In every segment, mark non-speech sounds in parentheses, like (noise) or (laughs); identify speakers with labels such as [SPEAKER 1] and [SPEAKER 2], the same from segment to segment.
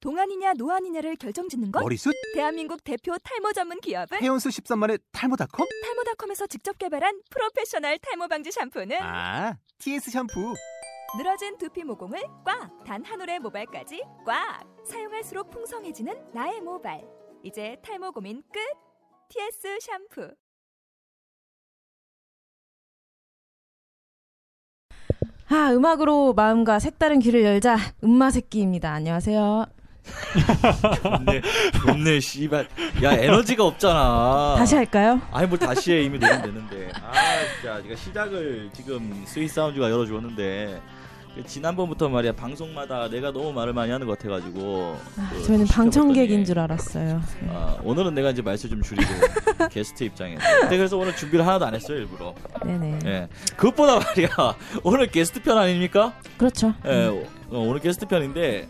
[SPEAKER 1] 동안이냐 노안이냐를 결정짓는 것?
[SPEAKER 2] 머리숱?
[SPEAKER 1] 대한민국 대표 탈모 전문 기업은
[SPEAKER 2] 헤어수 13만의 탈모닷컴?
[SPEAKER 1] 탈모닷컴에서 직접 개발한 프로페셔널 탈모 방지 샴푸는
[SPEAKER 2] 아, TS 샴푸.
[SPEAKER 1] 늘어진 두피 모공을 꽉! 단 한 올의 모발까지 꽉! 사용할수록 풍성해지는 나의 모발. 이제 탈모 고민 끝! TS 샴푸.
[SPEAKER 3] 아 음악으로 마음과 색다른 귀를 열자 음마새끼입니다. 안녕하세요.
[SPEAKER 4] 없네 없네 씨발 야 에너지가 없잖아
[SPEAKER 3] 다시 할까요?
[SPEAKER 4] 아니 뭘 다시 해 이미 녹음됐는데 아 진짜 제가 시작을 지금 스윗 사운드가 열어주었는데 그 지난번부터 말이야 방송마다 내가 너무 말을 많이 하는 것 같아가지고 그
[SPEAKER 3] 저희는
[SPEAKER 4] 시켜봤더니,
[SPEAKER 3] 방청객인 줄 알았어요.
[SPEAKER 4] 아, 오늘은 내가 이제 말수
[SPEAKER 3] (laughs)
[SPEAKER 4] 좀 줄이고 게스트 입장에서 근데 그래서 오늘 준비를 하나도 안 했어요 일부러
[SPEAKER 3] 네네.
[SPEAKER 4] 예 그것보다 말이야 (laughs) 오늘 게스트 편 아닙니까
[SPEAKER 3] 그렇죠.
[SPEAKER 4] 예, 어, 오늘 게스트 편인데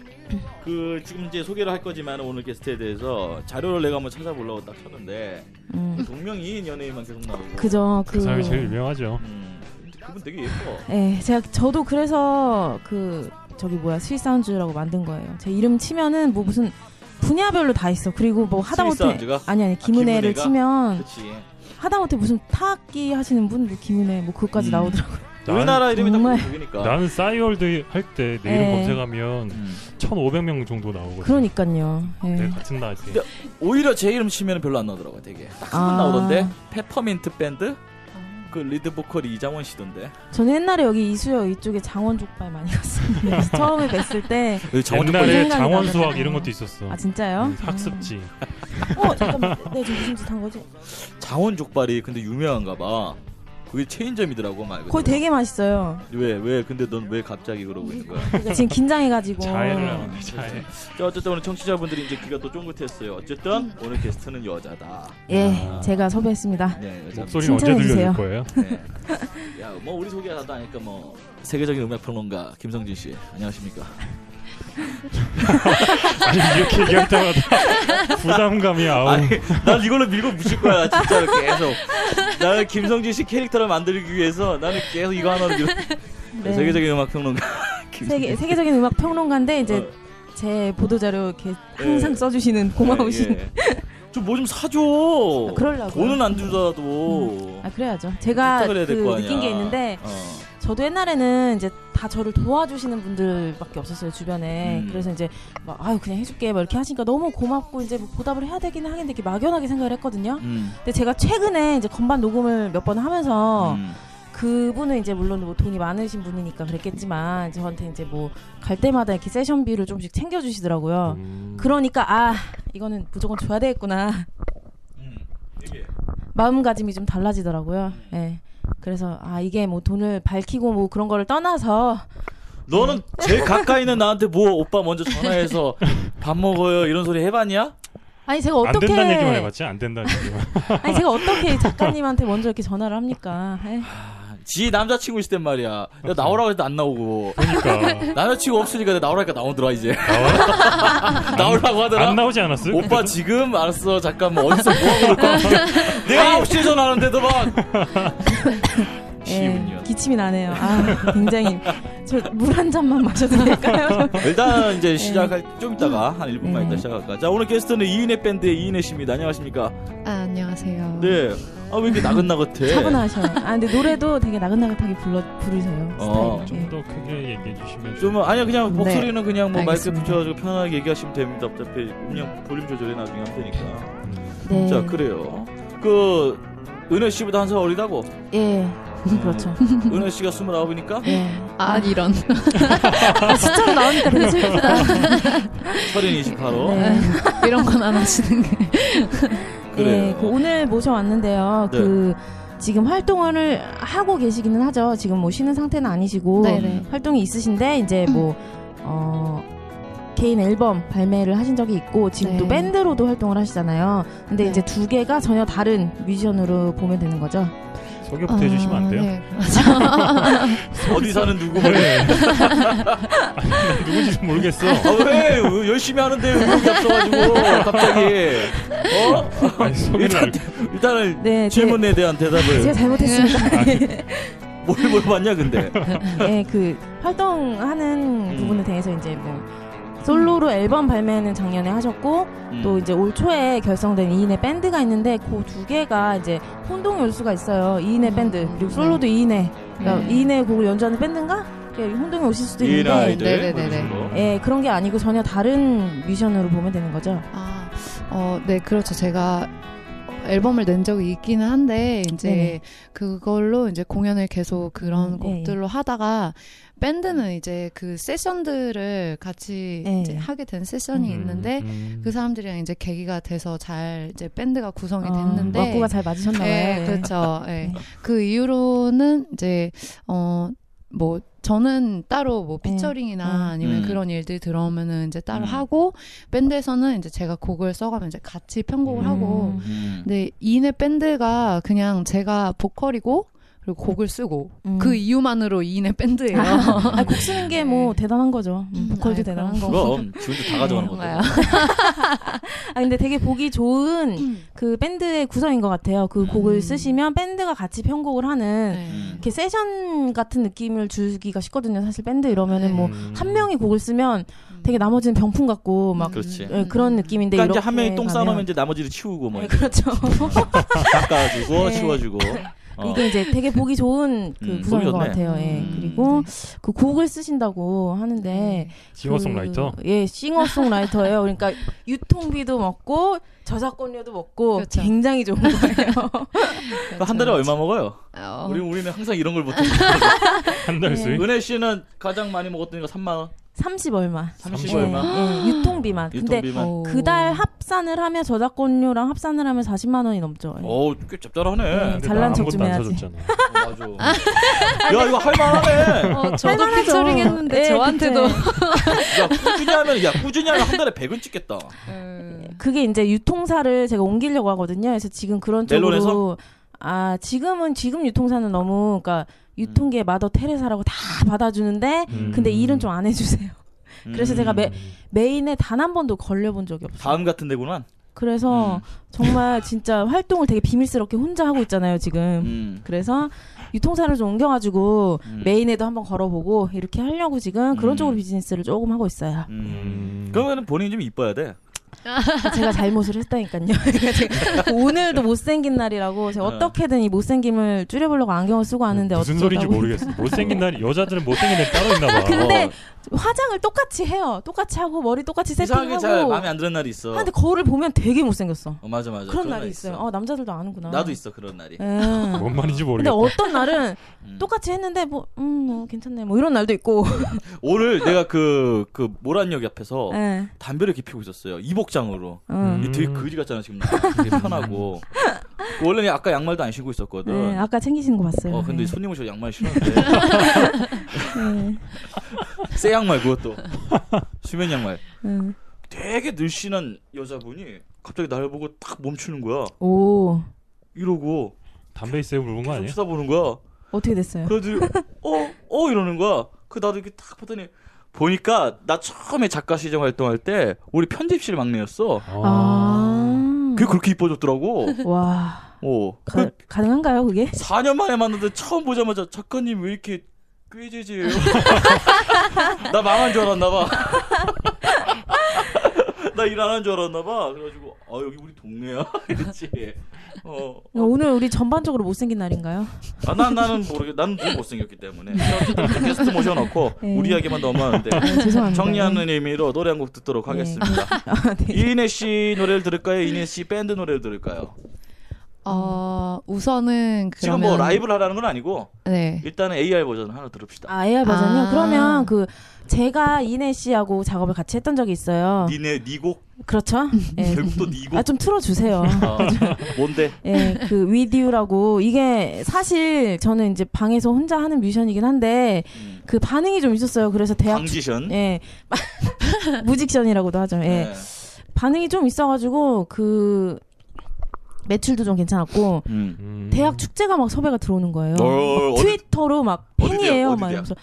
[SPEAKER 4] 그 지금 이제 소개를 할 거지만 오늘 게스트에 대해서 자료를 내가 한번 찾아보려고 딱 쳤는데
[SPEAKER 3] 음.
[SPEAKER 4] 동명이인 연예인만 계속 나오고
[SPEAKER 3] 그죠. 그.
[SPEAKER 5] 그 사람이 제일 유명하죠.
[SPEAKER 4] 음, 그분 되게 예뻐
[SPEAKER 3] 예, 제가 저도 그래서 그 저기 뭐야 스위스 사운드라고 만든 거예요. 제 이름 치면은 뭐 무슨 분야별로 다 있어. 그리고 뭐
[SPEAKER 4] 스윗
[SPEAKER 3] 하다못해
[SPEAKER 4] 사운드가?
[SPEAKER 3] 아니 아니 김은혜를
[SPEAKER 4] 김은혜가?
[SPEAKER 3] 치면
[SPEAKER 4] 그치
[SPEAKER 3] 하다못해 무슨 타악기 하시는 분, 뭐 김은혜 뭐 그것까지
[SPEAKER 4] 음.
[SPEAKER 3] 나오더라고. 요
[SPEAKER 5] 나는,
[SPEAKER 4] 우리나라 이름이 딱
[SPEAKER 3] 정말.
[SPEAKER 4] 보이니까 음.
[SPEAKER 5] 나는 싸이월드 할 때 내 이름
[SPEAKER 3] 네.
[SPEAKER 5] 검색하면 1,500명 정도 나오거든.
[SPEAKER 3] 그러니까요. 예.
[SPEAKER 4] 네,
[SPEAKER 5] 내 같은 나이 때.
[SPEAKER 4] 근데- 오히려 제 이름 치면 별로 안 나오더라고 되게 딱 한 번
[SPEAKER 3] 아.
[SPEAKER 4] 나오던데 페퍼민트 밴드 그 리드 보컬이 이장원 씨던데
[SPEAKER 3] 저는 옛날에 여기 이수역 이쪽에 장원 족발 많이 갔었는데 그래서
[SPEAKER 4] (laughs)
[SPEAKER 3] 처음에 뵀을 때 아
[SPEAKER 4] 장원
[SPEAKER 5] 옛날에
[SPEAKER 3] 생각이
[SPEAKER 5] 장원
[SPEAKER 3] 나더라고요.
[SPEAKER 5] 수학 이런 것도 있었어.
[SPEAKER 3] 진짜요?
[SPEAKER 4] 네,
[SPEAKER 5] 음, 학습지.
[SPEAKER 3] 어 잠깐만, 내가 지금 무슨 짓 한 거지?
[SPEAKER 4] 장원 족발이 근데 유명한가 봐 그게 체인점이더라고 말 그대로
[SPEAKER 3] 거기 되게 맛있어요.
[SPEAKER 4] 왜왜 근데 넌 왜 갑자기 그러고 있는 거야
[SPEAKER 3] 그러니까 지금 긴장해가지고.
[SPEAKER 5] 자해를
[SPEAKER 3] 음.
[SPEAKER 5] 하는데 자해.
[SPEAKER 4] 자, 어쨌든 오늘 청취자분들이 이제 귀가 또 쫑긋했어요.
[SPEAKER 3] 음.
[SPEAKER 4] 어쨌든 오늘 게스트는 여자다. 아.
[SPEAKER 3] 예, 제가 섭외했습니다.
[SPEAKER 4] 네, 여자.
[SPEAKER 5] 목소리는 언제
[SPEAKER 3] 칭찬해주세요.
[SPEAKER 5] 들려줄 거예요? (laughs)
[SPEAKER 4] 네. 야, 뭐 우리 소개하다 하니까 뭐 세계적인 음악 평론가 김성진 씨, 안녕하십니까?
[SPEAKER 5] 아니 이렇게 얘기할 때마다 (laughs) 부담감이 아우.
[SPEAKER 4] 아니, 난 이걸로 밀고 붙일 거야, 진짜로 계속. 나는 김성진 씨 캐릭터를 만들기 위해서 나는 계속 이거 하나로 밀어.
[SPEAKER 3] 네.
[SPEAKER 4] 세계적인 음악 평론가 (laughs) 김성진.
[SPEAKER 3] 세계, 세계적인 음악 평론가인데 이제
[SPEAKER 4] 어,
[SPEAKER 3] 제 보도자료 이렇게 항상
[SPEAKER 4] 예.
[SPEAKER 3] 써주시는 고마우신.
[SPEAKER 4] 예, 예. 좀뭐 좀 사줘.
[SPEAKER 3] 아, 그러려고.
[SPEAKER 4] 돈은 안 주더라도.
[SPEAKER 3] 아 그래야죠. 제가 그
[SPEAKER 4] 부탁을 해야 될거 아니야.
[SPEAKER 3] 느낀 게 있는데
[SPEAKER 4] 어.
[SPEAKER 3] 저도 옛날에는 이제 다 저를 도와주시는 분들밖에 없었어요 주변에.
[SPEAKER 4] 음.
[SPEAKER 3] 그래서 이제 막 아유 그냥 해줄게 막 이렇게 하시니까 너무 고맙고 이제 뭐 보답을 해야 되기는 하겠는데 이렇게 막연하게 생각을 했거든요.
[SPEAKER 4] 음.
[SPEAKER 3] 근데 제가 최근에 이제 건반 녹음을 몇 번 하면서
[SPEAKER 4] 음.
[SPEAKER 3] 그분은 이제 물론 뭐 돈이 많으신 분이니까 그랬겠지만 저한테 이제 뭐 갈 때마다 이렇게 세션비를 조금씩 챙겨주시더라고요.
[SPEAKER 5] 음.
[SPEAKER 3] 그러니까 아 이거는 무조건 줘야 되겠구나 (laughs)
[SPEAKER 4] 음. 얘기해.
[SPEAKER 3] 마음가짐이 좀 달라지더라고요. 예. 그래서 아 이게 뭐 돈을 밝히고 뭐 그런 거를 떠나서
[SPEAKER 4] 너는 제일 가까이 있는 나한테 뭐 오빠 먼저 전화해서 밥 먹어요 이런 소리 해봤냐?
[SPEAKER 3] 아니 제가
[SPEAKER 5] 안
[SPEAKER 3] 어떻게
[SPEAKER 5] 된다는 얘기만 해봤지? 안 된다는 얘기만.
[SPEAKER 3] 아니 제가 어떻게 작가님한테 먼저 이렇게 전화를 합니까? 예.
[SPEAKER 4] 지 남자친구 있을 땐 말이야.
[SPEAKER 5] 그렇죠.
[SPEAKER 4] 내가 나오라고 해도 안 나오고.
[SPEAKER 3] (laughs)
[SPEAKER 5] 그러니까
[SPEAKER 4] 남자친구 없으니까 내가 나오라니까 나오더라 이제. (laughs) 나오라고 하더라.
[SPEAKER 5] 아? 안 나오지 않았어요?
[SPEAKER 4] 오빠 지금 알았어 잠깐 뭐 어디서 뭐하고 그럴까?
[SPEAKER 5] (laughs)
[SPEAKER 4] 내가 9시에 전화하는데도 막.
[SPEAKER 3] 예.
[SPEAKER 4] 시군요.
[SPEAKER 3] 기침이 나네요. 아 굉장히 저 물 한 잔만 마셔도
[SPEAKER 4] (laughs)
[SPEAKER 3] 될까요?
[SPEAKER 4] 일단 이제 시작할 좀 이따가 한 1분만
[SPEAKER 5] 음.
[SPEAKER 3] 네.
[SPEAKER 4] 있다 시작할까. 자 오늘 게스트는 이인혜 밴드의 이인혜 씨입니다. 안녕하십니까?
[SPEAKER 6] 아, 안녕하세요.
[SPEAKER 4] 네. 아 왜 이렇게 나긋나긋해?
[SPEAKER 3] 차분하셔요. 아 근데 노래도 되게 나긋나긋하게 불러 부르세요.
[SPEAKER 4] 어.
[SPEAKER 3] 스타일이. 예.
[SPEAKER 5] 좀더 크게 얘기해 주시면
[SPEAKER 4] 좀 아니야 그냥 목소리는 그냥 뭐 마이크
[SPEAKER 6] 네. 알겠습니다.
[SPEAKER 4] 붙여가지고 편하게 얘기하시면 됩니다. 어차피 음량 볼륨 조절이 나중에 하면 되니까.
[SPEAKER 3] 네.
[SPEAKER 4] 자 그래요. 그 은혜 씨보다 한 살
[SPEAKER 6] (laughs)
[SPEAKER 4] 어리다고.
[SPEAKER 3] 예. (laughs)
[SPEAKER 4] 음,
[SPEAKER 3] 그렇죠.
[SPEAKER 4] 은혜 씨가 스물아홉이니까
[SPEAKER 3] 예.
[SPEAKER 6] 아, 이런. (laughs)
[SPEAKER 3] 아, 진짜로 나오니까 되게
[SPEAKER 4] (laughs)
[SPEAKER 3] 슬프다.
[SPEAKER 4] 서른 이십팔호.
[SPEAKER 3] 네.
[SPEAKER 6] 이런 건 안 하시는 게.
[SPEAKER 4] 어? 그래요.
[SPEAKER 6] 네,
[SPEAKER 3] 예, 그 오늘 모셔왔는데요.
[SPEAKER 4] 네.
[SPEAKER 3] 그 지금 활동을 하고 계시기는 하죠. 지금 뭐 쉬는 상태는 아니시고
[SPEAKER 6] 네네.
[SPEAKER 3] 활동이 있으신데 이제 뭐
[SPEAKER 6] 음.
[SPEAKER 3] 어, 개인 앨범 발매를 하신 적이 있고 지금
[SPEAKER 6] 네.
[SPEAKER 3] 또 밴드로도 활동을 하시잖아요. 근데
[SPEAKER 6] 네.
[SPEAKER 3] 이제 두 개가 전혀 다른 뮤지션으로 보면 되는 거죠.
[SPEAKER 5] 소개부터 해주시면 안 돼요?
[SPEAKER 6] 네, 맞아.
[SPEAKER 4] 어디 사는 누구
[SPEAKER 3] 아, 네.
[SPEAKER 5] (laughs)
[SPEAKER 4] 왜?
[SPEAKER 5] 난 누군지 모르겠어.
[SPEAKER 4] 아, 왜 열심히 하는데 의욕이 없어가지고 갑자기. 어?
[SPEAKER 5] 아니, 소개를
[SPEAKER 3] (laughs)
[SPEAKER 4] 일단
[SPEAKER 5] 알-
[SPEAKER 4] 일단은
[SPEAKER 3] 네,
[SPEAKER 4] 질문에 대한
[SPEAKER 3] 제가
[SPEAKER 6] 네,
[SPEAKER 4] 대답을
[SPEAKER 3] 잘못했습니다. (laughs)
[SPEAKER 4] 뭘 물어봤냐 근데.
[SPEAKER 3] 예, 그 활동하는
[SPEAKER 4] 음.
[SPEAKER 3] 부분에 대해서 이제 뭐 솔로로
[SPEAKER 6] 음.
[SPEAKER 3] 앨범 발매는 작년에 하셨고
[SPEAKER 4] 음.
[SPEAKER 3] 또 이제 올 초에 결성된 2인의 밴드가 있는데 그 두 개가 이제 혼동 요소가 있어요. 2인의
[SPEAKER 6] 음.
[SPEAKER 3] 밴드 그리고 솔로도 2인의 그러니까
[SPEAKER 6] 네.
[SPEAKER 3] 2인의 곡을 연주하는 밴드인가? 그러니까 혼동이 오실 수도 있는데
[SPEAKER 4] 아이들
[SPEAKER 6] 네네네네.
[SPEAKER 3] 예, 그런 게 아니고 전혀 다른 뮤지션으로 보면 되는 거죠.
[SPEAKER 6] 아, 어, 네, 그렇죠. 제가 앨범을 낸 적이 있기는 한데 이제
[SPEAKER 3] 네네.
[SPEAKER 6] 그걸로 이제 공연을 계속 그런
[SPEAKER 3] 음, 예, 예.
[SPEAKER 6] 곡들로 하다가 밴드는 이제 그 세션들을 같이
[SPEAKER 3] 예.
[SPEAKER 6] 이제 하게 된 세션이
[SPEAKER 5] 음,
[SPEAKER 6] 있는데 그 사람들이랑 이제 계기가 돼서 잘 이제 밴드가 구성이 됐는데
[SPEAKER 3] 어, 구가잘 맞으셨나봐요.
[SPEAKER 6] 예,
[SPEAKER 3] 예.
[SPEAKER 6] 그렇죠. 예.
[SPEAKER 3] 네.
[SPEAKER 6] 그 이후로는 이제 어 뭐 저는 따로 뭐
[SPEAKER 3] 네.
[SPEAKER 6] 피처링이나
[SPEAKER 3] 음.
[SPEAKER 6] 아니면
[SPEAKER 4] 음.
[SPEAKER 6] 그런 일들 들어오면은 이제 따로
[SPEAKER 4] 음.
[SPEAKER 6] 하고 밴드에서는 이제 제가 곡을 써가면 이제 같이 편곡을
[SPEAKER 4] 음.
[SPEAKER 6] 하고
[SPEAKER 4] 음.
[SPEAKER 6] 근데 이인의 밴드가 그냥 제가 보컬이고 그리고 곡을 쓰고
[SPEAKER 3] 음.
[SPEAKER 6] 그 이유만으로 이인의 밴드예요. (laughs)
[SPEAKER 3] 아, 곡 쓰는 게 뭐 대단한 거죠. 음,
[SPEAKER 6] 음,
[SPEAKER 3] 보컬도
[SPEAKER 6] 아이,
[SPEAKER 3] 대단한 거.
[SPEAKER 4] 그럼 지금 다 가져가는
[SPEAKER 6] 네,
[SPEAKER 4] 건데.
[SPEAKER 6] 뭔가요?
[SPEAKER 3] 아 근데 되게 보기 좋은 그 밴드의 구성인 것 같아요. 그 곡을
[SPEAKER 6] 음.
[SPEAKER 3] 쓰시면 밴드가 같이 편곡을 하는
[SPEAKER 4] 음.
[SPEAKER 6] 네.
[SPEAKER 3] 음. 이렇게 세션 같은 느낌을 주기가 쉽거든요. 사실 밴드 이러면은
[SPEAKER 6] 네.
[SPEAKER 5] 음,
[SPEAKER 3] 뭐 한 명이 곡을 쓰면 되게 나머지는 병풍 같고
[SPEAKER 6] 음.
[SPEAKER 3] 막
[SPEAKER 4] 그렇지.
[SPEAKER 3] 예, 그런 느낌인데
[SPEAKER 4] 그러니까 이제
[SPEAKER 3] 이렇게
[SPEAKER 4] 한 명이 똥
[SPEAKER 3] 가면-
[SPEAKER 4] 싸놓으면 이제 나머지를 치우고 뭐
[SPEAKER 3] 네,
[SPEAKER 4] 이렇게
[SPEAKER 3] 그렇죠.
[SPEAKER 4] 닦아주고
[SPEAKER 3] 네.
[SPEAKER 4] 치워주고. 어.
[SPEAKER 3] 이게 이제 되게 보기
[SPEAKER 4] (laughs)
[SPEAKER 3] 좋은 그
[SPEAKER 4] 음,
[SPEAKER 3] 구성인 것
[SPEAKER 4] 보기 좋네.
[SPEAKER 3] 같아요. 예.
[SPEAKER 4] 음.
[SPEAKER 3] 그리고 그 곡을 쓰신다고 하는데
[SPEAKER 6] 네.
[SPEAKER 5] 싱어송라이터.
[SPEAKER 3] 그, 예, 싱어송라이터예요. 그러니까 유통비도 먹고 저작권료도 먹고
[SPEAKER 6] 그렇죠.
[SPEAKER 3] 굉장히
[SPEAKER 6] (laughs)
[SPEAKER 3] 좋은 거예요.
[SPEAKER 4] 그거 한 달에
[SPEAKER 3] 그렇죠.
[SPEAKER 4] 얼마 먹어요?
[SPEAKER 6] 어,
[SPEAKER 4] 우리 우리는 항상 이런 걸 (laughs) 못해.
[SPEAKER 5] 한달
[SPEAKER 3] 네.
[SPEAKER 5] 수익.
[SPEAKER 4] 은혜 씨는 가장 많이 먹었던 거 3만 원,
[SPEAKER 3] 30 얼마.
[SPEAKER 4] 30
[SPEAKER 5] 30
[SPEAKER 4] 얼마,
[SPEAKER 3] 예, 예, 유통비만. 근데
[SPEAKER 4] 유통비만.
[SPEAKER 6] 어.
[SPEAKER 3] 그달 합산을 하면 저작권료랑 합산을 하면 40만 원이 넘죠. 예.
[SPEAKER 4] 어우 꽤 짭짤하네.
[SPEAKER 3] 네,
[SPEAKER 5] 근데
[SPEAKER 3] 잘난
[SPEAKER 5] 나
[SPEAKER 3] 척
[SPEAKER 5] 아무것도
[SPEAKER 3] 좀
[SPEAKER 5] 안
[SPEAKER 3] 해야지.
[SPEAKER 5] 사줬잖아.
[SPEAKER 4] 어, 맞아. 야 이거 할만하네.
[SPEAKER 6] 어, 저도
[SPEAKER 3] 할만하죠.
[SPEAKER 6] 피처링 했는데
[SPEAKER 3] 예,
[SPEAKER 6] 저한테도
[SPEAKER 3] 그때.
[SPEAKER 4] 야 꾸준히 하면 야 꾸준히 하면 한 달에 100은 찍겠다.
[SPEAKER 6] 음.
[SPEAKER 3] 예, 그게 이제 유통사를 제가 옮기려고 하거든요. 그래서 지금 그런
[SPEAKER 4] 멜론에서?
[SPEAKER 3] 쪽으로 아 지금은 지금 유통사는 너무 그러니까
[SPEAKER 4] 음.
[SPEAKER 3] 유통계 마더 테레사라고 다 받아주는데
[SPEAKER 5] 음.
[SPEAKER 3] (laughs) 근데 일은 좀 안 해주세요. (laughs) 그래서
[SPEAKER 4] 음.
[SPEAKER 3] 제가 매- 메인에 단 한 번도 걸려본 적이 없어요.
[SPEAKER 4] 다음 같은 데구만.
[SPEAKER 3] 그래서
[SPEAKER 4] 음.
[SPEAKER 3] 정말 진짜 활동을 되게 비밀스럽게 혼자 하고 있잖아요 지금.
[SPEAKER 4] 음.
[SPEAKER 3] 그래서 유통사를 좀 옮겨가지고
[SPEAKER 4] 음.
[SPEAKER 3] 메인에도 한번 걸어보고 이렇게 하려고 지금 그런
[SPEAKER 4] 음.
[SPEAKER 3] 쪽으로 비즈니스를 조금 하고 있어요.
[SPEAKER 4] 음. 그러면 본인이 좀 이뻐야 돼.
[SPEAKER 3] 제가 잘못을 했다니까요. (laughs) 그러니까 제가 오늘도 못생긴 날이라고 제가
[SPEAKER 4] 어.
[SPEAKER 3] 어떻게든 이 못생김을 줄여보려고 안경을 쓰고 왔는데
[SPEAKER 5] 무슨
[SPEAKER 3] 어쩌다
[SPEAKER 5] 소리인지
[SPEAKER 3] 보니
[SPEAKER 5] 모르겠어. 못생긴 날 여자들은 못생긴 날 따로 있나
[SPEAKER 3] (laughs)
[SPEAKER 5] 봐.
[SPEAKER 3] 근데
[SPEAKER 4] 어.
[SPEAKER 3] 화장을 똑같이 해요. 똑같이 하고 머리 똑같이
[SPEAKER 4] 이상하게 잘
[SPEAKER 3] 세팅하고
[SPEAKER 4] 마음에 안 드는 날이 있어.
[SPEAKER 3] 아, 근데 거울을 보면 되게 못생겼어.
[SPEAKER 4] 어, 맞아 맞아.
[SPEAKER 3] 그런
[SPEAKER 4] 날
[SPEAKER 3] 날이 있어요. 어, 남자들도 아는구나.
[SPEAKER 4] 나도 있어 그런 날이.
[SPEAKER 3] 예.
[SPEAKER 5] 뭔 말인지
[SPEAKER 3] 근데
[SPEAKER 5] 모르겠어.
[SPEAKER 3] 어떤 날은
[SPEAKER 4] 음.
[SPEAKER 3] 똑같이 했는데 뭐, 음, 뭐 괜찮네. 뭐 이런 날도 있고.
[SPEAKER 4] 오늘 내가 그, 그, 모란역 옆에서
[SPEAKER 3] 예.
[SPEAKER 4] 담배를 이렇게 피우고 있었어요. 이복장으로.
[SPEAKER 3] 음.
[SPEAKER 4] 이게 되게 거지 같잖아, 지금. 나. 되게 편하고. 그 원래는 아까 양말도 안 신고 있었거든.
[SPEAKER 3] 네, 아까 챙기시는 거 봤어요.
[SPEAKER 4] 어, 근데
[SPEAKER 3] 네.
[SPEAKER 4] 손님 오셔서 양말 신었는데.
[SPEAKER 3] 네.
[SPEAKER 4] (laughs) 새 양말, 그것도. 수면 양말.
[SPEAKER 3] 음.
[SPEAKER 4] 되게 늘씬한 여자분이 갑자기 나를 보고 딱 멈추는 거야.
[SPEAKER 3] 오,
[SPEAKER 4] 이러고.
[SPEAKER 5] 담배 있어요 물은 거
[SPEAKER 4] 계속
[SPEAKER 5] 아니야?
[SPEAKER 4] 쳐다보는 거야.
[SPEAKER 3] 어떻게 됐어요?
[SPEAKER 4] 그러더니, 어? 어? 이러는 거야. 그 나도 이렇게 딱 보더니. 보니까 나 처음에 작가 시장 활동할 때 우리 편집실 막내였어.
[SPEAKER 5] 아.
[SPEAKER 3] 아,
[SPEAKER 4] 그게 그렇게 이뻐졌더라고.
[SPEAKER 3] 와,
[SPEAKER 4] 어.
[SPEAKER 3] 가, 가능한가요 그게?
[SPEAKER 4] 4년 만에 만났는데 처음 보자마자 작가님 왜 이렇게 꾀지지요? (laughs) 나 망한 줄 알았나 봐. (laughs) 나 일 안 한 줄 알았나 봐. 그래가지고 아 여기 우리 동네야 (laughs) 이랬지. 어.
[SPEAKER 3] 오늘 우리 전반적으로 못생긴 날인가요?
[SPEAKER 4] 아, 난 나는 모르게 난 너무 못생겼기 때문에 어쨌든 게스트 모셔놓고
[SPEAKER 3] 네.
[SPEAKER 4] 우리 이야기만 넘어가는데
[SPEAKER 3] 네, 죄송합니다.
[SPEAKER 4] 정리하는 의미로 노래 한 곡 듣도록
[SPEAKER 3] 네.
[SPEAKER 4] 하겠습니다.
[SPEAKER 3] (laughs) 아, 네.
[SPEAKER 4] 이인혜 씨 노래를 들을까요? 이인혜 씨 밴드 노래를 들을까요?
[SPEAKER 6] 어, 우선은 그러면
[SPEAKER 4] 지금 뭐 라이브를 하라는 건 아니고
[SPEAKER 6] 네.
[SPEAKER 4] 일단은 AR 버전을 하나 들읍시다.
[SPEAKER 3] 아, AI 버전이요?
[SPEAKER 6] 아.
[SPEAKER 3] 그러면 그 제가 이내 씨하고 작업을 같이 했던 적이 있어요.
[SPEAKER 4] 니네 니곡
[SPEAKER 3] 그렇죠? 예.
[SPEAKER 4] 결국
[SPEAKER 3] (laughs)
[SPEAKER 4] 또 니곡
[SPEAKER 3] 아, 좀
[SPEAKER 4] (laughs)
[SPEAKER 3] 틀어주세요.
[SPEAKER 4] 아,
[SPEAKER 3] (laughs)
[SPEAKER 4] 뭔데?
[SPEAKER 3] 예, 그 위디우라고 이게 사실 저는 이제 방에서 혼자 하는 뮤지션이긴 한데
[SPEAKER 4] 음.
[SPEAKER 3] 그 반응이 좀 있었어요. 그래서 대학
[SPEAKER 4] 강지션.
[SPEAKER 3] 예. (laughs) 무직션이라고도 하죠. 예.
[SPEAKER 4] 네.
[SPEAKER 3] 반응이 좀 있어가지고 그 매출도 좀 괜찮았고
[SPEAKER 4] 음.
[SPEAKER 5] 음.
[SPEAKER 3] 대학 축제가 막 섭외가 들어오는 거예요.
[SPEAKER 4] 어,
[SPEAKER 3] 트위터로 막
[SPEAKER 4] 어디대요?
[SPEAKER 3] 팬이에요, 막
[SPEAKER 4] 어디대요?
[SPEAKER 3] 이러면서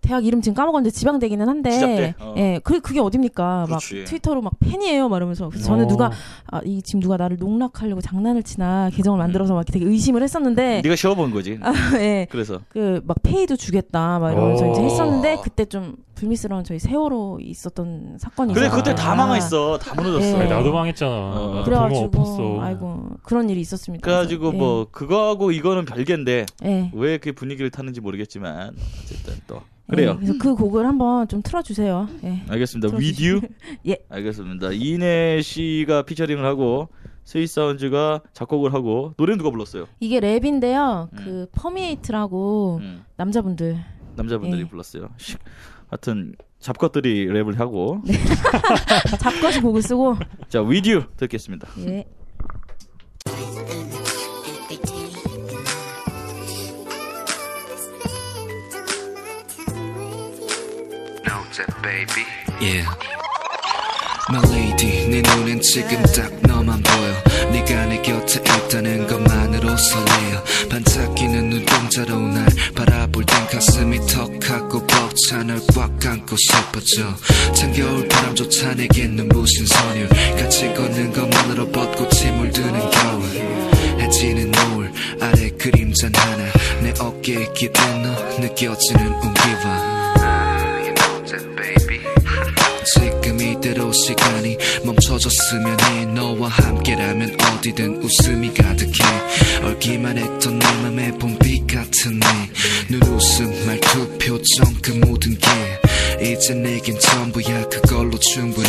[SPEAKER 3] 대학 이름 지금 까먹었는데 지방대기는 한데
[SPEAKER 4] 지잡대? 어.
[SPEAKER 3] 예, 그 그게 어딥니까?
[SPEAKER 4] 그렇지. 어.
[SPEAKER 3] 막 트위터로 막 팬이에요, 말하면서 그래서 저는 누가
[SPEAKER 5] 어.
[SPEAKER 3] 아, 이 지금 누가 나를 농락하려고 장난을 치나 계정을 만들어서 막 되게 의심을 했었는데
[SPEAKER 4] 음. 네가 쉬어본 거지.
[SPEAKER 3] 아, (laughs) 예.
[SPEAKER 4] 그래서
[SPEAKER 3] 그 막 페이도 주겠다 막 이러면서
[SPEAKER 4] 어.
[SPEAKER 3] 이제
[SPEAKER 5] 오.
[SPEAKER 3] 했었는데 그때 좀 불미스러운 저희 세월호 있었던 사건이
[SPEAKER 4] 근데
[SPEAKER 5] 이상하다.
[SPEAKER 4] 그때 다 망했어. 다 무너졌어.
[SPEAKER 3] 네.
[SPEAKER 5] 나도 망했잖아.
[SPEAKER 4] 어.
[SPEAKER 5] 나도 부모
[SPEAKER 3] 그래가지고 뭐
[SPEAKER 5] 엎었어.
[SPEAKER 3] 아이고 그런 일이 있었습니다.
[SPEAKER 4] 그래가지고
[SPEAKER 3] 그래서,
[SPEAKER 4] 뭐 그거하고 이거는 별개인데
[SPEAKER 3] 예, 예,
[SPEAKER 4] 왜 그 분위기를 타는지 모르겠지만 어쨌든 또
[SPEAKER 3] 예.
[SPEAKER 4] 그래요.
[SPEAKER 3] 그래서 그 곡을 한번 좀 틀어주세요. 예.
[SPEAKER 4] 알겠습니다.
[SPEAKER 3] 들어주시-
[SPEAKER 4] 위듀.
[SPEAKER 3] (laughs) 예.
[SPEAKER 4] 알겠습니다. 이인혜 씨가 피처링을 하고 스윗 사운즈가 작곡을 하고 노래는 누가 불렀어요?
[SPEAKER 3] 이게 랩인데요.
[SPEAKER 4] 음.
[SPEAKER 3] 그 퍼미에이트라고
[SPEAKER 4] 음,
[SPEAKER 3] 남자분들
[SPEAKER 4] 남자분들이
[SPEAKER 3] 예.
[SPEAKER 4] 불렀어요. 씨, 하여튼 잡것들이 랩을 하고
[SPEAKER 3] 잡것이 곡을 쓰고
[SPEAKER 4] 자 위듀 듣겠습니다.
[SPEAKER 3] 예.
[SPEAKER 7] Yeah. 예. My lady, 내 눈엔 지금 딱 너만 보여. 네가 내 곁에 있다는 것만으로 설레요. 반짝이는 눈동자로 날 바라볼 땐 가슴이 턱하고 벅차 널 꽉 안고 싶어져. 찬겨울 바람조차 내겐 눈부신 선율. 같이 걷는 것만으로 벚꽃이 물드는 겨울. 해지는 노을 아래 그림자 하나 내 어깨에 기댄 너 느껴지는 온기와. 지금 이대로 시간이 멈춰졌으면 해 너와 함께라면 어디든 웃음이 가득해 얼기만 했던 내 맘에 봄비 같은 네눈 웃음 말투 표정 그 모든 게 이제 내겐 전부야 그걸로 충분해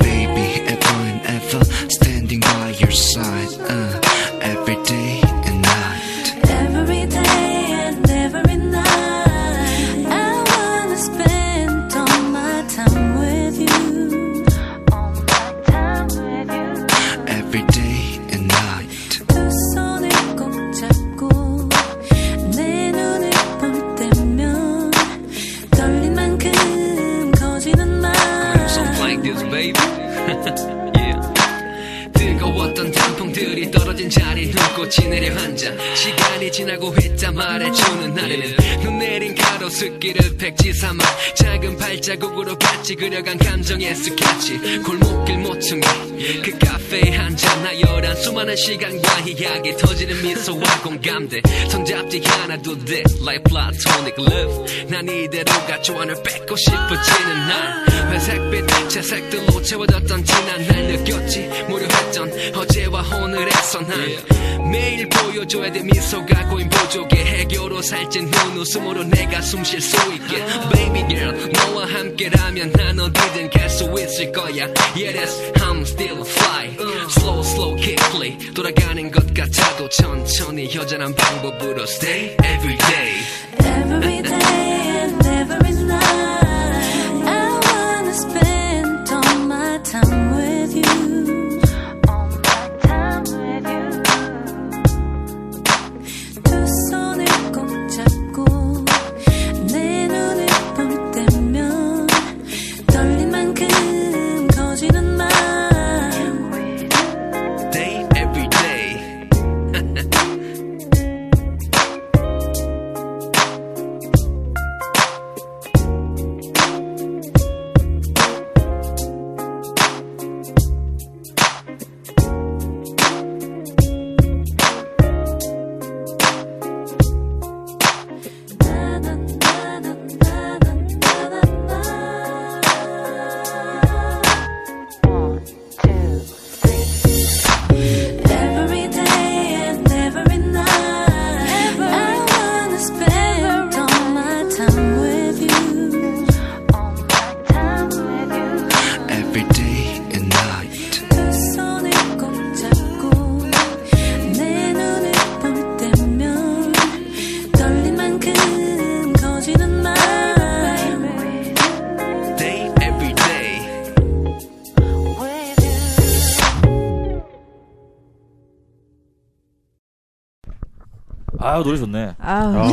[SPEAKER 7] Baby ever and ever standing by your side uh, Every day and night
[SPEAKER 8] Every day and every night, I wanna spend all my time with you. All my time with you.
[SPEAKER 7] Every day and night
[SPEAKER 8] 두 손을 꼭 잡고 내 눈을 볼 때면 떨린 만큼 거지는 마.
[SPEAKER 7] So playing this baby. (laughs) yeah. 뜨거웠던 단풍들이 떨어진 자리 눈꽃이 내려앉아 시간이 지나고 있다 말해주는 날에는 눈 내린 가로수길을 백지 삼아 작은 발자국으로 같이 그려간 감정의 스케치 골목길 모퉁이 그 카페에 한잔 나열한 수많은 시간과 이야기 터지는 미소와 공감대 손잡지 않아도 돼 Like platonic love 난 이대로가 조안을 뺏고 싶어지는 날 회색빛 채색들로 채워졌던 지난 날 느꼈지 무료했던 어제와 오늘에서 난 매일 보여줘야 돼 미소가 고인 보조개 해교로 살찐 눈 웃음으로 내가 숨 쉴 수 있게 Baby girl 너와 함께라면 난 어디든 갈 수 있을 거야 Yeah that's how I'm still fly Slow slow quickly 돌아가는 것 같아도 천천히 여전한 방법으로 Stay every day
[SPEAKER 8] Every day and every night, I wanna spend all my time with you. All my time with you. 두 손을 꼭 잡고 내 눈을 볼 때면 떨린 만큼 거지는 마.
[SPEAKER 7] Day every day
[SPEAKER 4] 아 노래 좋네.
[SPEAKER 3] 아,
[SPEAKER 5] 아우,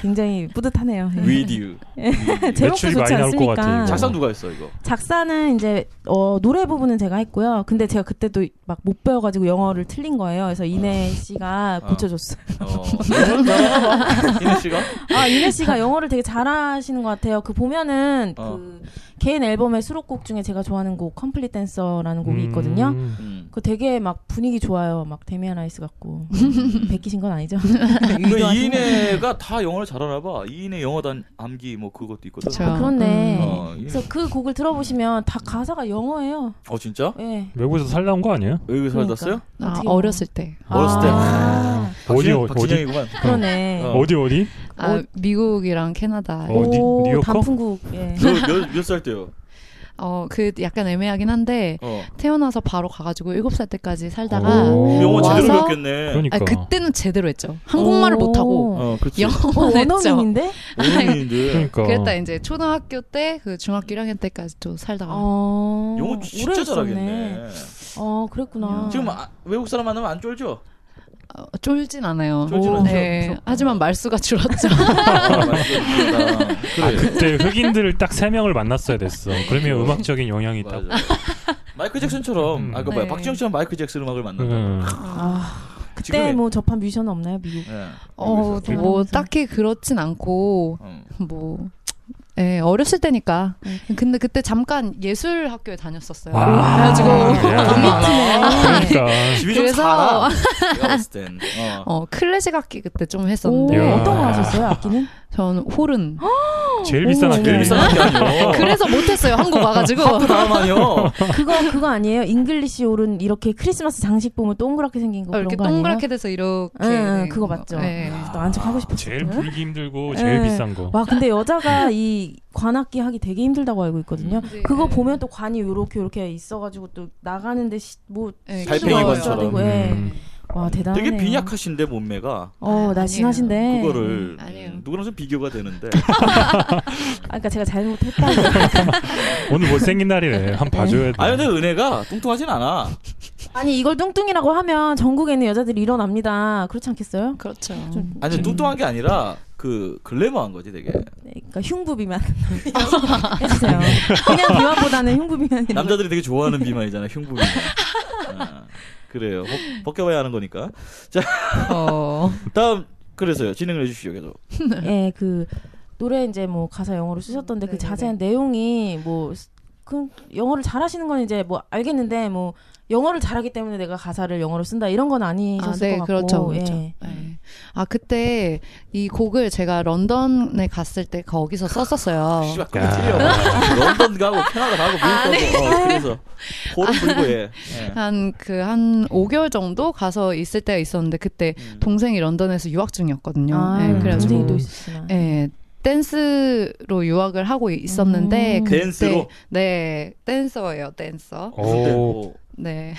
[SPEAKER 3] 굉장히 뿌듯하네요. 예. (laughs)
[SPEAKER 4] With You.
[SPEAKER 3] 제목도
[SPEAKER 5] 매출이
[SPEAKER 3] 좋지
[SPEAKER 5] 많이 나올 것
[SPEAKER 3] 않습니까?
[SPEAKER 5] 같아요, 이거.
[SPEAKER 4] 작사 누가 했어 이거?
[SPEAKER 3] 작사는 이제 어, 노래 부분은 제가 했고요. 근데 제가 그때도 막 못 배워가지고 영어를 틀린 거예요. 그래서 이내 씨가
[SPEAKER 4] 어.
[SPEAKER 3] 고쳐줬어요. (laughs)
[SPEAKER 4] 어. 이네 씨가?
[SPEAKER 3] 아 이내 씨가 영어를 되게 잘하시는 것 같아요. 그 보면은
[SPEAKER 4] 어.
[SPEAKER 3] 그 개인 앨범의 수록곡 중에 제가 좋아하는 곡 컴플릿 댄서라는 곡이 있거든요.
[SPEAKER 5] 음.
[SPEAKER 4] 음.
[SPEAKER 3] 그 되게 막 분위기 좋아요. 막 데미안 아이스 같고
[SPEAKER 6] (laughs)
[SPEAKER 3] 베끼신 건 아니죠?
[SPEAKER 4] 예. 근데
[SPEAKER 3] 의도하신 건
[SPEAKER 4] 이인애가 다 영어를 잘하나 봐. 이인애 영어단 암기 뭐 그것도 있거든.
[SPEAKER 6] 그쵸.
[SPEAKER 3] 아,
[SPEAKER 6] 음,
[SPEAKER 3] 그렇네.
[SPEAKER 4] 어, 이인애.
[SPEAKER 3] 그래서 그 곡을 들어보시면 다 가사가 영어예요.
[SPEAKER 4] 어 진짜?
[SPEAKER 3] 예.
[SPEAKER 5] 외국에서 살라온 거 아니에요?
[SPEAKER 4] 여기서
[SPEAKER 3] 그러니까.
[SPEAKER 4] 살았어요?
[SPEAKER 6] 아,
[SPEAKER 3] 어떻게 보면.
[SPEAKER 6] 어렸을 때.
[SPEAKER 4] 어렸을 때.
[SPEAKER 3] 아,
[SPEAKER 5] 어디
[SPEAKER 4] 박진영-
[SPEAKER 5] 어디 어디
[SPEAKER 4] 박진영이구만.
[SPEAKER 3] 그러네.
[SPEAKER 4] 어.
[SPEAKER 5] 어디 어디?
[SPEAKER 6] 아,
[SPEAKER 3] 어.
[SPEAKER 6] 미국이랑 캐나다.
[SPEAKER 5] 어. 니- 뉴요커?
[SPEAKER 3] 단풍국.
[SPEAKER 4] (laughs)
[SPEAKER 3] 예.
[SPEAKER 4] 너몇살 때요?
[SPEAKER 6] 어, 그 약간 애매하긴 한데
[SPEAKER 4] 어.
[SPEAKER 6] 태어나서 바로 가가지고 7살 때까지 살다가
[SPEAKER 5] 오.
[SPEAKER 4] 영어
[SPEAKER 6] 와서-
[SPEAKER 4] 제대로 배웠겠네.
[SPEAKER 5] 그러니까.
[SPEAKER 6] 아, 그때는 제대로 했죠. 한국말을
[SPEAKER 3] 오.
[SPEAKER 6] 못하고
[SPEAKER 4] 어, 그치.
[SPEAKER 3] 어,
[SPEAKER 6] 영어만 음. 했죠.
[SPEAKER 3] 원어민인데?
[SPEAKER 4] 어른인데.
[SPEAKER 5] 그러니까.
[SPEAKER 6] 그랬다 이제 초등학교 때 그 중학교 1학년 때까지 또 살다가
[SPEAKER 3] 어.
[SPEAKER 4] 아. 영어
[SPEAKER 3] 오래
[SPEAKER 4] 진짜
[SPEAKER 3] 했었네.
[SPEAKER 4] 잘하겠네.
[SPEAKER 3] 어, 그랬구나.
[SPEAKER 4] 지금 아, 외국 사람 만나면 안 쫄죠? (laughs)
[SPEAKER 6] 어, 쫄진 않아요.
[SPEAKER 4] 쫄진 않죠.
[SPEAKER 6] 네.
[SPEAKER 4] 그렇죠.
[SPEAKER 6] 하지만 말수가 줄었죠.
[SPEAKER 3] (laughs)
[SPEAKER 4] 아, 맞습니다.
[SPEAKER 5] 아,
[SPEAKER 4] 그래.
[SPEAKER 5] 그때 흑인들을 딱 세 명을 만났어야 됐어. 그러면 음악적인 영향이 딱.
[SPEAKER 4] 네. 맞아. (laughs) 마이클 잭슨처럼
[SPEAKER 5] 음.
[SPEAKER 4] 아까 뭐야
[SPEAKER 3] 네.
[SPEAKER 4] 박진영처럼 마이클 잭슨 음악을 만든다.
[SPEAKER 5] 음.
[SPEAKER 3] 아, 그때
[SPEAKER 4] 지금의-
[SPEAKER 3] 뭐 접한 뮤지션 없나요, 미국?
[SPEAKER 4] 예.
[SPEAKER 6] (laughs) 어,
[SPEAKER 4] 그래서-
[SPEAKER 6] 뭐
[SPEAKER 3] 그래서.
[SPEAKER 6] 딱히 그렇진 않고
[SPEAKER 4] 음.
[SPEAKER 6] 뭐 예, 어렸을 때니까.
[SPEAKER 3] 음.
[SPEAKER 6] 근데 그때 잠깐 예술 학교에 다녔었어요.
[SPEAKER 5] 아.
[SPEAKER 6] 그래가지고
[SPEAKER 5] 예.
[SPEAKER 6] 네.
[SPEAKER 5] 그러니까.
[SPEAKER 4] 아, 집이 좀
[SPEAKER 6] 그래서- (laughs)
[SPEAKER 4] 살아. 내가 봤을 땐. 어.
[SPEAKER 6] 어, 클래식 악기 그때 좀
[SPEAKER 3] 오,
[SPEAKER 6] 했었는데
[SPEAKER 5] 이야.
[SPEAKER 3] 어떤 거 하셨어요, 악기는?
[SPEAKER 6] 전 홀은
[SPEAKER 3] 어.
[SPEAKER 5] 제일 비싼
[SPEAKER 3] 오.
[SPEAKER 5] 학교.
[SPEAKER 4] 제일 비싼 학교 네. 아니요.
[SPEAKER 6] (laughs)
[SPEAKER 4] 그
[SPEAKER 6] 그래서 못 했어요. 한국 와 가지고.
[SPEAKER 3] 아,
[SPEAKER 4] 다음
[SPEAKER 6] (laughs)
[SPEAKER 4] 아니요.
[SPEAKER 3] 그거, 그거 아니에요? 잉글리시 오른 이렇게 크리스마스 장식 보면 동그랗게 생긴 거
[SPEAKER 6] 어,
[SPEAKER 3] 그런
[SPEAKER 6] 이렇게
[SPEAKER 3] 거 아니에요?
[SPEAKER 6] 동그랗게 돼서 이렇게
[SPEAKER 3] 응, 응,
[SPEAKER 6] 된
[SPEAKER 3] 그거
[SPEAKER 6] 거.
[SPEAKER 3] 맞죠.
[SPEAKER 6] 예.
[SPEAKER 4] 음.
[SPEAKER 3] 또 안척하고 싶었어.
[SPEAKER 5] 제일 불기 힘들고 제일
[SPEAKER 3] 예.
[SPEAKER 5] 비싼 거.
[SPEAKER 3] 와 근데 여자가 이 관악기 하기 되게 힘들다고 알고 있거든요.
[SPEAKER 6] 네.
[SPEAKER 3] 그거 보면 또 관이 요렇게 요렇게 있어가지고 또 나가는데 시, 뭐
[SPEAKER 6] 예,
[SPEAKER 4] 달팽이
[SPEAKER 6] 키워요.
[SPEAKER 4] 관처럼.
[SPEAKER 3] 되고,
[SPEAKER 6] 네.
[SPEAKER 3] 예.
[SPEAKER 5] 음.
[SPEAKER 3] 와 대단하네요.
[SPEAKER 4] 되게 빈약하신데 몸매가
[SPEAKER 3] 어 날씬하신데.
[SPEAKER 4] 그거를
[SPEAKER 6] 네. 아니에요.
[SPEAKER 4] 음, 누구랑 좀 비교가 되는데
[SPEAKER 3] 아까 그러니까 제가 잘못했다.
[SPEAKER 6] (laughs)
[SPEAKER 5] 오늘 못생긴 날이래. 한 번
[SPEAKER 3] 네.
[SPEAKER 5] 봐줘야 돼.
[SPEAKER 4] 아 근데 은혜가 뚱뚱하진 않아
[SPEAKER 3] 아니 이걸 뚱뚱이라고 하면 전국에 있는 여자들이 일어납니다. 그렇지 않겠어요?
[SPEAKER 6] 그렇죠.
[SPEAKER 3] 좀
[SPEAKER 4] 아니 뚱뚱한 게 아니라 그 글래머한 거지 되게
[SPEAKER 3] 그러니까 흉부
[SPEAKER 6] (laughs)
[SPEAKER 3] 비만 (laughs) 해주세요. 그냥 비만보다는 흉부 비만.
[SPEAKER 4] 남자들이 되게
[SPEAKER 6] (laughs)
[SPEAKER 4] 좋아하는 비만이잖아 흉부 비만 아, 그래요 벗- 벗겨봐야 하는 거니까
[SPEAKER 6] 어.
[SPEAKER 4] 다음 그래서요 진행을 해주시죠 계속
[SPEAKER 3] 예, 그 노래 이제 뭐 가사 영어로 쓰셨던데 그
[SPEAKER 6] 음, 네네네.
[SPEAKER 3] 자세한 내용이 뭐 그 영어를 잘하시는 건 이제 뭐 알겠는데 뭐 영어를 잘하기 때문에 내가 가사를 영어로 쓴다 이런 건 아니셨을
[SPEAKER 6] 아, 네,
[SPEAKER 3] 것 같고.
[SPEAKER 6] 그렇죠, 그렇죠.
[SPEAKER 3] 예.
[SPEAKER 6] 네. 아 그때 이 곡을 제가 런던에 갔을 때 거기서 썼었어요.
[SPEAKER 4] 아,
[SPEAKER 6] 아,
[SPEAKER 4] 씨발 그게 틀려 런던 가고 캐나다 가고 미국
[SPEAKER 6] 네.
[SPEAKER 4] 가고 어, 그래서 호름 불고 해 예.
[SPEAKER 6] 한 그 한 5개월 정도 가서 있을 때가 있었는데 그때
[SPEAKER 4] 음.
[SPEAKER 6] 동생이 런던에서 유학 중이었거든요.
[SPEAKER 3] 아,
[SPEAKER 6] 네, 그래가지고
[SPEAKER 3] 동생이 또 있으시나.
[SPEAKER 6] 예. 댄스로 유학을 하고 있었는데
[SPEAKER 3] 음.
[SPEAKER 6] 그때
[SPEAKER 4] 댄스로?
[SPEAKER 6] 네 댄서예요 댄서
[SPEAKER 4] 근데
[SPEAKER 5] 오.
[SPEAKER 4] 뭐
[SPEAKER 6] 네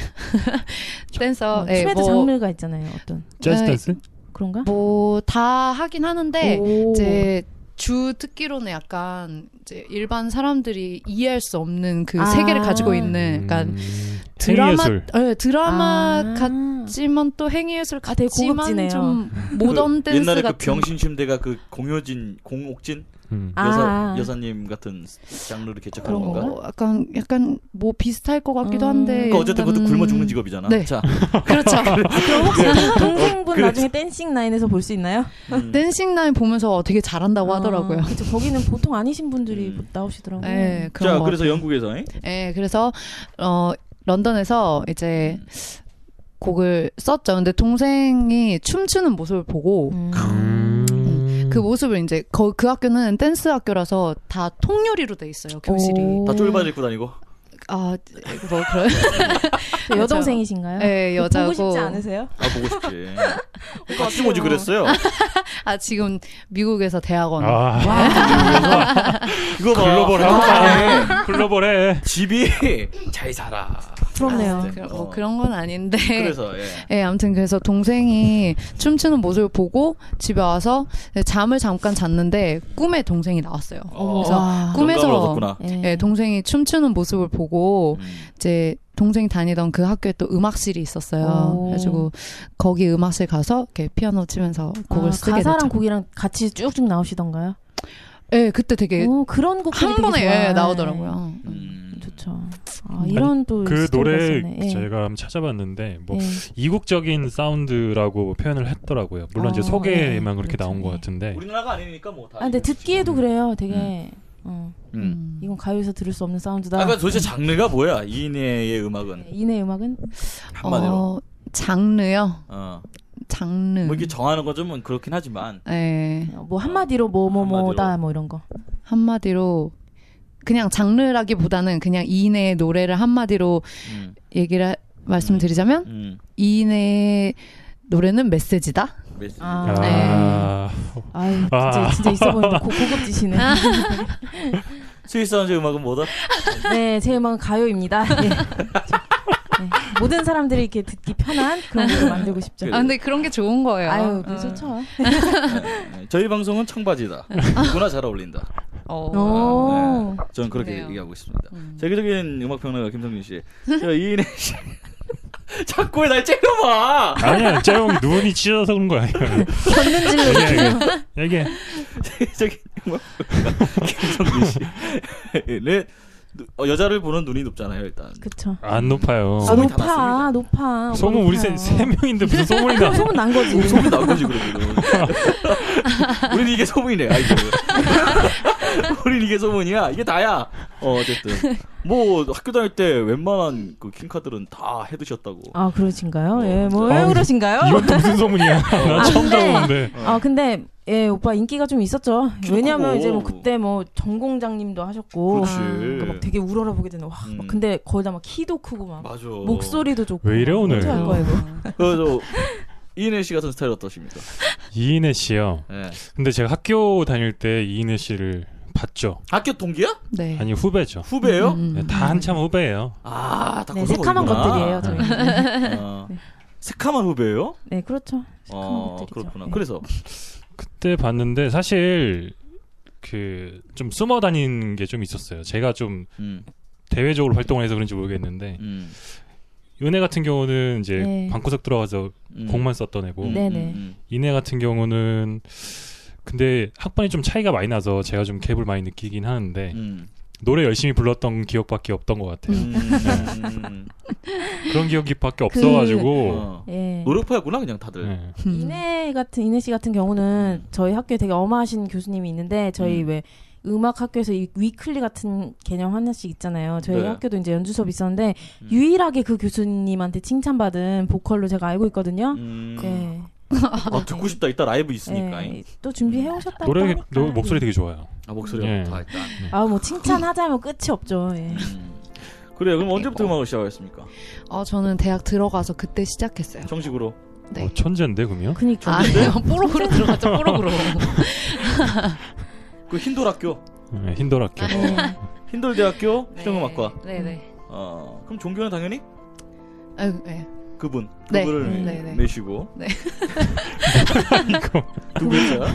[SPEAKER 6] (laughs) 댄서
[SPEAKER 3] 어,
[SPEAKER 6] 예,
[SPEAKER 3] 춤에도
[SPEAKER 6] 뭐-
[SPEAKER 3] 장르가 있잖아요. 어떤
[SPEAKER 5] 재즈
[SPEAKER 6] 에,
[SPEAKER 5] 댄스?
[SPEAKER 3] 그런가?
[SPEAKER 6] 뭐 다 하긴 하는데
[SPEAKER 3] 오.
[SPEAKER 6] 이제 주 듣기로는 약간 이제 일반 사람들이 이해할 수 없는 그
[SPEAKER 3] 아.
[SPEAKER 6] 세계를 가지고
[SPEAKER 3] 네,
[SPEAKER 6] 있는
[SPEAKER 3] 그러니까
[SPEAKER 6] 약간
[SPEAKER 5] 음.
[SPEAKER 6] 드라마
[SPEAKER 5] 생리예술.
[SPEAKER 6] 네, 드라마
[SPEAKER 3] 아.
[SPEAKER 6] 같지만 또 행위예술
[SPEAKER 3] 아, 되게
[SPEAKER 6] 같지만
[SPEAKER 3] 고급지네요.
[SPEAKER 6] 좀 모던
[SPEAKER 4] 그
[SPEAKER 6] 댄스
[SPEAKER 4] 옛날에
[SPEAKER 6] 같은
[SPEAKER 4] 그 병신 침대가 그 공효진 공옥진
[SPEAKER 5] 음.
[SPEAKER 3] 아.
[SPEAKER 4] 여사 여사님 같은 장르를 개척한
[SPEAKER 6] 그런
[SPEAKER 4] 건가?
[SPEAKER 6] 거 약간 약간 뭐 비슷할 것 같기도
[SPEAKER 3] 음.
[SPEAKER 6] 한데
[SPEAKER 4] 그러니까 어쨌든 그것도
[SPEAKER 6] 약간-
[SPEAKER 4] 굶어 죽는 직업이잖아.
[SPEAKER 6] 네. (laughs)
[SPEAKER 4] 자,
[SPEAKER 6] 그렇죠.
[SPEAKER 4] (laughs)
[SPEAKER 6] (laughs)
[SPEAKER 3] 그럼 혹시 동생분
[SPEAKER 4] 그래.
[SPEAKER 3] 나중에 댄싱 라인에서 볼 수 있나요?
[SPEAKER 4] 음.
[SPEAKER 6] 댄싱 라인 보면서 되게 잘한다고
[SPEAKER 3] 아,
[SPEAKER 6] 하더라고요.
[SPEAKER 3] 그쵸, 거기는 보통 아니신 분들이
[SPEAKER 4] 음.
[SPEAKER 6] 예,
[SPEAKER 3] 나오시더라고요.
[SPEAKER 6] 그런
[SPEAKER 4] 자
[SPEAKER 6] 거.
[SPEAKER 4] 그래서 영국에서 잉?
[SPEAKER 6] 예, 그래서 어 런던에서 이제 곡을 썼죠. 근데 동생이 춤추는 모습을 보고
[SPEAKER 3] 음.
[SPEAKER 5] 음.
[SPEAKER 3] 네.
[SPEAKER 6] 그 모습을 이제 거, 그 학교는 댄스 학교라서 다 통유리로 돼 있어요 교실이.
[SPEAKER 3] 오.
[SPEAKER 4] 다 쫄바지 입고 다니고
[SPEAKER 6] 아, 뭐
[SPEAKER 3] (laughs)
[SPEAKER 6] 그런.
[SPEAKER 3] 저그 여동생이신가요?
[SPEAKER 6] 예, 여자고.
[SPEAKER 3] 보고 싶지 않으세요?
[SPEAKER 4] 아 보고
[SPEAKER 6] (laughs)
[SPEAKER 4] 싶지. 같이 보지 그랬어요.
[SPEAKER 6] 아 지금 미국에서
[SPEAKER 3] 뭐
[SPEAKER 6] 대학원.
[SPEAKER 5] 아,
[SPEAKER 3] 네.
[SPEAKER 4] 이거 봐. 아,
[SPEAKER 5] 글로벌
[SPEAKER 3] 뭐
[SPEAKER 5] 한방 글로벌해.
[SPEAKER 6] (laughs)
[SPEAKER 4] 집이
[SPEAKER 6] 네.
[SPEAKER 4] 잘 살아.
[SPEAKER 3] 부럽네요.
[SPEAKER 4] 네.
[SPEAKER 6] 그,
[SPEAKER 4] 어.
[SPEAKER 6] 뭐 그런 건 아닌데.
[SPEAKER 4] 그래서 예.
[SPEAKER 6] 예, 아무튼 그래서 동생이 춤추는 모습을 보고 집에 와서 잠을 잠깐 잤는데 꿈에 동생이 나왔어요.
[SPEAKER 4] 어.
[SPEAKER 6] 그래서
[SPEAKER 3] 와.
[SPEAKER 6] 꿈에서
[SPEAKER 4] 영감을 얻었구나.
[SPEAKER 3] 예.
[SPEAKER 6] 예, 동생이 춤추는 모습을 보고
[SPEAKER 4] 음.
[SPEAKER 6] 이제 동생이 다니던 그 학교에 또 음악실이 있었어요.
[SPEAKER 3] 오.
[SPEAKER 6] 그래가지고 거기 음악실 가서 이렇게 피아노 치면서 곡을
[SPEAKER 3] 아,
[SPEAKER 6] 쓰게
[SPEAKER 3] 가사랑
[SPEAKER 6] 됐죠.
[SPEAKER 3] 곡이랑 같이 쭉쭉 나오시던가요?
[SPEAKER 6] 예, 그때 되게
[SPEAKER 3] 오, 그런 곡들이
[SPEAKER 6] 한
[SPEAKER 3] 되게
[SPEAKER 6] 번에
[SPEAKER 3] 좋아요. 네.
[SPEAKER 6] 예, 나오더라고요. 음.
[SPEAKER 4] 음.
[SPEAKER 3] 좋죠. 아, 이런 또
[SPEAKER 5] 그
[SPEAKER 3] 스토리가
[SPEAKER 5] 노래
[SPEAKER 3] 있었네. 예.
[SPEAKER 5] 제가 한번 찾아봤는데 뭐
[SPEAKER 3] 예.
[SPEAKER 5] 이국적인 사운드라고 표현을 했더라고요. 물론 이제
[SPEAKER 3] 어,
[SPEAKER 5] 소개에만
[SPEAKER 3] 예,
[SPEAKER 5] 그렇게 나온
[SPEAKER 3] 그렇죠.
[SPEAKER 5] 것
[SPEAKER 3] 예.
[SPEAKER 5] 같은데
[SPEAKER 4] 네. 우리나라가 아니니까 뭐 다.
[SPEAKER 3] 아, 근데
[SPEAKER 4] 이렇게
[SPEAKER 5] 음.
[SPEAKER 3] 듣기에도
[SPEAKER 4] 치고.
[SPEAKER 3] 그래요. 되게 어,
[SPEAKER 4] 음.
[SPEAKER 3] 이건 가요에서 네. 들을 수 없는 사운드다. 예,
[SPEAKER 4] 아, 그러니까 도대체 장르가 뭐야? 이인의 음악은
[SPEAKER 3] 이내 음악은
[SPEAKER 4] 한마디로.
[SPEAKER 6] 어, 장르요.
[SPEAKER 4] 어.
[SPEAKER 6] 장르.
[SPEAKER 4] 뭐 이렇게 정하는 건 좀 그렇긴 하지만
[SPEAKER 6] 예.
[SPEAKER 3] 뭐 한마디로 뭐 뭐 뭐다
[SPEAKER 4] 한마디로.
[SPEAKER 3] 뭐 이런 거.
[SPEAKER 6] 한마디로 그냥 장르라기보다는 그냥 이인의 노래를 한마디로
[SPEAKER 4] 음,
[SPEAKER 6] 얘기를 하- 말씀드리자면
[SPEAKER 4] 음.
[SPEAKER 6] 이인의 노래는 메시지다.
[SPEAKER 4] 메시지.
[SPEAKER 3] 아.
[SPEAKER 5] 아,
[SPEAKER 3] 아유, 진짜
[SPEAKER 5] 아.
[SPEAKER 3] 진짜 있어 보이는데 고, 고급지시네.
[SPEAKER 6] 아.
[SPEAKER 4] 스위스 사운드 음악은 뭐다?
[SPEAKER 3] 네, 제 음악은 가요입니다. (laughs) 예. 네, 모든 사람들이 이렇게 듣기 편한 그런 곡을 만들고 싶죠.
[SPEAKER 4] 그래요.
[SPEAKER 6] 아 근데 그런 게 좋은 거예요.
[SPEAKER 3] 아유, 그
[SPEAKER 6] 어.
[SPEAKER 3] 좋죠.
[SPEAKER 4] 네, 저희 방송은 청바지다. 누구나 잘 어울린다.
[SPEAKER 6] 어.
[SPEAKER 3] 오.
[SPEAKER 4] 저는 그렇게
[SPEAKER 6] 그래요.
[SPEAKER 4] 얘기하고 있습니다.
[SPEAKER 6] 음.
[SPEAKER 4] 세계적인 음악 평론가 김성준 씨. 저 이인의 씨. (laughs) 자꾸 왜날 째려봐. (laughs)
[SPEAKER 5] 아니야, 쟤형 눈이 찢어서 그런 거 아니야.
[SPEAKER 3] 걷는질로
[SPEAKER 5] 얘기해, 얘기해.
[SPEAKER 4] 세계적인 음악 평론가 김성준 씨. (laughs) 네. 어, 여자를 보는 눈이 높잖아요, 일단.
[SPEAKER 3] 그쵸.
[SPEAKER 5] 안 높아요.
[SPEAKER 3] 아,
[SPEAKER 4] 소문이 다
[SPEAKER 3] 높아,
[SPEAKER 4] 났습니다.
[SPEAKER 3] 높아. 아,
[SPEAKER 5] 소문 우리 세, 세 명인데 무슨 소문이 나?
[SPEAKER 3] 그럼 소문 난 거지.
[SPEAKER 4] 소문이 난
[SPEAKER 3] (laughs)
[SPEAKER 4] 거지 그러면. 우린 이게 (laughs) 소문이네. 아이 우린 이게 소문이야. 이게 다야. 어 어쨌든 뭐 학교 다닐 때 웬만한 그 킹카들은 다 해드셨다고.
[SPEAKER 3] 아, 그러신가요? 예, 뭐,
[SPEAKER 5] 아,
[SPEAKER 3] 왜 그러신가요?
[SPEAKER 5] 이건 또 무슨 소문이야? 나
[SPEAKER 4] 어,
[SPEAKER 3] 아,
[SPEAKER 5] 처음
[SPEAKER 3] 근데-
[SPEAKER 5] 들어보는데.
[SPEAKER 3] 아 근데 예 오빠 인기가 좀 있었죠.
[SPEAKER 4] 키도
[SPEAKER 3] 왜냐면
[SPEAKER 4] 크고.
[SPEAKER 3] 이제 뭐 그때 뭐 전공장님도 하셨고
[SPEAKER 4] 그렇지.
[SPEAKER 3] 그러니까 막 되게 우러러보게 되는 와. 막
[SPEAKER 4] 음.
[SPEAKER 3] 근데 거기다 막 키도 크고 막
[SPEAKER 4] 맞아.
[SPEAKER 3] 목소리도 좋고.
[SPEAKER 5] 왜 이래, 오늘?
[SPEAKER 3] 어떡할 거야 이거.
[SPEAKER 4] 그래서 이인혜 씨 같은 스타일 어떠십니까?
[SPEAKER 5] 이인혜 씨요.
[SPEAKER 4] 예.
[SPEAKER 5] 근데 제가 학교 다닐 때 이인혜 씨를 봤죠.
[SPEAKER 4] 학교 동기야?
[SPEAKER 6] (laughs) 네.
[SPEAKER 5] 아니 후배죠.
[SPEAKER 4] 후배예요?
[SPEAKER 6] 음.
[SPEAKER 5] 네, 다 한참 후배예요.
[SPEAKER 4] 아다
[SPEAKER 3] 네 새카만 것들이에요 저희. (laughs) 네,
[SPEAKER 4] 아, 새카만 후배예요?
[SPEAKER 3] 네 그렇죠. 새카만
[SPEAKER 4] 어
[SPEAKER 3] 것들이죠.
[SPEAKER 4] 그렇구나.
[SPEAKER 3] 네.
[SPEAKER 4] 그래서
[SPEAKER 5] 그때 봤는데 사실 그 좀 숨어 다닌 게 좀 있었어요. 제가 좀
[SPEAKER 4] 음,
[SPEAKER 5] 대외적으로 활동을 해서 그런지 모르겠는데
[SPEAKER 4] 음,
[SPEAKER 5] 은혜 같은 경우는 이제
[SPEAKER 3] 네.
[SPEAKER 5] 방구석 들어가서
[SPEAKER 4] 음.
[SPEAKER 5] 곡만 썼던 애고
[SPEAKER 4] 음,
[SPEAKER 3] 네네.
[SPEAKER 4] 음,
[SPEAKER 5] 이내 같은 경우는 근데 학번이 좀 차이가 많이 나서 제가 좀 갭을 많이 느끼긴 하는데
[SPEAKER 4] 음,
[SPEAKER 5] 노래 열심히 불렀던 기억밖에 없던 것
[SPEAKER 4] 음,
[SPEAKER 5] 같아요.
[SPEAKER 4] 음, 음.
[SPEAKER 5] 그런 기억밖에 없어가지고
[SPEAKER 4] 어.
[SPEAKER 3] 예.
[SPEAKER 4] 노력파였구나 그냥 다들.
[SPEAKER 5] 네.
[SPEAKER 6] 음.
[SPEAKER 3] 이내 같은 이내 씨 같은 경우는 저희 학교에 되게 어마하신 교수님이 있는데 저희
[SPEAKER 4] 음.
[SPEAKER 3] 왜 음악 학교에서 이 위클리 같은 개념 하나씩 있잖아요. 저희
[SPEAKER 4] 네.
[SPEAKER 3] 학교도 이제 연주 수업 있었는데
[SPEAKER 4] 음.
[SPEAKER 3] 유일하게 그 교수님한테 칭찬받은 보컬로 제가 알고 있거든요.
[SPEAKER 4] 음.
[SPEAKER 3] 네.
[SPEAKER 4] 아, 듣고 싶다. 이따 라이브 있으니까. 예.
[SPEAKER 3] 네. 또 준비해 오셨다.
[SPEAKER 5] 노래 노, 목소리 되게 좋아요.
[SPEAKER 4] 아, 목소리가
[SPEAKER 5] 예.
[SPEAKER 4] 좋다. 일단.
[SPEAKER 3] 아뭐 칭찬하자면 끝이 없죠. 예.
[SPEAKER 4] 음. 그래요. 그럼 언제부터 음악을 시작하셨습니까?
[SPEAKER 6] 어, 저는 대학 들어가서 그때 시작했어요.
[SPEAKER 4] 정식으로.
[SPEAKER 6] 네.
[SPEAKER 5] 어, 천재인데 그러면?
[SPEAKER 3] 그니까
[SPEAKER 6] 아니요, (laughs) 뽀록으로 들어갔죠,
[SPEAKER 5] (laughs)
[SPEAKER 6] 뽀록으로.
[SPEAKER 4] 그 흰돌학교,
[SPEAKER 5] 네, 힌더락교.
[SPEAKER 3] 예.
[SPEAKER 4] 흰돌대학교 실용음악과.
[SPEAKER 6] 네. 네네.
[SPEAKER 4] 어, 그럼 종교는 당연히
[SPEAKER 6] 아유, 네.
[SPEAKER 4] 그분.
[SPEAKER 6] 네.
[SPEAKER 4] 그분을
[SPEAKER 6] 네, 네.
[SPEAKER 4] 내시고.
[SPEAKER 6] 네.
[SPEAKER 5] 이거
[SPEAKER 4] (laughs) 두 글자.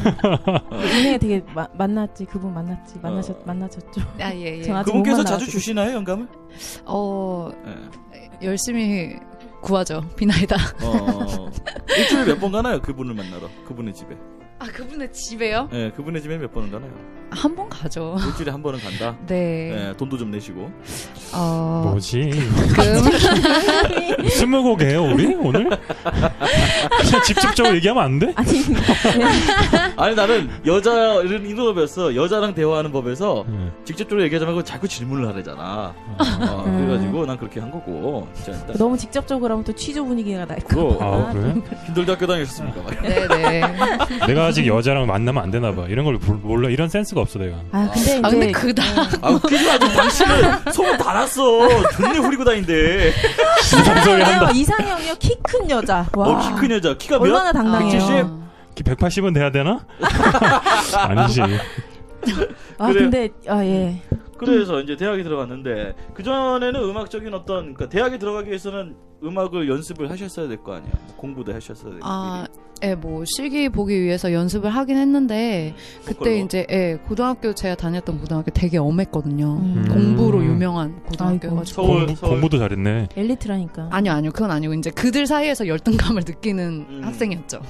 [SPEAKER 3] 은혜 그 되게 마- 만났지 그분 만났지 만나셨
[SPEAKER 4] 어.
[SPEAKER 3] 만나셨죠. (laughs)
[SPEAKER 6] 아, 예, 예.
[SPEAKER 3] 전 아직
[SPEAKER 4] 그분께서
[SPEAKER 3] 몸만
[SPEAKER 4] 자주
[SPEAKER 3] 나와가지고.
[SPEAKER 4] 주시나요, 영감을?
[SPEAKER 6] 어,
[SPEAKER 4] 예.
[SPEAKER 6] 열심히 구하죠, 비나이다.
[SPEAKER 4] 어, 일주일에 몇 번 가나요? 그분을 만나러. 그분의 집에.
[SPEAKER 6] 아, 그분의 집에요?
[SPEAKER 4] 예, 그분의 집에 몇 번은 가나요?
[SPEAKER 6] 한 번 가죠.
[SPEAKER 4] 일주일에 한 번은 간다. 예,
[SPEAKER 6] 네.
[SPEAKER 4] 돈도 좀 내시고.
[SPEAKER 6] 어,
[SPEAKER 5] 뭐지?
[SPEAKER 6] 금,
[SPEAKER 5] 스무 곡이에요 우리 오늘? 그냥 직접적으로 얘기하면 안 돼?
[SPEAKER 3] 아니
[SPEAKER 4] 아니, 나는 여자, 이런 인도업에서 여자랑 대화하는 법에서
[SPEAKER 5] 네.
[SPEAKER 4] 직접적으로 얘기하자면 그거 자꾸 질문을 하래잖아. 어, 그래가지고 난 그렇게 한 거고. 진짜 일단
[SPEAKER 3] 너무 직접적으로 하면 또 취조 분위기가 날까.
[SPEAKER 4] 그거 어,
[SPEAKER 5] 아 그래?
[SPEAKER 4] 힘들게 학교 다니셨습니까? 막 이런.
[SPEAKER 6] 네네.
[SPEAKER 5] 내가 아직 여자랑 만나면 안 되나 봐. 이런 걸 몰- 몰라. 이런 센스가 없어 내가.
[SPEAKER 3] 아 근데
[SPEAKER 6] 아, 근데
[SPEAKER 3] 이제
[SPEAKER 6] 그다.
[SPEAKER 4] 아 웃기지 마. 좀 당신은 소문 다 났어. 눈에 후리고 다닌대.
[SPEAKER 3] 이상형이요 이상형이요 키 큰 여자. 와.
[SPEAKER 4] 어, 키 큰 여자. 키가 몇?
[SPEAKER 3] 얼마나 당당해요.
[SPEAKER 4] 170?
[SPEAKER 5] 키 180은 돼야 되나? (laughs) 아니지.
[SPEAKER 3] 아
[SPEAKER 4] 그래요.
[SPEAKER 3] 근데 아 예.
[SPEAKER 4] 그래서 이제 대학에 들어갔는데 그 전에는 음악적인 어떤 그러니까 대학에 들어가기 위해서는 음악을 연습을 하셨어야 될 거 아니야. 뭐 공부도 하셨어야 될 거.
[SPEAKER 6] 아,
[SPEAKER 4] 아,
[SPEAKER 6] 예, 뭐 실기 보기 위해서 연습을 하긴 했는데 그때 이제 예, 고등학교 제가 다녔던 고등학교 되게 엄했거든요.
[SPEAKER 3] 음.
[SPEAKER 6] 공부로 유명한
[SPEAKER 3] 아이고.
[SPEAKER 6] 고등학교여가지고
[SPEAKER 4] 서울,
[SPEAKER 5] 공부,
[SPEAKER 4] 서울.
[SPEAKER 5] 공부도 잘했네.
[SPEAKER 3] 엘리트라니까.
[SPEAKER 6] 아니요, 아니요, 그건 아니고 이제 그들 사이에서 열등감을 느끼는
[SPEAKER 4] 음.
[SPEAKER 6] 학생이었죠.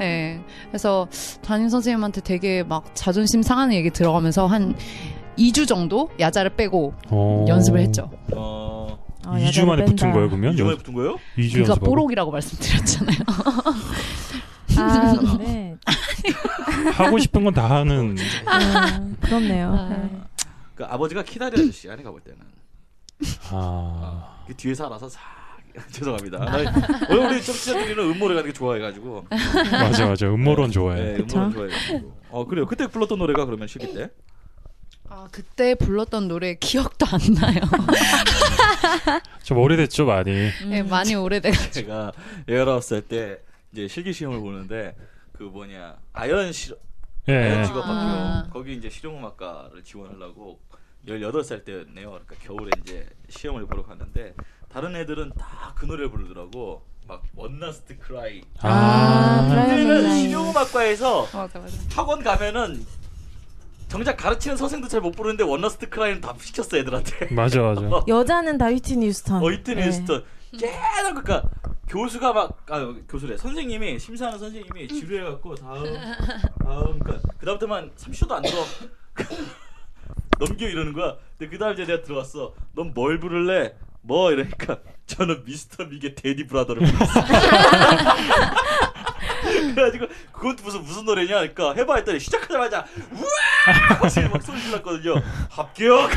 [SPEAKER 6] 예. 그래서 담임 선생님한테 되게 막 자존심 상하는 얘기 들어가면서 한 2주 정도 야자를 빼고
[SPEAKER 5] 어...
[SPEAKER 6] 연습을 했죠.
[SPEAKER 4] 어,
[SPEAKER 3] 아, 야자를
[SPEAKER 5] 2주 만에
[SPEAKER 3] 뺀다.
[SPEAKER 5] 붙은 거예요, 그러면?
[SPEAKER 4] 2주 만에 붙은 거예요?
[SPEAKER 5] 2주
[SPEAKER 6] 그러니까
[SPEAKER 5] 연습하고?
[SPEAKER 6] 뽀록이라고 말씀드렸잖아요.
[SPEAKER 3] 아, 근데
[SPEAKER 5] (laughs) 하고 싶은 건 다
[SPEAKER 6] (laughs)
[SPEAKER 5] 하는
[SPEAKER 3] 음, 그렇네요.
[SPEAKER 6] 아.
[SPEAKER 4] 그 아버지가 키다리 아저씨야 내가 볼 때는
[SPEAKER 5] 아,
[SPEAKER 4] 그 뒤에서 알아서 싹 (laughs) 죄송합니다. 나 원래 우리 청취자들이는 음모를 가는 게 좋아해가지고
[SPEAKER 5] 맞아 맞아 음모론 좋아해
[SPEAKER 4] 네, 음모를 좋아해가지고 어 그래요. 그때 불렀던 노래가 그러면 실기 때
[SPEAKER 6] 아, 그때 불렀던 노래 기억도 안 (laughs) 나요.
[SPEAKER 5] 좀 오래됐죠 많이
[SPEAKER 6] 예, 많이 오래돼.
[SPEAKER 4] 제가 19살 때 이제 실기 시험을 보는데 그 뭐냐 아연 실
[SPEAKER 5] 예
[SPEAKER 4] 아연 직업학교
[SPEAKER 6] 아.
[SPEAKER 4] 거기 이제 실용음악과를 지원하려고 18살 때였네요. 그러니까 겨울에 이제 시험을 보러 갔는데 다른 애들은 다 그 노래를 부르더라고. 막 원나스트 크라이.
[SPEAKER 5] 아,
[SPEAKER 3] 브라이언
[SPEAKER 4] 그때는
[SPEAKER 3] 맥라인.
[SPEAKER 4] 실용음악과에서
[SPEAKER 6] 음. 맞아, 맞아.
[SPEAKER 4] 학원 가면은 정작 가르치는 선생도 잘 못 부르는데 원나스트 크라이는 다 시켰어 애들한테.
[SPEAKER 5] 맞아 맞아
[SPEAKER 3] 여자는 다 휘트니 휴스턴.
[SPEAKER 4] (laughs) 어이튼
[SPEAKER 6] 네.
[SPEAKER 3] 예.
[SPEAKER 4] 인스턴 계속 그니까 교수가 막아 교수래 선생님이 심사하는 선생님이 지루해갖고 다음 다음 그니까 그 다음부터만 30초도 안 들어 (laughs) 넘겨 이러는 거야. 근데 그 다음 이제 내가 들어갔어. 넌 뭘 부를래? 뭐 이러니까 저는 미스터 미게 데디 브라더를 불렀어. 그래가지고 그건 무슨 무슨 노래냐? 그러니까 해봐 했더니 시작하자마자 우와! 확실히 막 소리 질렀거든요. 합격. (laughs)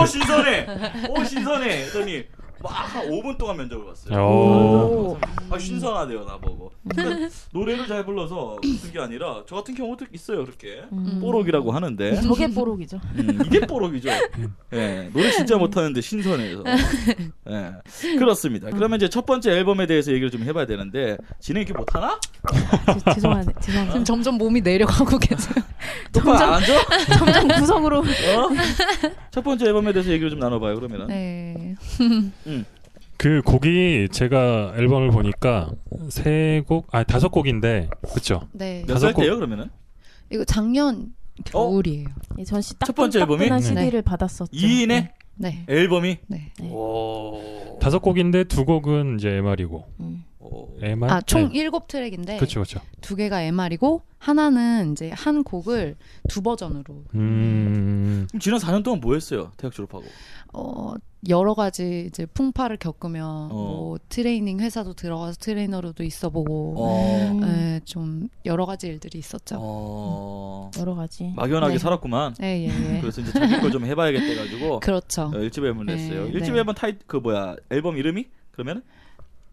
[SPEAKER 4] 오 신선해. 오 신선해. 했더니 막 한 5분 동안 면접을 봤어요.
[SPEAKER 5] 오.
[SPEAKER 4] 아 신선하대요 나보고. 그러니까 노래를 잘 불러서 그게 아니라 저 같은 경우도 있어요 그렇게.
[SPEAKER 6] 음.
[SPEAKER 4] 뽀록이라고 하는데
[SPEAKER 3] 저게 뽀록이죠.
[SPEAKER 4] 음, 이게 뽀록이죠. 예, 노래 진짜 못하는데 신선해서. 예, 그렇습니다. 그러면 이제 첫 번째 앨범에 대해서 얘기를 좀 해봐야 되는데 진행 이렇게 못하나?
[SPEAKER 3] 아, 죄- 죄송하네. 죄송합니다.
[SPEAKER 6] 지금 점점 몸이 내려가고 (laughs) 계세요.
[SPEAKER 4] 똑바로 안 앉아?
[SPEAKER 6] (laughs)
[SPEAKER 3] 점점 구석으로.
[SPEAKER 4] 어? 첫 번째 앨범에 대해서 얘기를 좀 나눠봐요 그러면은.
[SPEAKER 6] 네.
[SPEAKER 5] 그 곡이 제가 앨범을 보니까 세곡아 다섯 곡인데 그쵸 네.
[SPEAKER 6] 네.
[SPEAKER 4] 몇살
[SPEAKER 5] 다섯 곡.
[SPEAKER 4] 때요 그러면은?
[SPEAKER 6] 이거 작년 겨울이에요.
[SPEAKER 3] 예, 전씨 딱.
[SPEAKER 4] 첫 번째 앨범이?
[SPEAKER 3] 끈끈한
[SPEAKER 5] 네.
[SPEAKER 3] CD를 받았었죠.
[SPEAKER 4] 이인의
[SPEAKER 6] 네.
[SPEAKER 4] 앨범이.
[SPEAKER 6] 네.
[SPEAKER 3] 네.
[SPEAKER 4] 오.
[SPEAKER 5] 다섯 곡인데 두 곡은 이제 MR이고
[SPEAKER 3] 음.
[SPEAKER 4] 오.
[SPEAKER 5] MR
[SPEAKER 6] 아, 총
[SPEAKER 5] 네.
[SPEAKER 6] 일곱 트랙인데
[SPEAKER 5] 그쵸 그쵸
[SPEAKER 6] 두 개가 MR이고 하나는 이제 한 곡을 두 버전으로
[SPEAKER 5] 음
[SPEAKER 4] 그럼 지난 4년 동안 뭐 했어요? 대학 졸업하고.
[SPEAKER 6] 어 여러 가지 이제 풍파를 겪으며
[SPEAKER 4] 어.
[SPEAKER 6] 뭐 트레이닝 회사도 들어가서 트레이너로도 있어보고
[SPEAKER 3] 음.
[SPEAKER 4] 어.
[SPEAKER 6] 예, 좀 여러 가지 일들이 있었죠.
[SPEAKER 4] 어.
[SPEAKER 3] 여러 가지.
[SPEAKER 4] 막연하게
[SPEAKER 6] 네.
[SPEAKER 4] 살았구만.
[SPEAKER 6] 예, 예, 예.
[SPEAKER 4] 그래서 이제 자기 걸 좀 해봐야겠다 해가지고
[SPEAKER 6] (laughs) 그렇죠.
[SPEAKER 4] 어, 일집 앨범
[SPEAKER 6] 네,
[SPEAKER 4] 냈어요.
[SPEAKER 6] 네.
[SPEAKER 4] 일집 앨범 타이 그 뭐야 앨범 이름이 그러면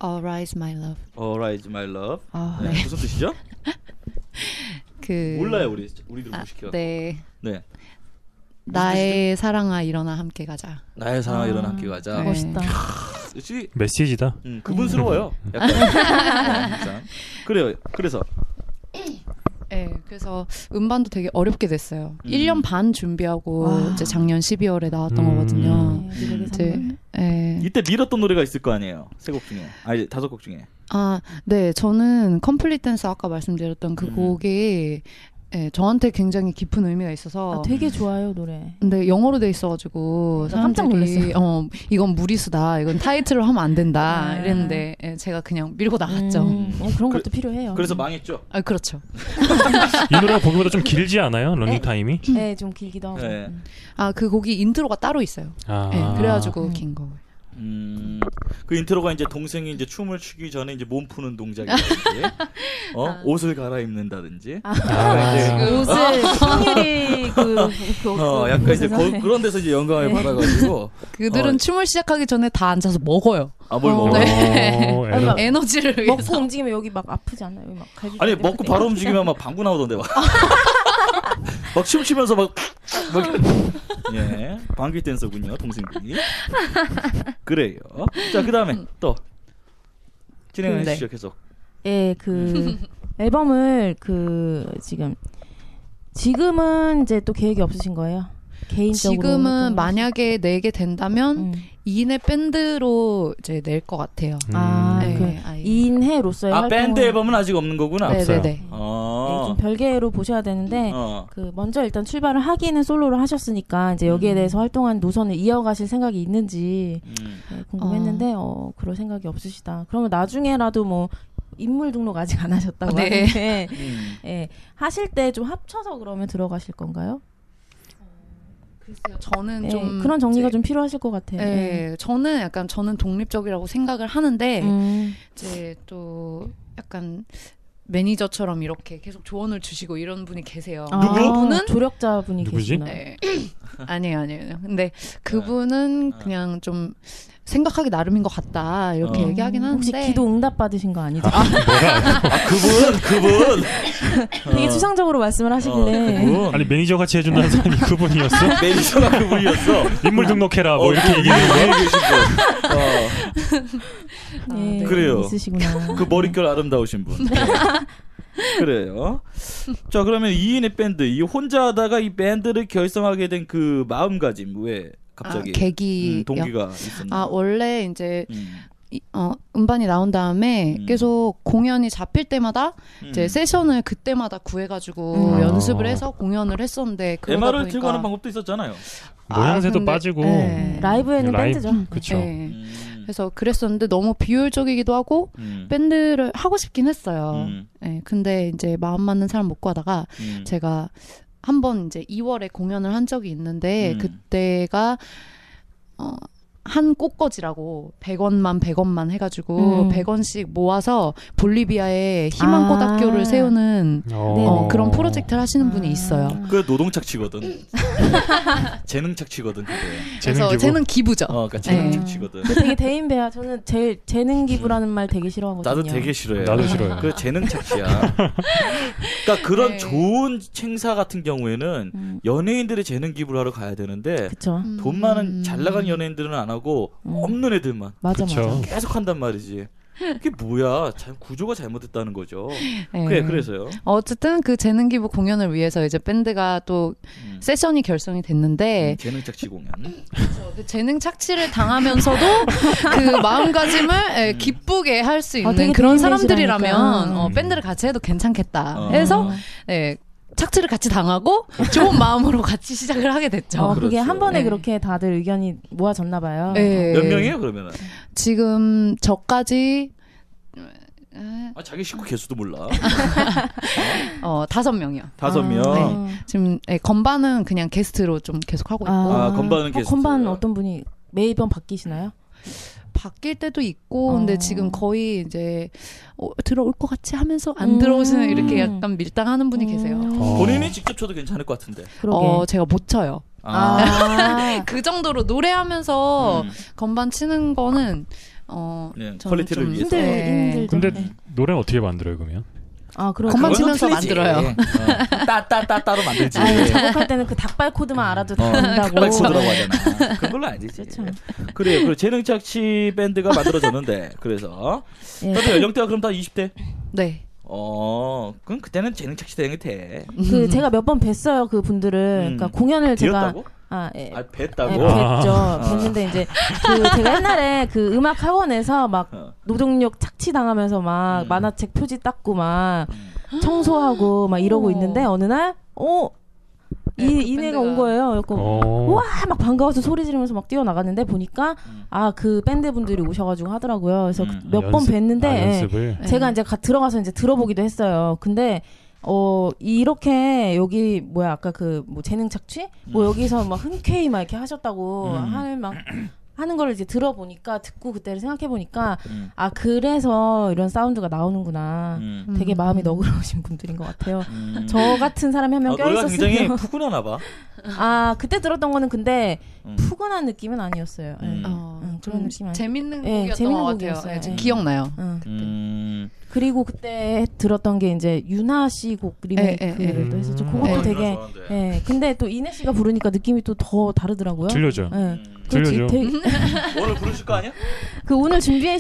[SPEAKER 6] Alright, my love.
[SPEAKER 4] Alright My Love
[SPEAKER 6] 아,
[SPEAKER 4] 네,
[SPEAKER 6] 네.
[SPEAKER 4] 무슨 뜻이죠?
[SPEAKER 6] (laughs) 그
[SPEAKER 4] 몰라요 우리 우리들
[SPEAKER 6] 아,
[SPEAKER 4] 무식해요. 네.
[SPEAKER 6] 네. 나의 사랑아 일어나 함께 가자.
[SPEAKER 4] 나의 사랑아
[SPEAKER 3] 아,
[SPEAKER 4] 일어나 함께 가자.
[SPEAKER 6] 네.
[SPEAKER 3] 멋있다.
[SPEAKER 4] 역시
[SPEAKER 5] 메시지다
[SPEAKER 4] 음,
[SPEAKER 6] (laughs)
[SPEAKER 4] 그분스러워요. 약간 어, 진짜. 그래요. 그래서
[SPEAKER 6] 네, 그래서 음반도 되게 어렵게 됐어요.
[SPEAKER 4] 음.
[SPEAKER 6] 1년 반 준비하고
[SPEAKER 3] 와.
[SPEAKER 6] 이제 작년 12월에 나왔던
[SPEAKER 5] 음.
[SPEAKER 6] 거거든요.
[SPEAKER 3] 네, 미국의
[SPEAKER 6] 이제
[SPEAKER 3] 선물. 네.
[SPEAKER 6] 예.
[SPEAKER 4] 이때 밀었던 노래가 있을 거 아니에요. 세 곡 중에 아니 다섯 곡 중에
[SPEAKER 6] 아, 네, 저는 컴플릿 댄스 아까 말씀드렸던 그
[SPEAKER 4] 음.
[SPEAKER 6] 곡이 예, 저한테 굉장히 깊은 의미가
[SPEAKER 3] 아,
[SPEAKER 6] 있어서
[SPEAKER 3] 되게 좋아요 노래.
[SPEAKER 6] 근데 영어로 돼 있어가지고
[SPEAKER 3] 나 깜짝
[SPEAKER 6] 사람들이
[SPEAKER 3] 놀랐어요.
[SPEAKER 6] 어 이건 무리수다 이건 타이틀로 하면 안 된다
[SPEAKER 3] 아.
[SPEAKER 6] 이랬는데 예, 제가 그냥 밀고 나갔죠.
[SPEAKER 3] 음, 어, 그런
[SPEAKER 4] 그-
[SPEAKER 3] 것도 필요해요.
[SPEAKER 4] 그래서 망했죠.
[SPEAKER 6] 아 그렇죠.
[SPEAKER 5] 이 노래가 보기보다 좀 길지 않아요 러닝 타임이
[SPEAKER 3] 네, 좀 길기도 하고. 음.
[SPEAKER 4] 네.
[SPEAKER 6] 아 그 곡이 인트로가 따로 있어요.
[SPEAKER 5] 아
[SPEAKER 6] 예, 그래가지고
[SPEAKER 3] 음.
[SPEAKER 6] 긴 거.
[SPEAKER 4] 음, 그 인트로가 이제 동생이 이제 춤을 추기 전에 이제 몸
[SPEAKER 3] (laughs)
[SPEAKER 4] 푸는 동작이라든지 어? 옷을 갈아입는다든지
[SPEAKER 3] 아,
[SPEAKER 5] 아,
[SPEAKER 6] 그
[SPEAKER 3] 지금 옷을 성유리 그, 그, 그
[SPEAKER 4] 어, 약간 이제
[SPEAKER 3] 세상에.
[SPEAKER 4] 거- 그런 데서 이제 영감을
[SPEAKER 3] 네. (laughs)
[SPEAKER 4] 받아가지고
[SPEAKER 6] 그들은
[SPEAKER 4] 어.
[SPEAKER 6] 춤을 시작하기 전에 다 앉아서 먹어요.
[SPEAKER 4] 아 뭘
[SPEAKER 3] 어,
[SPEAKER 4] 먹어?
[SPEAKER 3] 네.
[SPEAKER 4] (laughs)
[SPEAKER 5] 오,
[SPEAKER 6] 어.
[SPEAKER 5] 에러.
[SPEAKER 3] 막
[SPEAKER 6] 에너지를 위해서.
[SPEAKER 3] 먹고 움직이면 여기 막 아프지 않아요? 여기 막 갈비뼈
[SPEAKER 4] 아니
[SPEAKER 3] 때문에
[SPEAKER 4] 먹고 바로
[SPEAKER 3] 아프지
[SPEAKER 4] 움직이면 막 방구 나오던데
[SPEAKER 3] (laughs)
[SPEAKER 4] 막. 막 춤추면서 막, 막
[SPEAKER 3] (laughs)
[SPEAKER 4] 예, 방귀 댄서군요 동생분이 그래요. 자 그다음에 또
[SPEAKER 3] 음,
[SPEAKER 4] 진행을
[SPEAKER 3] 네.
[SPEAKER 6] 근데.
[SPEAKER 4] 해주시죠 계속.
[SPEAKER 3] 예, 그
[SPEAKER 4] 음.
[SPEAKER 3] 앨범을 그 지금 지금은 이제 또 계획이 없으신 거예요? 개인적으로
[SPEAKER 6] 지금은
[SPEAKER 3] 활동을
[SPEAKER 6] 만약에 내게 된다면
[SPEAKER 3] 음.
[SPEAKER 6] 이인의 밴드로 이제 낼 것 같아요.
[SPEAKER 3] 아,
[SPEAKER 5] 음.
[SPEAKER 3] 그
[SPEAKER 6] 아예.
[SPEAKER 3] 인해로서의
[SPEAKER 4] 아
[SPEAKER 3] 네, 활동을
[SPEAKER 4] 밴드 앨범은 아직 없는 거구나.
[SPEAKER 5] 네. 없어요.
[SPEAKER 6] 네네네.
[SPEAKER 3] 네,
[SPEAKER 4] 어.
[SPEAKER 3] 좀 별개로 보셔야 되는데
[SPEAKER 4] 어.
[SPEAKER 3] 그 먼저 일단 출발을 하기는 솔로로 하셨으니까 이제 여기에
[SPEAKER 6] 음.
[SPEAKER 3] 대해서 활동한 노선을 이어가실 생각이 있는지
[SPEAKER 4] 음.
[SPEAKER 3] 네, 궁금했는데 어 그럴 생각이 없으시다. 그러면 나중에라도 뭐 인물 등록 아직 안 하셨다고
[SPEAKER 6] 네.
[SPEAKER 3] 하는데 (laughs)
[SPEAKER 4] 음.
[SPEAKER 3] 예, 하실 때 좀 합쳐서 그러면 들어가실 건가요?
[SPEAKER 6] 글쎄요. 저는
[SPEAKER 3] 예,
[SPEAKER 6] 음, 좀
[SPEAKER 3] 그런 정리가
[SPEAKER 6] 이제-
[SPEAKER 3] 좀 필요하실 것 같아요.
[SPEAKER 6] 네, 저는 약간 저는 독립적이라고 생각을 하는데
[SPEAKER 3] 예. 음,
[SPEAKER 6] 이제 또 약간 매니저처럼 이렇게 계속 조언을 주시고 이런 분이 계세요.
[SPEAKER 3] 아,
[SPEAKER 6] 그분은
[SPEAKER 3] 조력자 분이
[SPEAKER 5] 누구지?
[SPEAKER 3] 계시나요?
[SPEAKER 6] 네. (clears throat) 아니에요, 아니에요. 근데 그분은
[SPEAKER 4] 아.
[SPEAKER 6] 그냥 좀 생각하기 나름인 것 같다 이렇게
[SPEAKER 4] 어.
[SPEAKER 6] 얘기하긴 하는데
[SPEAKER 3] 음, 혹시 기도 응답 받으신 거 아니죠?
[SPEAKER 4] (laughs) 아 그분
[SPEAKER 6] (laughs)
[SPEAKER 4] 그분.
[SPEAKER 3] 되게
[SPEAKER 4] 어.
[SPEAKER 3] 추상적으로 말씀을 하시길래
[SPEAKER 4] 그분.
[SPEAKER 5] 아니 매니저 같이 해준다는 사람이 그분이었어? (laughs)
[SPEAKER 4] 매니저가 그분이었어.
[SPEAKER 5] 인물 등록해라 뭐
[SPEAKER 4] 어,
[SPEAKER 5] 이렇게 얘기하는
[SPEAKER 4] 그
[SPEAKER 5] 거야?
[SPEAKER 4] 얘기해 주신 분. 어.
[SPEAKER 6] 아,
[SPEAKER 3] 예,
[SPEAKER 6] 네.
[SPEAKER 4] 그래요.
[SPEAKER 3] 있으시구나.
[SPEAKER 4] (laughs)
[SPEAKER 6] 음.
[SPEAKER 4] 그 머릿결 아름다우신 분. 네. 그래요. 자, 그러면 이인의 밴드, 이 혼자 하다가 이 밴드를 결성하게 된 그 마음가짐, 왜 갑자기
[SPEAKER 6] 아, 계기
[SPEAKER 4] 음, 동기가 있었나?
[SPEAKER 6] 아 원래 이제
[SPEAKER 4] 음,
[SPEAKER 6] 이- 어, 음반이 나온 다음에
[SPEAKER 4] 음.
[SPEAKER 6] 계속 공연이 잡힐 때마다
[SPEAKER 4] 음.
[SPEAKER 6] 이제 세션을 그때마다 구해가지고
[SPEAKER 3] 음.
[SPEAKER 6] 연습을
[SPEAKER 5] 아.
[SPEAKER 6] 해서 공연을 했었는데 그러다
[SPEAKER 4] MR을
[SPEAKER 6] 보니까
[SPEAKER 4] 들고 하는 방법도 있었잖아요.
[SPEAKER 5] 모양새도
[SPEAKER 6] 근데-
[SPEAKER 5] 빠지고.
[SPEAKER 6] 네.
[SPEAKER 3] 예,
[SPEAKER 4] 어.
[SPEAKER 3] 라이브에는
[SPEAKER 5] 라이브.
[SPEAKER 3] 밴드죠.
[SPEAKER 5] 그쵸.
[SPEAKER 6] 네.
[SPEAKER 4] 음,
[SPEAKER 6] 그래서 그랬었는데 너무 비효율적이기도 하고
[SPEAKER 4] 음,
[SPEAKER 6] 밴드를 하고 싶긴 했어요.
[SPEAKER 4] 음,
[SPEAKER 6] 네, 근데 이제 마음 맞는 사람 못 구하다가
[SPEAKER 4] 음.
[SPEAKER 6] 제가 한 번 이제 2월에 공연을 한 적이 있는데
[SPEAKER 4] 음.
[SPEAKER 6] 그때가 어, 한 꽃거지라고 100원만 100원만 해가지고
[SPEAKER 3] 음.
[SPEAKER 6] 100원씩 모아서 볼리비아에 희망고등학교를
[SPEAKER 3] 아.
[SPEAKER 6] 세우는 어, 그런 프로젝트를 하시는 분이
[SPEAKER 3] 아.
[SPEAKER 6] 있어요.
[SPEAKER 4] 그 노동 착취거든. (laughs) 재능 착취거든, 그게.
[SPEAKER 6] 그래서
[SPEAKER 5] 기부.
[SPEAKER 6] 재능 기부죠.
[SPEAKER 4] 어, 그러니까 재능
[SPEAKER 6] 네.
[SPEAKER 4] 착취거든.
[SPEAKER 3] 되게 대인 배야. 저는 제일 재능 기부라는 말 되게 싫어하거든요.
[SPEAKER 4] 나도 되게 싫어해.
[SPEAKER 5] 나도 싫어요.
[SPEAKER 4] 그 재능 착취야. 그러니까 그런
[SPEAKER 6] 네.
[SPEAKER 4] 좋은 행사 같은 경우에는
[SPEAKER 3] 음.
[SPEAKER 4] 연예인들의 재능 기부를 하러 가야 되는데
[SPEAKER 3] 그쵸.
[SPEAKER 6] 음.
[SPEAKER 4] 돈 많은 잘 나간 연예인들은 안 하고
[SPEAKER 3] 음.
[SPEAKER 4] 없는 애들만
[SPEAKER 3] 맞아
[SPEAKER 5] 그쵸.
[SPEAKER 3] 맞아.
[SPEAKER 4] 계속 한단 말이지. 그게 뭐야? 자- 구조가 잘못됐다는 거죠.
[SPEAKER 6] 네.
[SPEAKER 4] 그래 그래서요.
[SPEAKER 6] 어쨌든 그 재능 기부 공연을 위해서 이제 밴드가 또
[SPEAKER 4] 음.
[SPEAKER 6] 세션이 결성이 됐는데
[SPEAKER 4] 음, 재능 착취 공연.
[SPEAKER 6] 그 재능 착취를 당하면서도 그 마음가짐을 예, 기쁘게 할 수
[SPEAKER 3] 아, 되게
[SPEAKER 6] 있는
[SPEAKER 3] 대인배시라니까.
[SPEAKER 6] 그런 사람들이라면 어,
[SPEAKER 5] 음.
[SPEAKER 6] 밴드를 같이 해도 괜찮겠다
[SPEAKER 4] 어.
[SPEAKER 6] 해서
[SPEAKER 3] 어.
[SPEAKER 6] 예, 착취를 같이 당하고 좋은 마음으로 같이 시작을 하게 됐죠.
[SPEAKER 3] 어, 그게
[SPEAKER 4] 그렇죠.
[SPEAKER 3] 한 번에
[SPEAKER 6] 네.
[SPEAKER 3] 그렇게 다들 의견이 모아졌나 봐요. 어.
[SPEAKER 6] 예.
[SPEAKER 4] 몇 명이에요 그러면은?
[SPEAKER 6] 지금 저까지
[SPEAKER 4] 아, 자기 식구 개수도 몰라.
[SPEAKER 6] 아, 어, 다섯 명이요.
[SPEAKER 4] 다섯
[SPEAKER 3] 네.
[SPEAKER 4] 명.
[SPEAKER 6] 지금 예, 건반은 그냥 게스트로 좀 계속 하고 있고
[SPEAKER 4] 아, 건반은
[SPEAKER 3] 어,
[SPEAKER 4] 계속
[SPEAKER 3] 건반
[SPEAKER 4] 있어요.
[SPEAKER 3] 어떤 분이 매번 바뀌시나요?
[SPEAKER 6] 바뀔 때도 있고
[SPEAKER 3] 어.
[SPEAKER 6] 근데 지금 거의 이제 어, 들어올 것 같이 하면서 안
[SPEAKER 3] 음.
[SPEAKER 6] 들어오시는 이렇게 약간 밀당하는 분이 계세요.
[SPEAKER 3] 음,
[SPEAKER 5] 어.
[SPEAKER 4] 본인이 직접 쳐도 괜찮을 것 같은데.
[SPEAKER 3] 그러게.
[SPEAKER 6] 어, 제가 못 쳐요.
[SPEAKER 4] 아.
[SPEAKER 6] 그 정도로
[SPEAKER 3] 어.
[SPEAKER 6] 노래하면서
[SPEAKER 4] 음.
[SPEAKER 6] 건반 치는 거는 어
[SPEAKER 4] 네,
[SPEAKER 6] 저는
[SPEAKER 4] 퀄리티를
[SPEAKER 6] 좀 네.
[SPEAKER 4] 위해서.
[SPEAKER 3] 힘들 힘들.
[SPEAKER 5] 근데 노래는 어떻게 만들어요
[SPEAKER 3] 아 그럼
[SPEAKER 6] 건반
[SPEAKER 4] 그거는
[SPEAKER 6] 치면서
[SPEAKER 4] 틀리지.
[SPEAKER 6] 만들어요.
[SPEAKER 4] 어. 따따따 따로 만들지. 예.
[SPEAKER 3] 아니, 작곡할 때는 그 닭발 코드만
[SPEAKER 4] 음.
[SPEAKER 3] 알아도
[SPEAKER 4] 어,
[SPEAKER 3] 다 된다고.
[SPEAKER 4] 빨리 쳐들어고 하잖아. 그런 걸로 알지. 예.
[SPEAKER 3] 그렇죠.
[SPEAKER 4] 그래요. 그래 재능 착취 밴드가 만들어졌는데 그래서
[SPEAKER 3] 예.
[SPEAKER 4] 다들 연령대가 그럼 다 20대.
[SPEAKER 6] 네.
[SPEAKER 4] 어, 그럼 그때는 재능 착취 대행이 돼.
[SPEAKER 3] 그
[SPEAKER 6] 음.
[SPEAKER 3] 제가 몇 번 뵀어요 그 분들을.
[SPEAKER 4] 음.
[SPEAKER 3] 그러니까 공연을 제가
[SPEAKER 4] 되었다고?
[SPEAKER 3] 아 예.
[SPEAKER 4] 아,
[SPEAKER 3] 네,
[SPEAKER 4] 뵀다고. 아.
[SPEAKER 3] 뵀죠. 뵀는데 이제 그 제가 옛날에 그 음악 학원에서 막
[SPEAKER 4] 어.
[SPEAKER 3] 노동력 착취 당하면서 막
[SPEAKER 4] 음.
[SPEAKER 3] 만화책 표지 닦고 막 청소하고 막 이러고
[SPEAKER 6] 어.
[SPEAKER 3] 있는데 어느 날 어. 이,
[SPEAKER 6] 네, 그
[SPEAKER 3] 이네가
[SPEAKER 6] 밴드가.
[SPEAKER 3] 온 거예요.
[SPEAKER 5] 그러면?
[SPEAKER 3] 그래서
[SPEAKER 5] 어.
[SPEAKER 3] 뭐, 우와 막 반가워서 소리 지르면서 막 뛰어나갔는데 보니까
[SPEAKER 4] 음.
[SPEAKER 3] 아 그 밴드 분들이 오셔가지고 하더라고요. 그래서
[SPEAKER 4] 음.
[SPEAKER 3] 몇 번
[SPEAKER 5] 연습-
[SPEAKER 3] 뵀는데
[SPEAKER 5] 아,
[SPEAKER 3] 예.
[SPEAKER 5] 연습을.
[SPEAKER 6] 네.
[SPEAKER 3] 제가 이제 가, 들어가서 이제 들어보기도 했어요. 근데 어 이렇게 여기 뭐야 아까 그 뭐 재능 착취
[SPEAKER 6] 음.
[SPEAKER 3] 뭐 여기서 막 흔쾌히 막 이렇게 하셨다고
[SPEAKER 4] 음.
[SPEAKER 3] 하는 막 하는 걸 이제 들어보니까 듣고 그때를 생각해 보니까
[SPEAKER 4] 음.
[SPEAKER 3] 아 그래서 이런 사운드가 나오는구나.
[SPEAKER 4] 음.
[SPEAKER 3] 되게
[SPEAKER 6] 음.
[SPEAKER 3] 마음이 너그러우신 분들인 것 같아요.
[SPEAKER 4] 음.
[SPEAKER 3] 저 같은 사람이 한 명
[SPEAKER 4] 아, 노래가 굉장히
[SPEAKER 3] 껴있었으면
[SPEAKER 4] 푸근하나 봐.
[SPEAKER 3] (laughs) 아 그때 들었던 거는 근데
[SPEAKER 4] 음.
[SPEAKER 3] 푸근한 느낌은 아니었어요. 예.
[SPEAKER 4] 음.
[SPEAKER 6] 어,
[SPEAKER 3] 음, 그런
[SPEAKER 6] 좀
[SPEAKER 3] 느낌 아니에요?
[SPEAKER 6] 재밌는
[SPEAKER 3] 예,
[SPEAKER 6] 곡이었던
[SPEAKER 3] 재밌는
[SPEAKER 6] 것 같아요.
[SPEAKER 3] 곡이었어요.
[SPEAKER 6] 예, 지금
[SPEAKER 4] 예.
[SPEAKER 6] 기억나요.
[SPEAKER 3] 응.
[SPEAKER 4] 음.
[SPEAKER 3] 음. 그리고 그때 들었던 게 이제 유나 씨 곡
[SPEAKER 6] 예,
[SPEAKER 3] 리메이크를
[SPEAKER 5] 예.
[SPEAKER 3] 또 했었죠.
[SPEAKER 5] 음.
[SPEAKER 3] 그것도
[SPEAKER 6] 어,
[SPEAKER 3] 되게
[SPEAKER 4] 좋아하는데.
[SPEAKER 3] 예, 근데 또 이내 씨가 부르니까 느낌이 또 더 다르더라고요.
[SPEAKER 5] 들려줘.
[SPEAKER 3] 예.
[SPEAKER 4] 음.
[SPEAKER 3] 그렇지.
[SPEAKER 5] 들려줘.
[SPEAKER 3] 되게-
[SPEAKER 4] 오늘 부르실 거 아니야?
[SPEAKER 3] 그 오늘 준비해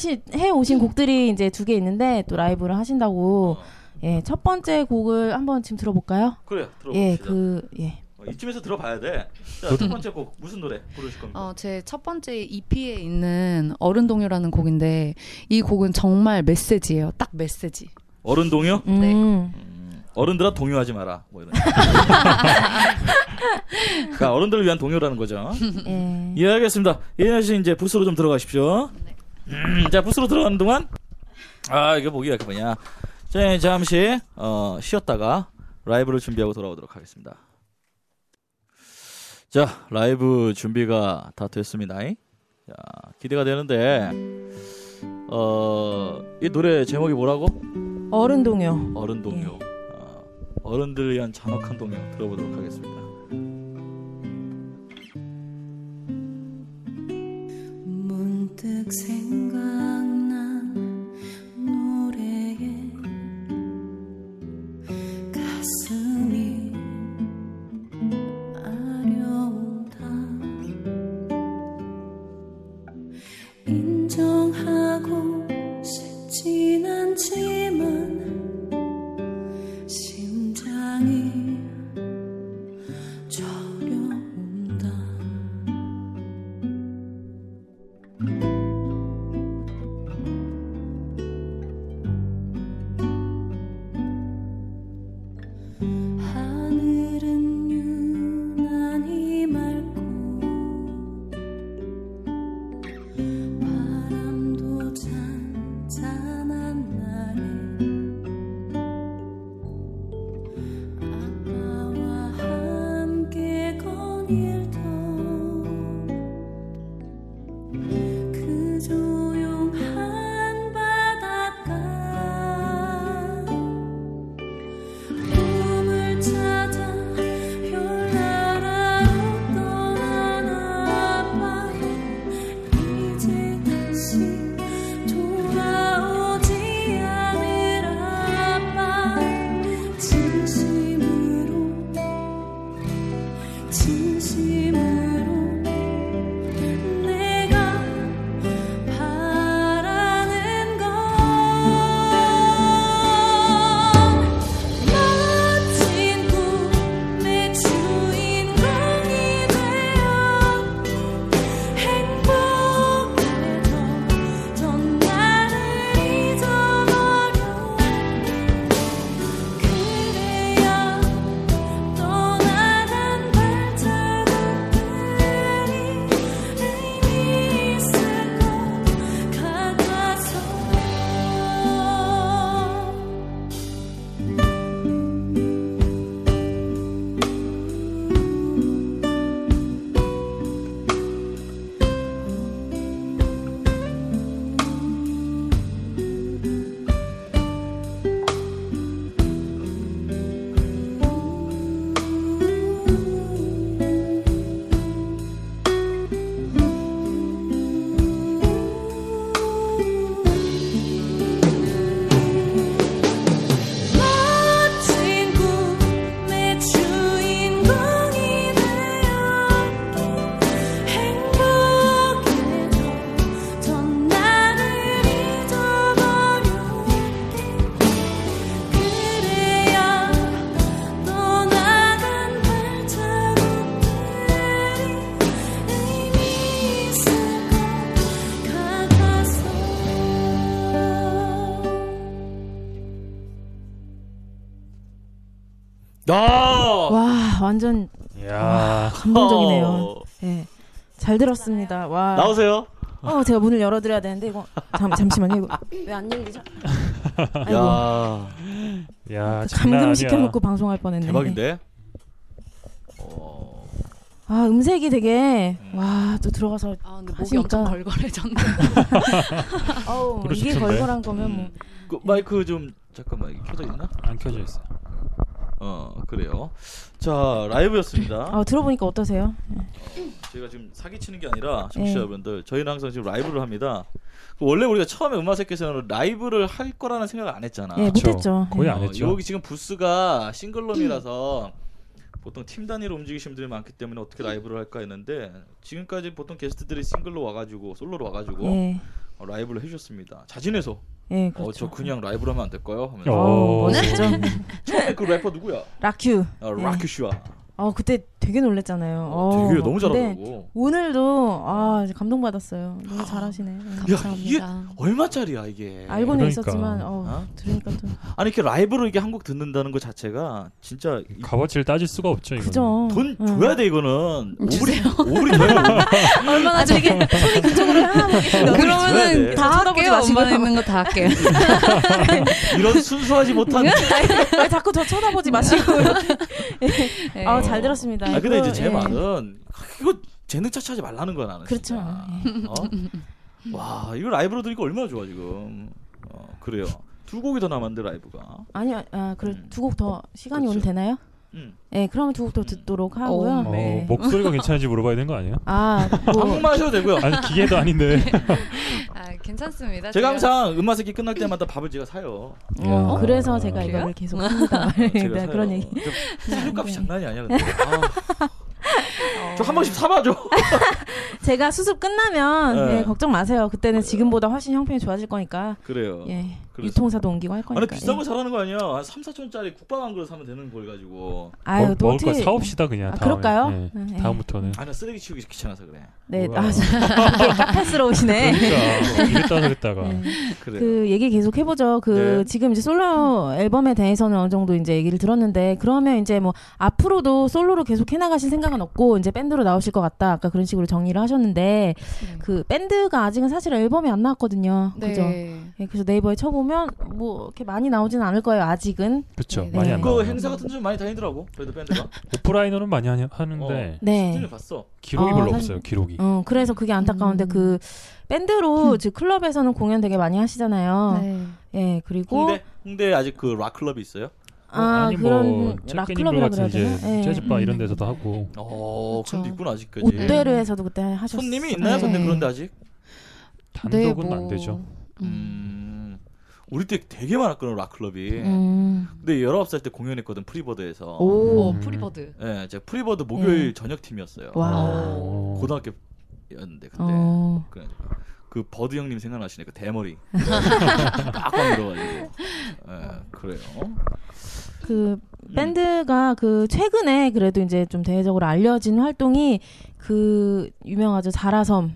[SPEAKER 3] 오신 곡들이 이제 두 개 있는데 또 라이브를 하신다고.
[SPEAKER 4] 어.
[SPEAKER 3] 예, 첫 번째 곡을 한번 지금 들어볼까요?
[SPEAKER 4] 그래. 들어봅시다.
[SPEAKER 3] 예, 그 예.
[SPEAKER 4] 어, 이쯤에서 들어봐야 돼. 자, 첫 번째 곡 무슨 노래 부르실 겁니까?
[SPEAKER 6] 어, 제 첫 번째 EP에 있는 어른 동요라는 곡인데 이 곡은 정말 메시지예요. 딱 메시지.
[SPEAKER 4] 어른 동요?
[SPEAKER 6] 네.
[SPEAKER 9] 음.
[SPEAKER 4] 어른들아 동요하지 마라. 뭐 이런. 그러니까 어른들을 위한 동요라는 거죠. (laughs)
[SPEAKER 9] 예.
[SPEAKER 4] 예, 알겠습니다. 예나 씨 이제 부스로 좀 들어가십시오. 음, 자, 부스로 들어가는 동안 아, 이거 보기가 이렇게 뭐냐. 자, 잠시 어, 쉬었다가 라이브를 준비하고 돌아오도록 하겠습니다. 자, 라이브 준비가 다 됐습니다. 자, 기대가 되는데 어, 이 노래 제목이 뭐라고?
[SPEAKER 9] 어른 동요.
[SPEAKER 4] 어른 동요. 어, 어른들 위한 잔혹한 동요 들어보도록 하겠습니다.
[SPEAKER 3] 문득 생각난 노래에 가슴이 아려온다 인정하고 싶진 않지만 심장이 저려온다 하늘은 유난히 맑고 바람도 잔잔한 날에 아빠와 함께 거닐던 그 조용한 바닷가 꿈을 찾아 별나라로 떠나나 봐 이제 다시 돌아오지 않으라 봐 진심으로 진심으로 내가 바라는 건 멋진 꿈의 주인공이 되어 행복해져 전 나를 잊어버려 그래야 떠나간 발자국들이 의미 있을 것 같아서 멋진 꿈의 주인공이 되어 행복해져 전 나를 잊어버려 그래야 떠나간 발자국들이 의미 있을 것 같아서
[SPEAKER 4] 아!
[SPEAKER 9] 와 완전
[SPEAKER 5] 야.
[SPEAKER 9] 감동적이네요.
[SPEAKER 4] 어,
[SPEAKER 9] 예. 잘 들었습니다. 와.
[SPEAKER 4] 나오세요.
[SPEAKER 9] 어 제가 문을 열어드려야 되는데 이거 잠, 잠시만요. 이거 왜 안 열리죠? 아이고.
[SPEAKER 4] 야.
[SPEAKER 5] 야, 장난
[SPEAKER 9] 감금
[SPEAKER 5] 아니야.
[SPEAKER 9] 시켜놓고 방송할 뻔했네.
[SPEAKER 4] 대박인데. 어.
[SPEAKER 9] 아 음색이 되게 와 또 들어가서
[SPEAKER 6] 아, 근데 목이
[SPEAKER 9] 하시니까.
[SPEAKER 6] 엄청 걸걸해졌네.
[SPEAKER 9] 어우 이게
[SPEAKER 5] 그러셨던데?
[SPEAKER 9] 걸걸한 거면 뭐
[SPEAKER 4] 음. 그 마이크 좀 잠깐만 이게 켜져 있나?
[SPEAKER 5] 안 켜져 있어요.
[SPEAKER 4] 어 그래요. 자 라이브였습니다.
[SPEAKER 9] 아, 들어보니까
[SPEAKER 4] 뭐?
[SPEAKER 9] 어떠세요?
[SPEAKER 4] 저희가 지금 사기치는 게 아니라
[SPEAKER 9] 네.
[SPEAKER 4] 청취자분들 저희는 항상 지금 라이브를 합니다. 그 원래 우리가 처음에 음악세계에서는 라이브를 할 거라는 생각을 안 했잖아.
[SPEAKER 9] 예,
[SPEAKER 5] 그쵸.
[SPEAKER 9] 못했죠.
[SPEAKER 5] 거의
[SPEAKER 9] 예.
[SPEAKER 5] 안
[SPEAKER 4] 어,
[SPEAKER 5] 했죠.
[SPEAKER 4] 여기 지금 부스가 싱글룸이라서 보통 팀 단위로 움직이시는 분들이 많기 때문에 어떻게 라이브를 할까 했는데 지금까지 보통 게스트들이 싱글로 와가지고 솔로로 와가지고
[SPEAKER 9] 예,
[SPEAKER 4] 어, 라이브를 해주셨습니다. 자진해서
[SPEAKER 9] 예, 그렇죠.
[SPEAKER 4] 어, 저 그냥 라이브로 하면 안 될까요? 하면서
[SPEAKER 5] 어.
[SPEAKER 9] 어, 멋있죠.
[SPEAKER 4] 처음에 그 래퍼 누구야?
[SPEAKER 9] 라큐.
[SPEAKER 4] 아, 라큐슈아.
[SPEAKER 3] 아 그때 되게 놀랬잖아요. 네. 어,
[SPEAKER 4] 되게 너무
[SPEAKER 3] 근데
[SPEAKER 4] 잘하더라고.
[SPEAKER 3] 오늘도 아 감동받았어요. 너무 잘하시네. 네.
[SPEAKER 6] 감사합니다.
[SPEAKER 4] 얼마짜리야 이게?
[SPEAKER 3] 알고는
[SPEAKER 5] 그러니까.
[SPEAKER 3] 있었지만 어,
[SPEAKER 4] 어?
[SPEAKER 3] 들으니까 좀
[SPEAKER 4] 아니 이렇게 라이브로 이게 한 곡 듣는다는 것 자체가 진짜 이-
[SPEAKER 5] (laughs) 값어치를 따질 수가 없죠. 이거는.
[SPEAKER 3] 그죠.
[SPEAKER 4] 돈
[SPEAKER 3] 응. 음,
[SPEAKER 4] 줘야 돼 이거는. (laughs)
[SPEAKER 6] 주세요.
[SPEAKER 4] 오리 줘야 돼.
[SPEAKER 3] 얼마나 되게 손이 (laughs) 그쪽으로 하면
[SPEAKER 6] 그러면은
[SPEAKER 4] 줘야 돼.
[SPEAKER 6] 다
[SPEAKER 3] 쳐다보지
[SPEAKER 6] 할게요.
[SPEAKER 3] 마시고요.
[SPEAKER 6] 엄마 있는 거 다 할게요.
[SPEAKER 4] 이런 순수하지 못한.
[SPEAKER 3] 네? 왜 자꾸 저 쳐다보지
[SPEAKER 4] (laughs)
[SPEAKER 3] 마시고
[SPEAKER 6] (laughs) 네.
[SPEAKER 3] 아 잘 들었습니다.
[SPEAKER 4] 아 근데 이제
[SPEAKER 3] 이거,
[SPEAKER 4] 제
[SPEAKER 3] 예.
[SPEAKER 4] 말은 이거 재능 차치하지 말라는 거야 나는.
[SPEAKER 3] 그렇죠.
[SPEAKER 4] 진짜.
[SPEAKER 3] 예.
[SPEAKER 4] 어? 와 이거 라이브로 들으니까 얼마나 좋아 지금. 어, 그래요. 두 곡이 더 남았는데 라이브가.
[SPEAKER 3] 아니 아 그래
[SPEAKER 4] 음.
[SPEAKER 3] 두 곡 더 시간이
[SPEAKER 4] 그렇죠.
[SPEAKER 3] 오늘 되나요?
[SPEAKER 4] 음.
[SPEAKER 3] 예, 그러면 두 곡 더 듣도록 하고요.
[SPEAKER 5] 어,
[SPEAKER 6] 네.
[SPEAKER 5] 목소리가 괜찮은지 물어봐야 되는 거 아니에요?
[SPEAKER 3] 아, 뭐,
[SPEAKER 4] 한국 마셔도 되고요.
[SPEAKER 5] 아니 기계도 아닌데.
[SPEAKER 6] 아,
[SPEAKER 4] 제가
[SPEAKER 6] 괜찮습니다. 제가
[SPEAKER 4] 항상 음마새끼 끝날 때마다 밥을 제가 사요.
[SPEAKER 3] 어,
[SPEAKER 5] 야.
[SPEAKER 3] 그래서 제가
[SPEAKER 6] 그래요?
[SPEAKER 3] 이거를 계속 합니다.
[SPEAKER 4] 어,
[SPEAKER 3] (laughs) 네,
[SPEAKER 4] 제가 사요.
[SPEAKER 3] 그런 얘기. 네.
[SPEAKER 4] 저 사료값이 장난이 아니야 근데.
[SPEAKER 3] 어.
[SPEAKER 4] 저 한 번씩 사봐줘.
[SPEAKER 3] 제가 수습 끝나면
[SPEAKER 4] 네.
[SPEAKER 3] 예, 걱정 마세요. 그때는 지금보다 훨씬 형편이 좋아질 거니까.
[SPEAKER 4] 그래요.
[SPEAKER 3] 예.
[SPEAKER 4] 그렇습니다.
[SPEAKER 3] 유통사도 옮기고 할
[SPEAKER 4] 아니
[SPEAKER 3] 거니까.
[SPEAKER 4] 비싼
[SPEAKER 3] 예.
[SPEAKER 4] 거 잘하는 거 아니야? 한 3, 4천 원짜리 국밥 한 그릇 사면 되는 걸 가지고.
[SPEAKER 3] 예. 아유,
[SPEAKER 5] 먹-
[SPEAKER 3] 또
[SPEAKER 5] 먹을 거
[SPEAKER 3] 어떻게-
[SPEAKER 5] 사옵시다 그냥.
[SPEAKER 3] 아,
[SPEAKER 5] 다음에.
[SPEAKER 3] 그럴까요?
[SPEAKER 5] 네.
[SPEAKER 3] 네.
[SPEAKER 5] 다음부터는.
[SPEAKER 4] 아니 쓰레기 치우기 귀찮아서 그래.
[SPEAKER 3] 네,
[SPEAKER 5] 뭐야.
[SPEAKER 3] 아, (laughs) 이게 카페스러우시네. (laughs)
[SPEAKER 5] 그러니까 이랬다 저랬다가.
[SPEAKER 3] 네.
[SPEAKER 4] 그래. 요
[SPEAKER 3] 그 얘기 계속 해보죠. 그
[SPEAKER 4] 네.
[SPEAKER 3] 지금 이제 솔로 앨범에 대해서는 어느 정도 이제 얘기를 들었는데 그러면 이제 뭐 앞으로도 솔로로 계속 해나가실 생각은 없고 이제 밴드로 나오실 것 같다. 아까 그런 식으로 정리를 하셨는데 그 밴드가 아직은 사실 앨범이 안 나왔거든요.
[SPEAKER 6] 네.
[SPEAKER 3] 그죠? 예, 그래서 네이버에 쳐보면 뭐 이렇게 많이 나오진 않을 거예요. 아직은.
[SPEAKER 5] 그렇죠.
[SPEAKER 6] 네,
[SPEAKER 5] 많이
[SPEAKER 3] 네.
[SPEAKER 5] 안
[SPEAKER 4] 그
[SPEAKER 5] 나와요.
[SPEAKER 4] 행사 같은 좀 많이 다니더라고. 그래도 밴드가.
[SPEAKER 5] 오프라인으로는 많이 하는데
[SPEAKER 3] 네.
[SPEAKER 4] 진을 봤어.
[SPEAKER 5] 기록이
[SPEAKER 3] 어,
[SPEAKER 5] 별로
[SPEAKER 3] 사실-
[SPEAKER 5] 없어요. 기록이.
[SPEAKER 3] 어 그래서 그게 안타까운데
[SPEAKER 6] 음.
[SPEAKER 3] 그 밴드로 즉 클럽에서는 공연 되게 많이 하시잖아요.
[SPEAKER 6] 네.
[SPEAKER 3] 예 그리고
[SPEAKER 4] 홍대 홍대 아직 그 락 클럽이 있어요?
[SPEAKER 3] 아
[SPEAKER 5] 아니 뭐
[SPEAKER 3] 그런
[SPEAKER 5] 잭게니블
[SPEAKER 3] 락클럽이라 그래야
[SPEAKER 5] 같은 이제
[SPEAKER 3] 되나? 예.
[SPEAKER 5] 재즈바
[SPEAKER 6] 음.
[SPEAKER 5] 이런 데서도 하고
[SPEAKER 4] 어,
[SPEAKER 6] 그쵸.
[SPEAKER 4] 그런 데 있구나 아직까지.
[SPEAKER 3] 옷대로에서도 그때 하셨어요. 예.
[SPEAKER 4] 손님이 있나요?
[SPEAKER 6] 네.
[SPEAKER 4] 근데 그런데 아직.
[SPEAKER 5] 단독은
[SPEAKER 6] 네, 뭐.
[SPEAKER 5] 안 되죠.
[SPEAKER 6] 음.
[SPEAKER 4] 음. 우리 때 되게 많았거든 락 클럽이.
[SPEAKER 3] 음.
[SPEAKER 4] 근데 19살 때 공연했거든 프리버드에서.
[SPEAKER 6] 오,
[SPEAKER 5] 음.
[SPEAKER 6] 프리버드.
[SPEAKER 4] 예, 제가 프리버드 목요일
[SPEAKER 3] 예.
[SPEAKER 4] 저녁 팀이었어요.
[SPEAKER 3] 와.
[SPEAKER 5] 어.
[SPEAKER 4] 고등학교였는데 그때.
[SPEAKER 3] 어.
[SPEAKER 4] 그래. 그 버드 형님 생각나시네 그 대머리 빡빡 밀어가지고 예, 그래요
[SPEAKER 5] 네.
[SPEAKER 3] 그
[SPEAKER 5] 음.
[SPEAKER 3] 밴드가 그 최근에 그래도 이제 좀 대외적으로 알려진 활동이 그 유명하죠 자라섬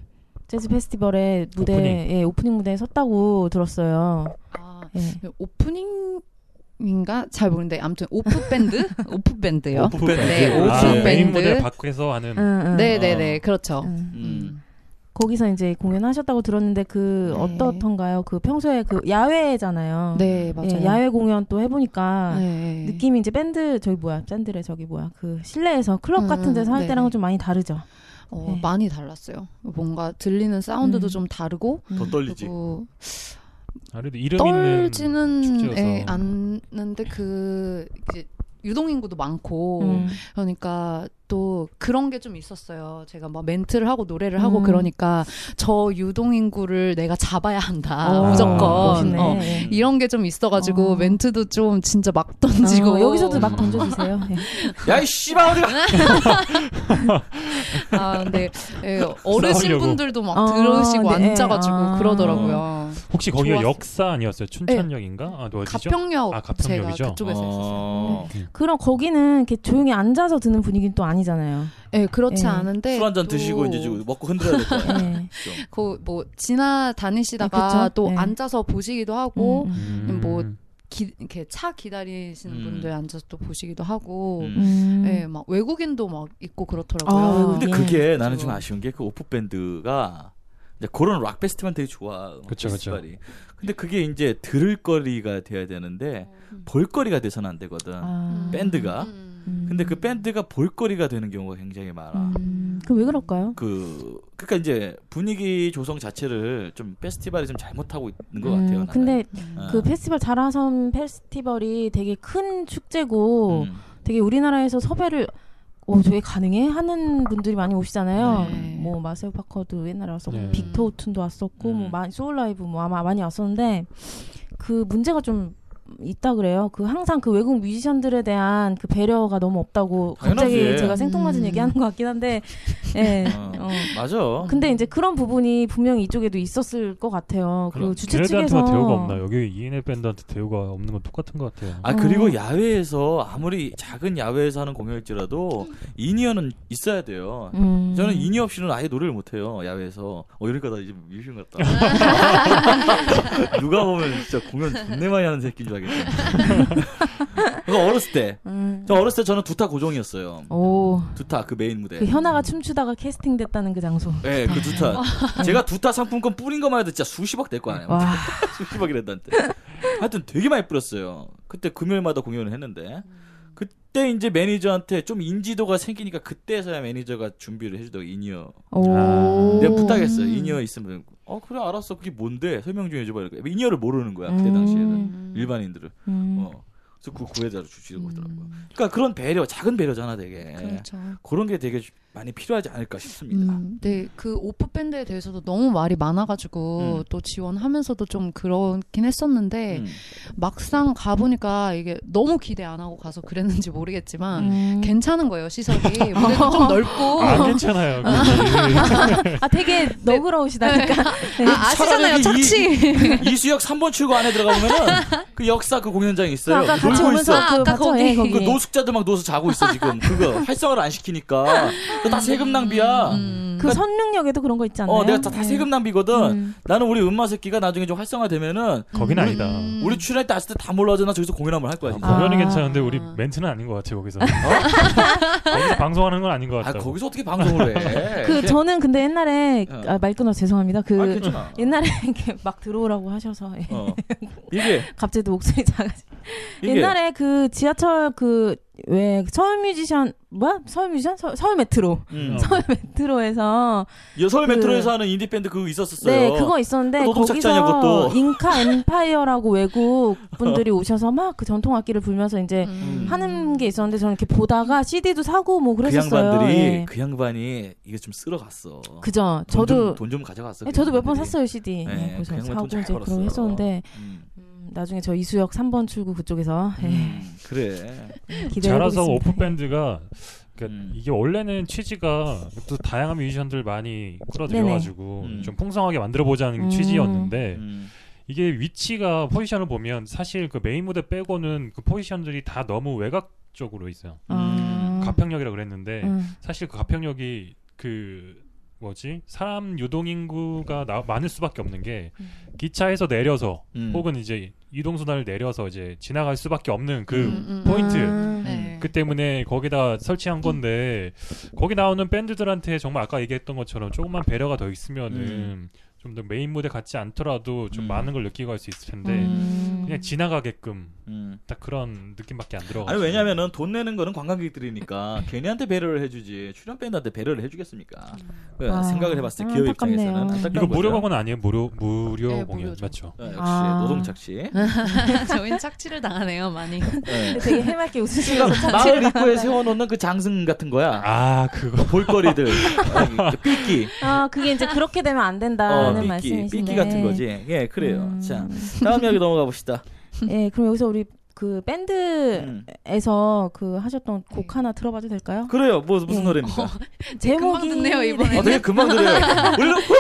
[SPEAKER 3] 재즈 페스티벌에 무대
[SPEAKER 5] 오프닝.
[SPEAKER 3] 예, 오프닝 무대에 섰다고 들었어요.
[SPEAKER 6] 아,
[SPEAKER 3] 예.
[SPEAKER 6] 오프닝인가 잘 모르는데 아무튼 오프 (laughs) 밴드 오프 밴드요.
[SPEAKER 4] 오프 밴드
[SPEAKER 6] 네, 오프
[SPEAKER 5] 아,
[SPEAKER 6] 밴드.
[SPEAKER 5] 메인 무대 밖에서 하는
[SPEAKER 3] 응, 응.
[SPEAKER 6] 네네네 그렇죠.
[SPEAKER 3] 응.
[SPEAKER 4] 아. 음.
[SPEAKER 3] 음, 거기서 이제 공연하셨다고 들었는데 그
[SPEAKER 6] 네.
[SPEAKER 3] 어떻던가요? 그 평소에 그
[SPEAKER 4] 음.
[SPEAKER 3] 야외잖아요.
[SPEAKER 6] 네 맞아요.
[SPEAKER 3] 예, 야외 공연 또 해보니까
[SPEAKER 6] 네.
[SPEAKER 3] 느낌이 이제 밴드 저기 뭐야 밴드래 저기 뭐야 그 실내에서 클럽
[SPEAKER 6] 음,
[SPEAKER 3] 같은 데서 할
[SPEAKER 6] 네.
[SPEAKER 3] 때랑은 좀 많이 다르죠.
[SPEAKER 6] 어,
[SPEAKER 3] 네.
[SPEAKER 6] 많이 달랐어요. 뭔가 들리는 사운드도
[SPEAKER 3] 음.
[SPEAKER 6] 좀 다르고
[SPEAKER 4] 더 떨리지
[SPEAKER 6] 그리고
[SPEAKER 5] 아래도
[SPEAKER 6] 네.
[SPEAKER 5] 이름 있는
[SPEAKER 6] 떨지는
[SPEAKER 5] 축제여서.
[SPEAKER 6] 예, 않는데 그 이제 유동인구도 많고
[SPEAKER 3] 음.
[SPEAKER 6] 그러니까 또 그런 게 좀 있었어요. 제가 막 멘트를 하고 노래를 하고
[SPEAKER 3] 음.
[SPEAKER 6] 그러니까 저 유동인구를 내가 잡아야 한다.
[SPEAKER 3] 어,
[SPEAKER 6] 무조건.
[SPEAKER 3] 멋있네.
[SPEAKER 6] 어,
[SPEAKER 3] 예.
[SPEAKER 6] 이런 게 좀 있어가지고
[SPEAKER 3] 어.
[SPEAKER 6] 멘트도 좀 진짜 막 던지고
[SPEAKER 3] 어, 여기서도 막 던져주세요. 예.
[SPEAKER 4] 야이 씨발 어디가
[SPEAKER 6] 아 근데 (laughs) 예, 어르신
[SPEAKER 5] 싸우려고.
[SPEAKER 6] 분들도 막
[SPEAKER 3] 어,
[SPEAKER 6] 들으시고
[SPEAKER 3] 네,
[SPEAKER 6] 아, 앉아가지고
[SPEAKER 3] 아.
[SPEAKER 6] 그러더라고요.
[SPEAKER 5] 혹시 거기가
[SPEAKER 6] 좋았어요.
[SPEAKER 5] 역사 아니었어요? 춘천역인가? 아,
[SPEAKER 3] 네.
[SPEAKER 5] 어디죠?
[SPEAKER 6] 가평역
[SPEAKER 5] 아,
[SPEAKER 6] 제가
[SPEAKER 5] 가평역이죠?
[SPEAKER 6] 그쪽에서 했었어요.
[SPEAKER 3] 그럼 거기는 이렇게 조용히 앉아서 듣는 분위기는 또 아니잖아요.
[SPEAKER 6] 예, 그렇지
[SPEAKER 3] 예.
[SPEAKER 6] 않은데
[SPEAKER 4] 술 한 잔
[SPEAKER 6] 또
[SPEAKER 4] 드시고 이제 지금 먹고 흔들어야 될 거야
[SPEAKER 6] (laughs)
[SPEAKER 3] 예.
[SPEAKER 4] 좀.
[SPEAKER 6] 그 뭐 지나다니시다가
[SPEAKER 3] 네, 그쵸?
[SPEAKER 6] 또
[SPEAKER 3] 네.
[SPEAKER 6] 앉아서 보시기도 하고
[SPEAKER 3] 음,
[SPEAKER 5] 음.
[SPEAKER 6] 뭐, 기, 이렇게 차 기다리시는
[SPEAKER 4] 음.
[SPEAKER 6] 분들 앉아서 또 보시기도 하고
[SPEAKER 4] 음.
[SPEAKER 3] 음.
[SPEAKER 6] 예, 막 외국인도 막 있고
[SPEAKER 3] 아,
[SPEAKER 6] 그렇더라고요.
[SPEAKER 4] 근데
[SPEAKER 3] 예.
[SPEAKER 4] 그게 나는 좀 아쉬운 게 그 오프 밴드가 이제 그런 락 페스티벌 되게 좋아 음악
[SPEAKER 5] 그쵸, 그쵸.
[SPEAKER 4] 페스티벌이. 근데 그게 이제 들을 거리가 돼야 되는데 볼거리가 돼서는 안 되거든
[SPEAKER 3] 음. 아.
[SPEAKER 4] 그 밴드가
[SPEAKER 6] 음.
[SPEAKER 4] 근데 그 밴드가 볼거리가 되는 경우가 굉장히 많아.
[SPEAKER 3] 음, 그럼 왜 그럴까요?
[SPEAKER 4] 그 그러니까 이제 분위기 조성 자체를 좀 페스티벌이 좀 잘못하고 있는 것 같아요.
[SPEAKER 3] 음,
[SPEAKER 4] 나는.
[SPEAKER 3] 근데
[SPEAKER 4] 어.
[SPEAKER 3] 그 페스티벌 자라섬 페스티벌이 되게 큰 축제고
[SPEAKER 4] 음.
[SPEAKER 3] 되게 우리나라에서 섭외를 어 저게 가능해 하는 분들이 많이 오시잖아요.
[SPEAKER 6] 네.
[SPEAKER 3] 뭐 마세우 파커도 옛날에 왔었고
[SPEAKER 5] 네.
[SPEAKER 3] 빅터 오튼도 왔었고
[SPEAKER 4] 음.
[SPEAKER 3] 뭐 많이 소울 라이브 뭐 아마 많이 왔었는데 그 문제가 좀 있다 그래요. 그 항상 그 외국 뮤지션들에 대한 그 배려가 너무 없다고 갑자기
[SPEAKER 4] 당연하지.
[SPEAKER 3] 제가 생뚱맞은
[SPEAKER 6] 음.
[SPEAKER 3] 얘기하는 것 같긴 한데 예.
[SPEAKER 4] 어.
[SPEAKER 3] 어.
[SPEAKER 4] 맞아.
[SPEAKER 3] 근데 이제 그런 부분이 분명히 이쪽에도 있었을 것 같아요.
[SPEAKER 4] 그럼
[SPEAKER 3] 그 주최 측에서
[SPEAKER 5] 걔네들한테만 대우가 없나? 여기 E&L 밴드한테 대우가 없는 건 똑같은 것 같아요.
[SPEAKER 4] 아 그리고
[SPEAKER 3] 어.
[SPEAKER 4] 야외에서 아무리 작은 야외에서 하는 공연일지라도 인이어는 있어야 돼요.
[SPEAKER 3] 음.
[SPEAKER 4] 저는 인이 없이는 아예 노래를 못해요 야외에서. 어 이러니까 나 이제 뮤지션 같다. 누가 보면 진짜 공연 존내 많이 하는 새끼인 줄 알겠네. 그거 어렸을 때.
[SPEAKER 3] 음.
[SPEAKER 4] 저 어렸을 때 저는 두타 고정이었어요.
[SPEAKER 3] 오.
[SPEAKER 4] 두타 그 메인 무대.
[SPEAKER 3] 그 현아가 춤추다가 캐스팅됐다는 그 장소.
[SPEAKER 4] 예, 그 두타. 제가 두타 상품권 뿌린 것만 해도 진짜 수십억 될 거 아니에요.
[SPEAKER 3] 와.
[SPEAKER 4] (laughs) 수십억이랬다는데. 하여튼 되게 많이 뿌렸어요. 그때 금요일마다 공연을 했는데. 그때 이제 매니저한테 좀 인지도가 생기니까 그때서야 매니저가 준비를 해주더라고 인이어.
[SPEAKER 3] 오.
[SPEAKER 4] 내가 부탁했어요. 인이어 있으면 어 그래 알았어. 그게 뭔데 설명 좀 해줘봐. 이렇게. 인이어를 모르는 거야 그때
[SPEAKER 3] 음.
[SPEAKER 4] 당시에는 일반인들을.
[SPEAKER 3] 음.
[SPEAKER 4] 어. 그래서 그 구애자로 주시고 그러더라고요. 예. 그러니까 그런 배려, 작은 배려잖아 되게.
[SPEAKER 6] 음. 그렇죠.
[SPEAKER 4] 그런 게 되게 많이 필요하지 않을까 싶습니다.
[SPEAKER 6] 음, 네, 그 오프 밴드에 대해서도 너무 말이 많아가지고
[SPEAKER 4] 음.
[SPEAKER 6] 또 지원하면서도 좀 그렇긴 했었는데
[SPEAKER 4] 음.
[SPEAKER 6] 막상 가보니까 이게 너무 기대 안 하고 가서 그랬는지 모르겠지만
[SPEAKER 3] 음.
[SPEAKER 6] 괜찮은 거예요 시설이 무대도 좀
[SPEAKER 3] 어.
[SPEAKER 6] 넓고
[SPEAKER 5] 안 괜찮아요.
[SPEAKER 3] (laughs)
[SPEAKER 5] 그분이.
[SPEAKER 3] 아
[SPEAKER 6] (laughs)
[SPEAKER 3] 되게 너그러우시다니까.
[SPEAKER 6] 네.
[SPEAKER 3] 네.
[SPEAKER 6] 아, 아시잖아요
[SPEAKER 4] 차라리 이-
[SPEAKER 6] 착취
[SPEAKER 4] 이수역 3번 출구 안에 들어가면은 그 역사 그 공연장이 있어요.
[SPEAKER 3] 아까 같이
[SPEAKER 4] 놀고
[SPEAKER 3] 오면서
[SPEAKER 4] 있어.
[SPEAKER 6] 아,
[SPEAKER 3] 그
[SPEAKER 6] 아까
[SPEAKER 3] 봤죠?
[SPEAKER 6] 거기.
[SPEAKER 3] 예,
[SPEAKER 4] 그 노숙자들 막 노서 자고 있어 지금. 그거 활성화를 안 시키니까 그거 다 세금 낭비야.
[SPEAKER 6] 음,
[SPEAKER 3] 그 선릉역에도 그런 거 있지 않나요?
[SPEAKER 4] 어, 내가 다, 다
[SPEAKER 3] 예.
[SPEAKER 4] 세금 낭비거든.
[SPEAKER 3] 음.
[SPEAKER 4] 나는 우리 음마 새끼가 나중에 좀 활성화 되면은
[SPEAKER 5] 거긴 아니다.
[SPEAKER 6] 음.
[SPEAKER 3] 음.
[SPEAKER 4] 우리 출연할 때 아실 때 다 몰라도 나 저기서 공연 한번 할 거야. 진짜.
[SPEAKER 3] 아.
[SPEAKER 5] 공연은 괜찮은데 우리 멘트는 아닌 것 같아요 거기서. 어? 거기서 방송하는 건 아닌 것
[SPEAKER 4] 아,
[SPEAKER 5] 같다. 고
[SPEAKER 4] 거기서 어떻게 방송을
[SPEAKER 3] (laughs)
[SPEAKER 4] 해?
[SPEAKER 3] 그 저는 근데 옛날에
[SPEAKER 4] 네. 어.
[SPEAKER 3] 아, 말 끊어 죄송합니다. 그
[SPEAKER 4] 아, 괜찮아.
[SPEAKER 3] 옛날에 (laughs) 이렇게 막 들어오라고 하셔서 예.
[SPEAKER 4] 어. 이게
[SPEAKER 3] 갑자기 또 목소리 작아지.
[SPEAKER 4] 이게
[SPEAKER 3] 옛날에 그 지하철 그 왜 서울 뮤지션 뭐야? 서울 뮤지션 서, 서울 메트로 (laughs)
[SPEAKER 4] 음.
[SPEAKER 3] 서울 메트로에서
[SPEAKER 4] 여설
[SPEAKER 3] 그-
[SPEAKER 4] 메트로에서 하는 인디 밴드 그거 있었었어요.
[SPEAKER 3] 네 그거 있었는데
[SPEAKER 4] 노동 작전이야,
[SPEAKER 3] 거기서
[SPEAKER 4] 그것도. (laughs)
[SPEAKER 3] 잉카 엠파이어라고 외국 분들이 오셔서 막 그 전통 악기를 불면서
[SPEAKER 6] 네.
[SPEAKER 3] 이제
[SPEAKER 4] 음.
[SPEAKER 3] 하는 게 있었는데 저는 이렇게 보다가 CD도 사고 뭐
[SPEAKER 4] 그
[SPEAKER 3] 그랬었어요.
[SPEAKER 4] 양반들이
[SPEAKER 3] 예.
[SPEAKER 4] 그 양반이 이게 좀 쓸어갔어.
[SPEAKER 3] 그죠.
[SPEAKER 4] 돈 좀-
[SPEAKER 3] 저도
[SPEAKER 4] 돈 좀 가져갔어.
[SPEAKER 3] 예, 저도 몇 번
[SPEAKER 4] 그분들이.
[SPEAKER 3] 샀어요 CD.
[SPEAKER 4] 네,
[SPEAKER 3] 예, 그래서
[SPEAKER 4] 그 양반
[SPEAKER 3] 사고
[SPEAKER 4] 돈잘
[SPEAKER 3] 이제 그러고
[SPEAKER 4] 벌었어.
[SPEAKER 3] 했었는데
[SPEAKER 4] 음.
[SPEAKER 3] 음, 나중에 저 이수역 3번 출구 그쪽에서 예,
[SPEAKER 4] 음, 그래.
[SPEAKER 3] 기대해
[SPEAKER 5] 자라서
[SPEAKER 3] 보겠습니다.
[SPEAKER 5] 오프 밴드가 그러니까
[SPEAKER 4] 음.
[SPEAKER 5] 이게 원래는 취지가 또 다양한 뮤지션들 많이 끌어들여가지고
[SPEAKER 4] 네네. 음.
[SPEAKER 5] 좀 풍성하게 만들어 보자는
[SPEAKER 3] 음.
[SPEAKER 5] 취지였는데
[SPEAKER 4] 음.
[SPEAKER 5] 이게 위치가 포지션을 보면 사실 그 메인 무대 빼고는 그 포지션들이 다 너무 외곽 쪽으로 있어요.
[SPEAKER 3] 아,
[SPEAKER 5] 가평역이라 그랬는데
[SPEAKER 3] 음.
[SPEAKER 5] 사실 그 가평역이 그 뭐지 사람 유동 인구가 나- 많을 수밖에 없는 게
[SPEAKER 6] 음.
[SPEAKER 5] 기차에서 내려서
[SPEAKER 4] 음.
[SPEAKER 5] 혹은 이제 이동 수단을 내려서 이제 지나갈 수밖에 없는 그
[SPEAKER 6] 음, 음.
[SPEAKER 5] 포인트
[SPEAKER 3] 아,
[SPEAKER 6] 네.
[SPEAKER 5] 그 때문에 거기다 설치한 건데 거기 나오는 밴드들한테 정말 아까 얘기했던 것처럼 조금만 배려가 더 있으면은
[SPEAKER 4] 음.
[SPEAKER 5] 좀 더 메인 무대 같지 않더라도 좀
[SPEAKER 4] 음.
[SPEAKER 5] 많은 걸 느끼고 할 수 있을 텐데
[SPEAKER 3] 음.
[SPEAKER 5] 네. 그냥 지나가게끔
[SPEAKER 4] 음.
[SPEAKER 5] 딱 그런 느낌밖에 안 들어.
[SPEAKER 4] 아니 왜냐면은 돈 내는 거는 관광객들이니까 걔네한테 배려를 해주지 출연 밴드한테 배려를 해주겠습니까? 그
[SPEAKER 3] 와,
[SPEAKER 4] 생각을 해봤을 때
[SPEAKER 3] 아,
[SPEAKER 4] 기업
[SPEAKER 3] 안타깝네요.
[SPEAKER 4] 입장에서는 안타까운
[SPEAKER 5] 이거 무료
[SPEAKER 4] 거죠.
[SPEAKER 5] 공연 아니에요? 무료 무료
[SPEAKER 6] 네,
[SPEAKER 5] 공연
[SPEAKER 6] 무료죠.
[SPEAKER 5] 맞죠?
[SPEAKER 4] 어, 역시
[SPEAKER 3] 아. (laughs)
[SPEAKER 4] 노동착취.
[SPEAKER 6] (laughs) 저희는 착취를 당하네요 많이
[SPEAKER 4] 네.
[SPEAKER 3] 되게 해맑게 웃으시면서
[SPEAKER 4] 그러니까 마을 입구에 세워놓는 그 장승 같은 거야.
[SPEAKER 5] 아 그거
[SPEAKER 4] 볼거리들, 어, 그 삐끼,
[SPEAKER 3] 아 그게 이제 그렇게 되면 안
[SPEAKER 4] 어,
[SPEAKER 3] 된다는
[SPEAKER 4] 삐끼,
[SPEAKER 3] 아, 말씀이신데
[SPEAKER 4] 삐끼 같은 거지. 예, 그래요.
[SPEAKER 3] 음.
[SPEAKER 4] 자, 다음 이야기 넘어가 봅시다.
[SPEAKER 6] 음.
[SPEAKER 3] 예 그럼 여기서 우리 그 밴드에서
[SPEAKER 4] 음.
[SPEAKER 3] 그 하셨던 곡 하나 들어봐도 될까요?
[SPEAKER 4] 그래요. 뭐 무슨
[SPEAKER 3] 예.
[SPEAKER 4] 노래입니까?
[SPEAKER 3] 제목이
[SPEAKER 6] 네. 듣네요, 이번에.
[SPEAKER 4] 어, 되게 금방
[SPEAKER 3] (laughs)
[SPEAKER 4] 들어요. 우리는 훅훅훅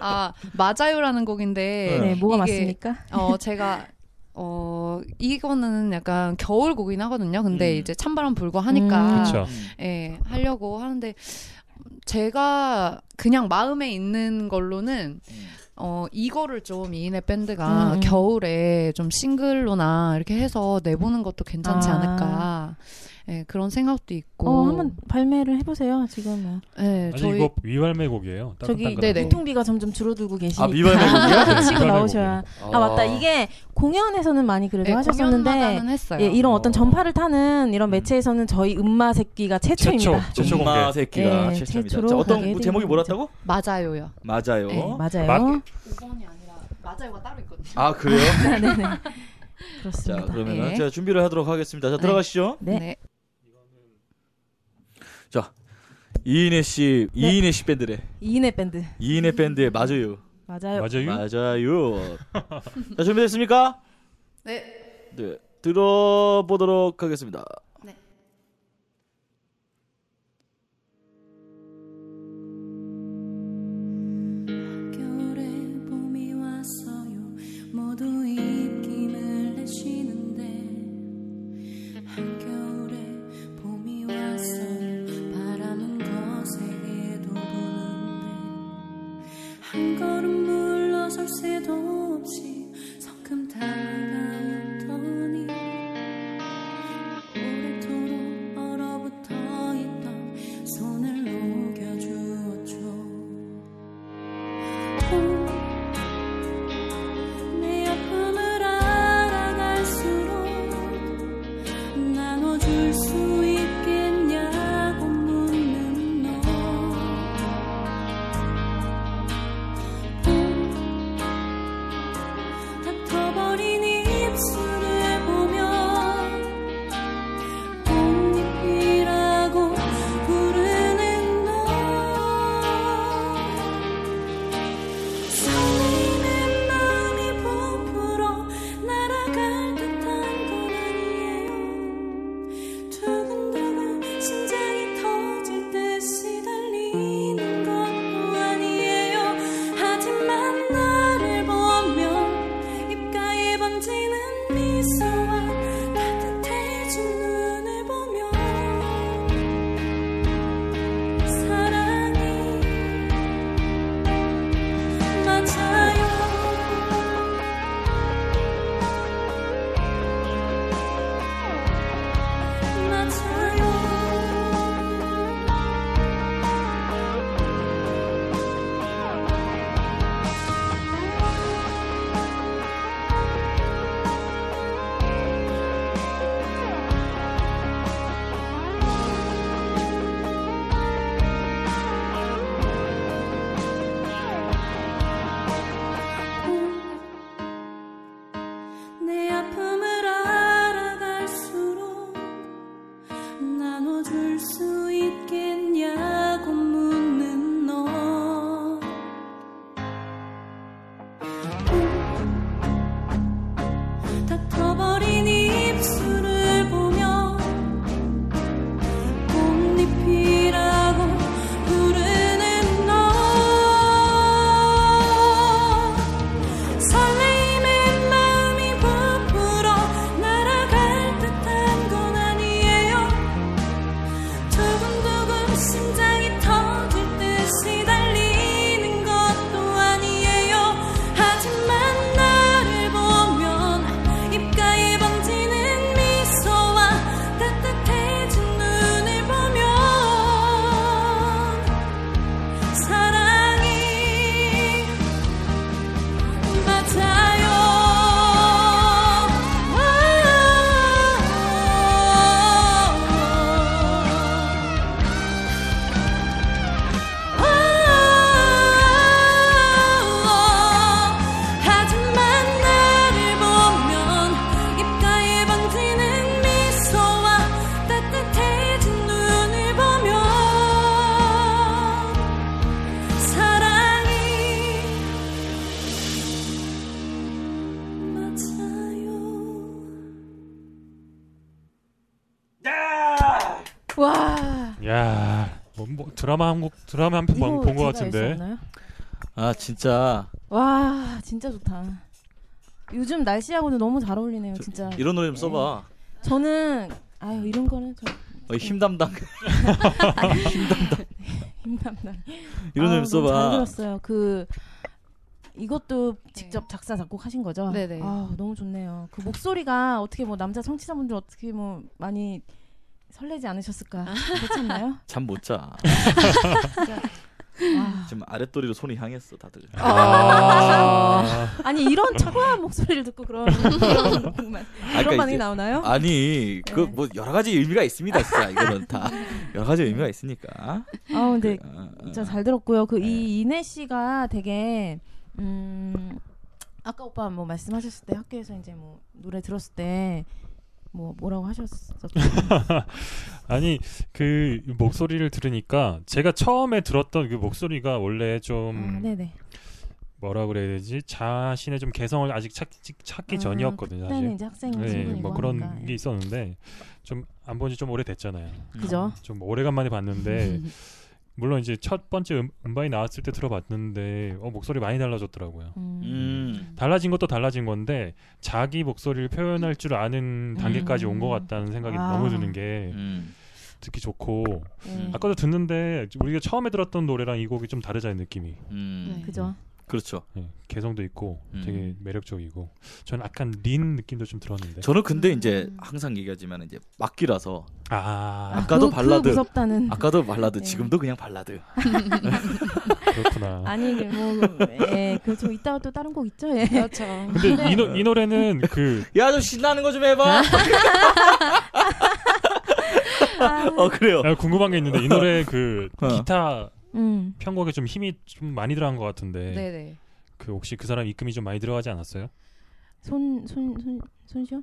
[SPEAKER 6] 아 맞아요라는 곡인데
[SPEAKER 3] 네 뭐가
[SPEAKER 6] 이게
[SPEAKER 3] 맞습니까?
[SPEAKER 6] 어 제가 어 이거는 약간 겨울 곡이긴 하거든요. 근데
[SPEAKER 4] 음.
[SPEAKER 6] 이제 찬바람 불고
[SPEAKER 3] 음.
[SPEAKER 6] 하니까
[SPEAKER 5] 그쵸.
[SPEAKER 6] 예 하려고 하는데 제가 그냥 마음에 있는 걸로는
[SPEAKER 4] 음.
[SPEAKER 6] 어 이거를 좀 이인의 밴드가
[SPEAKER 3] 음.
[SPEAKER 6] 겨울에 좀 싱글로나 이렇게 해서 내보는 것도 괜찮지
[SPEAKER 3] 아.
[SPEAKER 6] 않을까 예 그런 생각도 있고
[SPEAKER 3] 어 한번 발매를 해보세요 지금 뭐.
[SPEAKER 6] 예
[SPEAKER 5] 아니
[SPEAKER 6] 저희
[SPEAKER 5] 이거 위발매 곡이에요.
[SPEAKER 3] 저기
[SPEAKER 5] 따끈따끈하고.
[SPEAKER 6] 네네.
[SPEAKER 3] 유통비가 점점 줄어들고 계시니까 네,
[SPEAKER 4] 아,
[SPEAKER 3] (laughs) 치고
[SPEAKER 4] 미발매곡이야?
[SPEAKER 5] 미발매곡이요?
[SPEAKER 3] 나오셔야 아 맞다 이게 공연에서는 많이 그래도
[SPEAKER 6] 예,
[SPEAKER 3] 하셨었는데
[SPEAKER 6] 공연마다는 했어요.
[SPEAKER 3] 예, 이런
[SPEAKER 4] 어.
[SPEAKER 3] 어떤 전파를 타는 이런
[SPEAKER 4] 음.
[SPEAKER 3] 매체에서는 저희 음마 새끼가 최초입니다.
[SPEAKER 5] 최초.
[SPEAKER 4] 정
[SPEAKER 5] 공개.
[SPEAKER 4] 마 아, 새끼가
[SPEAKER 3] 예,
[SPEAKER 4] 최초입니다.
[SPEAKER 3] 최초로
[SPEAKER 4] 자, 어떤
[SPEAKER 3] 가게
[SPEAKER 4] 뭐
[SPEAKER 3] 된 거죠.
[SPEAKER 4] 제목이
[SPEAKER 3] 예,
[SPEAKER 4] 뭐랬다고?
[SPEAKER 6] 맞아요요.
[SPEAKER 4] 맞아요.
[SPEAKER 6] 네,
[SPEAKER 3] 맞아요. (laughs)
[SPEAKER 5] 맞-
[SPEAKER 6] 5번이 아니라 맞아요가 따로 있거든요.
[SPEAKER 4] 아 그래요?
[SPEAKER 3] 네네.
[SPEAKER 4] 자
[SPEAKER 3] 그렇습니다. 예.
[SPEAKER 4] 그러면
[SPEAKER 6] 네.
[SPEAKER 4] 은 제가 준비를 하도록 하겠습니다. 자
[SPEAKER 6] 네.
[SPEAKER 4] 들어가시죠.
[SPEAKER 3] 네.
[SPEAKER 4] 이인혜 씨,
[SPEAKER 3] 네.
[SPEAKER 4] 이인혜 씨 밴드래.
[SPEAKER 3] 이인의 밴드
[SPEAKER 4] 이인혜 밴드의 맞아요.
[SPEAKER 3] 맞아요.
[SPEAKER 5] 맞아요.
[SPEAKER 4] (laughs) 맞아요. 자 준비됐습니까?
[SPEAKER 6] 네.
[SPEAKER 4] 네 들어보도록 하겠습니다.
[SPEAKER 6] 네.
[SPEAKER 3] 한 걸음 물러설 새도 없이 성큼 다가오더니 오랫도록 얼어붙어 있던 손을 녹여주었죠 통, 내 아픔을 알아갈수록 나눠줄 수 있겠냐고 묻는 너 봄, 닥터버린 입술을 보면 꽃잎이라고 부르는 너 설레는 마음이 부풀어 날아갈 듯한 건 아니에요 두근두근 심장이 터질 듯이 달리는 것도 아니에요 하지만 나를 보면 입가에 번지는 미소와 따뜻해진 눈을 보면 사랑이 맞아요 맞아요 내 아픔을 알아갈수록 나눠줄 수 있겠냐고 묻는 너 닥터버린 입술을 보며 꽃잎이라고 부르는 너 설레임의 마음이 부풀어 날아갈 듯한 건 아니에요 두근두근 심장이 터질 듯이 달리는 것도 아니에요 하지만 나를 보면 입가에 번지는 미소와 따뜻해진 눈을 보면 사랑이 맞아요. 하지만 나를 보면 입가에 번지는 미소와 따뜻해진 눈을 보면 사랑이 맞아요.
[SPEAKER 10] 와.
[SPEAKER 5] 야, 뭐, 뭐 드라마 한곡 드라마 한 편 본 것 같은데.
[SPEAKER 4] 아 진짜
[SPEAKER 6] 와 진짜 좋다. 요즘 날씨하고는 너무 잘 어울리네요,
[SPEAKER 4] 저-
[SPEAKER 6] 진짜.
[SPEAKER 4] 이런 노래 좀 써봐.
[SPEAKER 6] 저는 아유 이런 거는 저
[SPEAKER 4] 어, 힘 담당 (laughs)
[SPEAKER 6] 힘담다.
[SPEAKER 4] 이런 노래 좀
[SPEAKER 6] 아, 잘
[SPEAKER 4] 써봐.
[SPEAKER 6] 들었어요. 그 이것도 직접 작사 작곡하신 거죠?
[SPEAKER 10] 네. 네네.
[SPEAKER 6] 아 너무 좋네요. 그 목소리가 어떻게 뭐 남자 청취자분들 어떻게 뭐 많이 설레지 않으셨을까?
[SPEAKER 10] 아.
[SPEAKER 6] 괜찮나요?
[SPEAKER 4] 잠 못 자.
[SPEAKER 6] 와.
[SPEAKER 4] 지금 아랫도리로 손이 향했어 다들.
[SPEAKER 3] (laughs)
[SPEAKER 5] 아,
[SPEAKER 6] 아니 이런 차가운 목소리를 듣고 그런 (laughs) 그런 말- 그런 반응이
[SPEAKER 4] 그러니까 이제-
[SPEAKER 6] 나오나요?
[SPEAKER 4] 아니 그
[SPEAKER 6] 네.
[SPEAKER 4] 뭐 여러 가지 의미가 있습니다 진짜 이거는
[SPEAKER 6] (laughs)
[SPEAKER 4] 다 여러 가지 의미가 있으니까.
[SPEAKER 6] 아 근데
[SPEAKER 4] 어, 어.
[SPEAKER 6] 진짜 잘 들었고요. 그 이
[SPEAKER 4] 네.
[SPEAKER 6] 이내 씨가 되게 음 아까 오빠 뭐 말씀하셨을 때 학교에서 이제 뭐 노래 들었을 때 뭐 뭐라고 하셨었죠?
[SPEAKER 5] 아니 그 목소리를 들으니까 제가 처음에 들었던 그 목소리가 원래 좀
[SPEAKER 6] 아, 네네.
[SPEAKER 5] 뭐라 그래야 되지 자신의 좀 개성을 아직 찾, 찾기
[SPEAKER 6] 아,
[SPEAKER 5] 전이었거든요.
[SPEAKER 6] 그때는
[SPEAKER 5] 사실.
[SPEAKER 6] 이제 학생인
[SPEAKER 5] 네,
[SPEAKER 6] 친구니까. 그러니까.
[SPEAKER 5] 뭐 그런 게 있었는데 좀 안 본 지 좀 오래됐잖아요.
[SPEAKER 4] 어.
[SPEAKER 6] 그죠?
[SPEAKER 5] 좀 오래간만에 봤는데 물론 이제 첫 번째 음, 음반이 나왔을 때 들어봤는데 어, 목소리 많이 달라졌더라고요.
[SPEAKER 4] 음.
[SPEAKER 5] 달라진 것도 달라진 건데 자기 목소리를 표현할 줄 아는 단계까지 온 것 같다는 생각이
[SPEAKER 6] 음. 아.
[SPEAKER 5] 너무 드는 게
[SPEAKER 4] 음.
[SPEAKER 5] 듣기 좋고
[SPEAKER 6] 네.
[SPEAKER 3] 음.
[SPEAKER 5] 아까도 듣는데 우리가 처음에 들었던 노래랑 이 곡이 좀 다르잖아요 느낌이
[SPEAKER 4] 음,
[SPEAKER 6] 네.
[SPEAKER 3] 그죠.
[SPEAKER 4] 그렇죠.
[SPEAKER 5] 예, 개성도 있고
[SPEAKER 4] 음.
[SPEAKER 5] 되게 매력적이고 저는 약간 린 느낌도 좀 들었는데
[SPEAKER 4] 저는 근데
[SPEAKER 6] 음.
[SPEAKER 4] 이제 항상 얘기하지만 이제 막기라서
[SPEAKER 5] 아
[SPEAKER 4] 아까도
[SPEAKER 3] 그- 그
[SPEAKER 4] 발라드.
[SPEAKER 3] 무섭다는.
[SPEAKER 4] 아까도 발라드,
[SPEAKER 3] 네.
[SPEAKER 4] 지금도 그냥 발라드.
[SPEAKER 5] 그렇구나
[SPEAKER 6] (laughs)
[SPEAKER 3] 아니 이게 뭐 예, 그좀 이따가 또 다른 곡 있죠. 예.
[SPEAKER 6] (laughs) 그렇죠.
[SPEAKER 5] 근데 이, 노, 이 노래는 그
[SPEAKER 4] 야 좀 신나는 거 좀 해봐. (laughs) 어 그래요.
[SPEAKER 5] 아, 궁금한 게 있는데 이
[SPEAKER 4] (laughs)
[SPEAKER 5] 노래 그
[SPEAKER 4] 어.
[SPEAKER 5] 기타
[SPEAKER 3] 음.
[SPEAKER 5] 편곡에 좀 힘이 좀 많이 들어간 것 같은데
[SPEAKER 6] 네네.
[SPEAKER 5] 그 혹시 그 사람 입금이 좀 많이 들어가지 않았어요?
[SPEAKER 3] 손손손 손시온.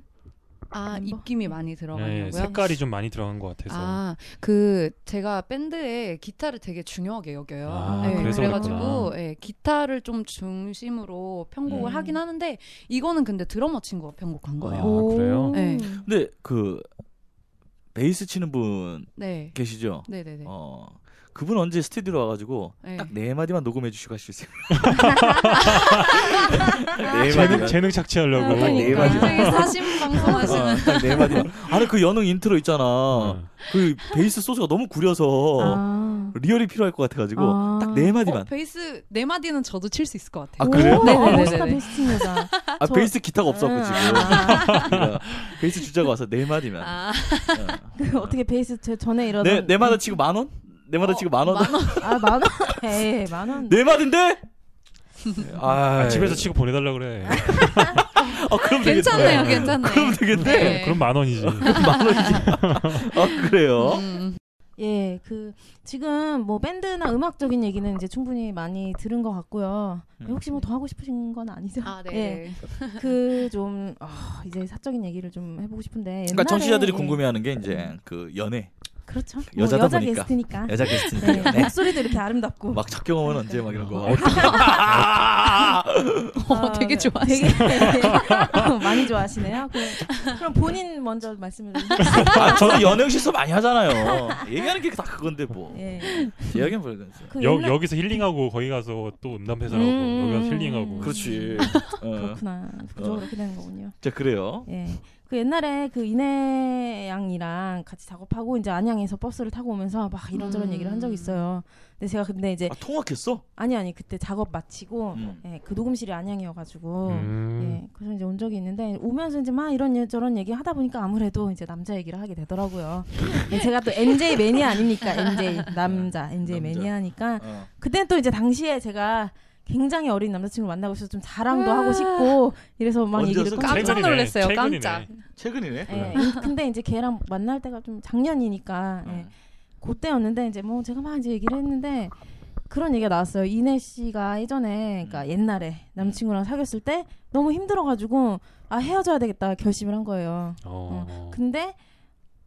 [SPEAKER 6] 아
[SPEAKER 3] 멤버?
[SPEAKER 6] 입김이 많이
[SPEAKER 5] 네,
[SPEAKER 6] 들어가냐고요?
[SPEAKER 5] 색깔이 좀 많이 들어간 것 같아서
[SPEAKER 6] 아, 그 제가 밴드에 기타를 되게 중요하게 여겨요.
[SPEAKER 5] 아,
[SPEAKER 3] 그래서
[SPEAKER 6] 래가지고
[SPEAKER 5] 그렇구나.
[SPEAKER 6] 예, 기타를 좀 중심으로 편곡을
[SPEAKER 3] 음.
[SPEAKER 6] 하긴 하는데 이거는 근데 드러머 친구가 편곡한 거예요.
[SPEAKER 5] 아, 그래요?
[SPEAKER 6] 네.
[SPEAKER 4] 근데 그 베이스 치는 분
[SPEAKER 6] 네.
[SPEAKER 4] 계시죠?
[SPEAKER 6] 네, 네, 네.
[SPEAKER 4] 어 그분 언제 스튜디오로 와가지고
[SPEAKER 6] 네.
[SPEAKER 4] 딱 네 마디만 녹음해 주시고 하시겠어요? 네
[SPEAKER 5] 재능,
[SPEAKER 4] 마디만.
[SPEAKER 5] 재능 착취하려고
[SPEAKER 6] 그러니까.
[SPEAKER 4] 딱 네 마디.
[SPEAKER 6] 굉장히 사심 방송하시는
[SPEAKER 4] 어, 딱네 마디만. 아니 그 연흥 인트로 있잖아.
[SPEAKER 5] 네.
[SPEAKER 4] 그 베이스 소스가 너무 구려서
[SPEAKER 3] 아.
[SPEAKER 4] 리얼이 필요할 것 같아가지고
[SPEAKER 3] 아.
[SPEAKER 4] 딱 네
[SPEAKER 6] 어,
[SPEAKER 4] 마디만.
[SPEAKER 6] 베이스 네 마디는 저도 칠 수 있을 것
[SPEAKER 4] 아,
[SPEAKER 6] 같아요.
[SPEAKER 4] 그래요?
[SPEAKER 3] 오,
[SPEAKER 6] 네네네네.
[SPEAKER 3] 아, 멋있다 베스팅 여자.
[SPEAKER 4] 아
[SPEAKER 3] 저-
[SPEAKER 4] 베이스 기타가 없었고
[SPEAKER 3] 음,
[SPEAKER 4] 지금
[SPEAKER 3] 아,
[SPEAKER 4] 우리가 베이스 주자가 와서 네 마디만.
[SPEAKER 6] 아,
[SPEAKER 4] 어.
[SPEAKER 3] 그 (laughs) 어떻게 베이스 제 전에 이러던.
[SPEAKER 4] 네 네마다 치고 만 원? 네마다
[SPEAKER 6] 음. 어,
[SPEAKER 4] 치고 만 원?
[SPEAKER 6] 만 원.
[SPEAKER 3] 아만 원. (laughs) 에이 만 원.
[SPEAKER 4] 네 마디인데? 아,
[SPEAKER 5] 아, 집에서 치고 보내달라 그래
[SPEAKER 4] 네. 어, 그럼 되겠다.
[SPEAKER 6] 괜찮네요, 괜찮네요.
[SPEAKER 4] 그럼 되겠네.
[SPEAKER 5] (laughs)
[SPEAKER 6] 네.
[SPEAKER 5] 그럼 만 원이지
[SPEAKER 4] (laughs) 만 원이지. 아 그래요?
[SPEAKER 6] 음,
[SPEAKER 3] 예, 그 지금 뭐 밴드나 음악적인 얘기는 이제 충분히 많이 들은 것 같고요.
[SPEAKER 4] 음.
[SPEAKER 3] 혹시 뭐 더 하고 싶으신 건 아니죠?
[SPEAKER 6] 아, 네.
[SPEAKER 3] 예,
[SPEAKER 6] 네.
[SPEAKER 3] 그좀 아, 이제 사적인 얘기를 좀 해보고 싶은데.
[SPEAKER 4] 그러니까
[SPEAKER 3] 옛날에-
[SPEAKER 4] 청취자들이
[SPEAKER 6] 네.
[SPEAKER 3] 예,
[SPEAKER 4] 궁금해하는 게 이제 그 연애
[SPEAKER 3] 그렇죠. 여자
[SPEAKER 4] 여자다
[SPEAKER 3] 여자
[SPEAKER 4] 보니까.
[SPEAKER 3] 게스트니까.
[SPEAKER 4] 여자 게스트니까
[SPEAKER 3] 네,
[SPEAKER 6] (laughs)
[SPEAKER 4] 연애
[SPEAKER 3] 목소리도 이렇게 아름답고.
[SPEAKER 4] 막 작경하면 언제 막 이런 거.
[SPEAKER 6] 어, 되게 좋아하시네.
[SPEAKER 3] 되게 (laughs) 어, 많이 좋아하시네요. 그, 그럼 본인 먼저 말씀을 좀 해주세요.
[SPEAKER 4] (laughs) 아, 저는 연애 실수 많이 하잖아요. 얘기하는 게 다 그건데 뭐.
[SPEAKER 6] 네.
[SPEAKER 3] 예.
[SPEAKER 4] 제 이야기는 별로였어요.
[SPEAKER 3] 그
[SPEAKER 5] 여,
[SPEAKER 3] 옛날-
[SPEAKER 5] 여기서 힐링하고 거기 가서 또 음담회사라고
[SPEAKER 3] 음,
[SPEAKER 5] 여기 가서
[SPEAKER 3] 음,
[SPEAKER 5] 힐링하고
[SPEAKER 4] 그렇지. 어.
[SPEAKER 3] 그렇구나. 구조가 그렇게 되는 거군요.
[SPEAKER 4] 자 그래요.
[SPEAKER 3] 예. 그 옛날에 그 이내 양이랑 같이 작업하고 이제 안양에서 버스를 타고 오면서 막 이런저런
[SPEAKER 6] 음.
[SPEAKER 3] 얘기를 한 적이 있어요. 근데 제가 근데
[SPEAKER 6] 네.
[SPEAKER 3] 이제
[SPEAKER 4] 아 통학했어?
[SPEAKER 3] 아니 아니 그때 작업 마치고
[SPEAKER 4] 음.
[SPEAKER 3] 예, 그 녹음실이 안양이어가지고
[SPEAKER 5] 음.
[SPEAKER 3] 예, 그래서 이제 온 적이 있는데 오면서 이제 막 이런 여- 저런 얘기 하다 보니까 아무래도 이제 남자 얘기를 하게 되더라고요. 예, 제가 또 NJ 매니아 아닙니까? NJ 남자 NJ
[SPEAKER 4] 남자.
[SPEAKER 3] 매니아니까
[SPEAKER 4] 어.
[SPEAKER 3] 그때 또 이제 당시에 제가 굉장히 어린 남자친구 만나고 있어서 좀 자랑도 하고 싶고 이래서 막
[SPEAKER 4] 언제였어?
[SPEAKER 3] 얘기를 꺼내고
[SPEAKER 6] 깜짝
[SPEAKER 5] 최근이네,
[SPEAKER 6] 놀랐어요.
[SPEAKER 5] 최근이네.
[SPEAKER 6] 깜짝.
[SPEAKER 4] 최근이네.
[SPEAKER 3] 예, 이- 근데 이제 걔랑 만날 때가 좀 작년이니까 예,
[SPEAKER 4] 음.
[SPEAKER 3] 그때였는데 이제 뭐 제가 막 이제 얘기를 했는데 그런 얘기가 나왔어요. 이내 씨가 예전에
[SPEAKER 4] 음.
[SPEAKER 3] 그러니까 옛날에 남친구랑 사귀었을 때 너무 힘들어가지고 아 헤어져야 되겠다 결심을 한 거예요.
[SPEAKER 5] 어.
[SPEAKER 3] 근데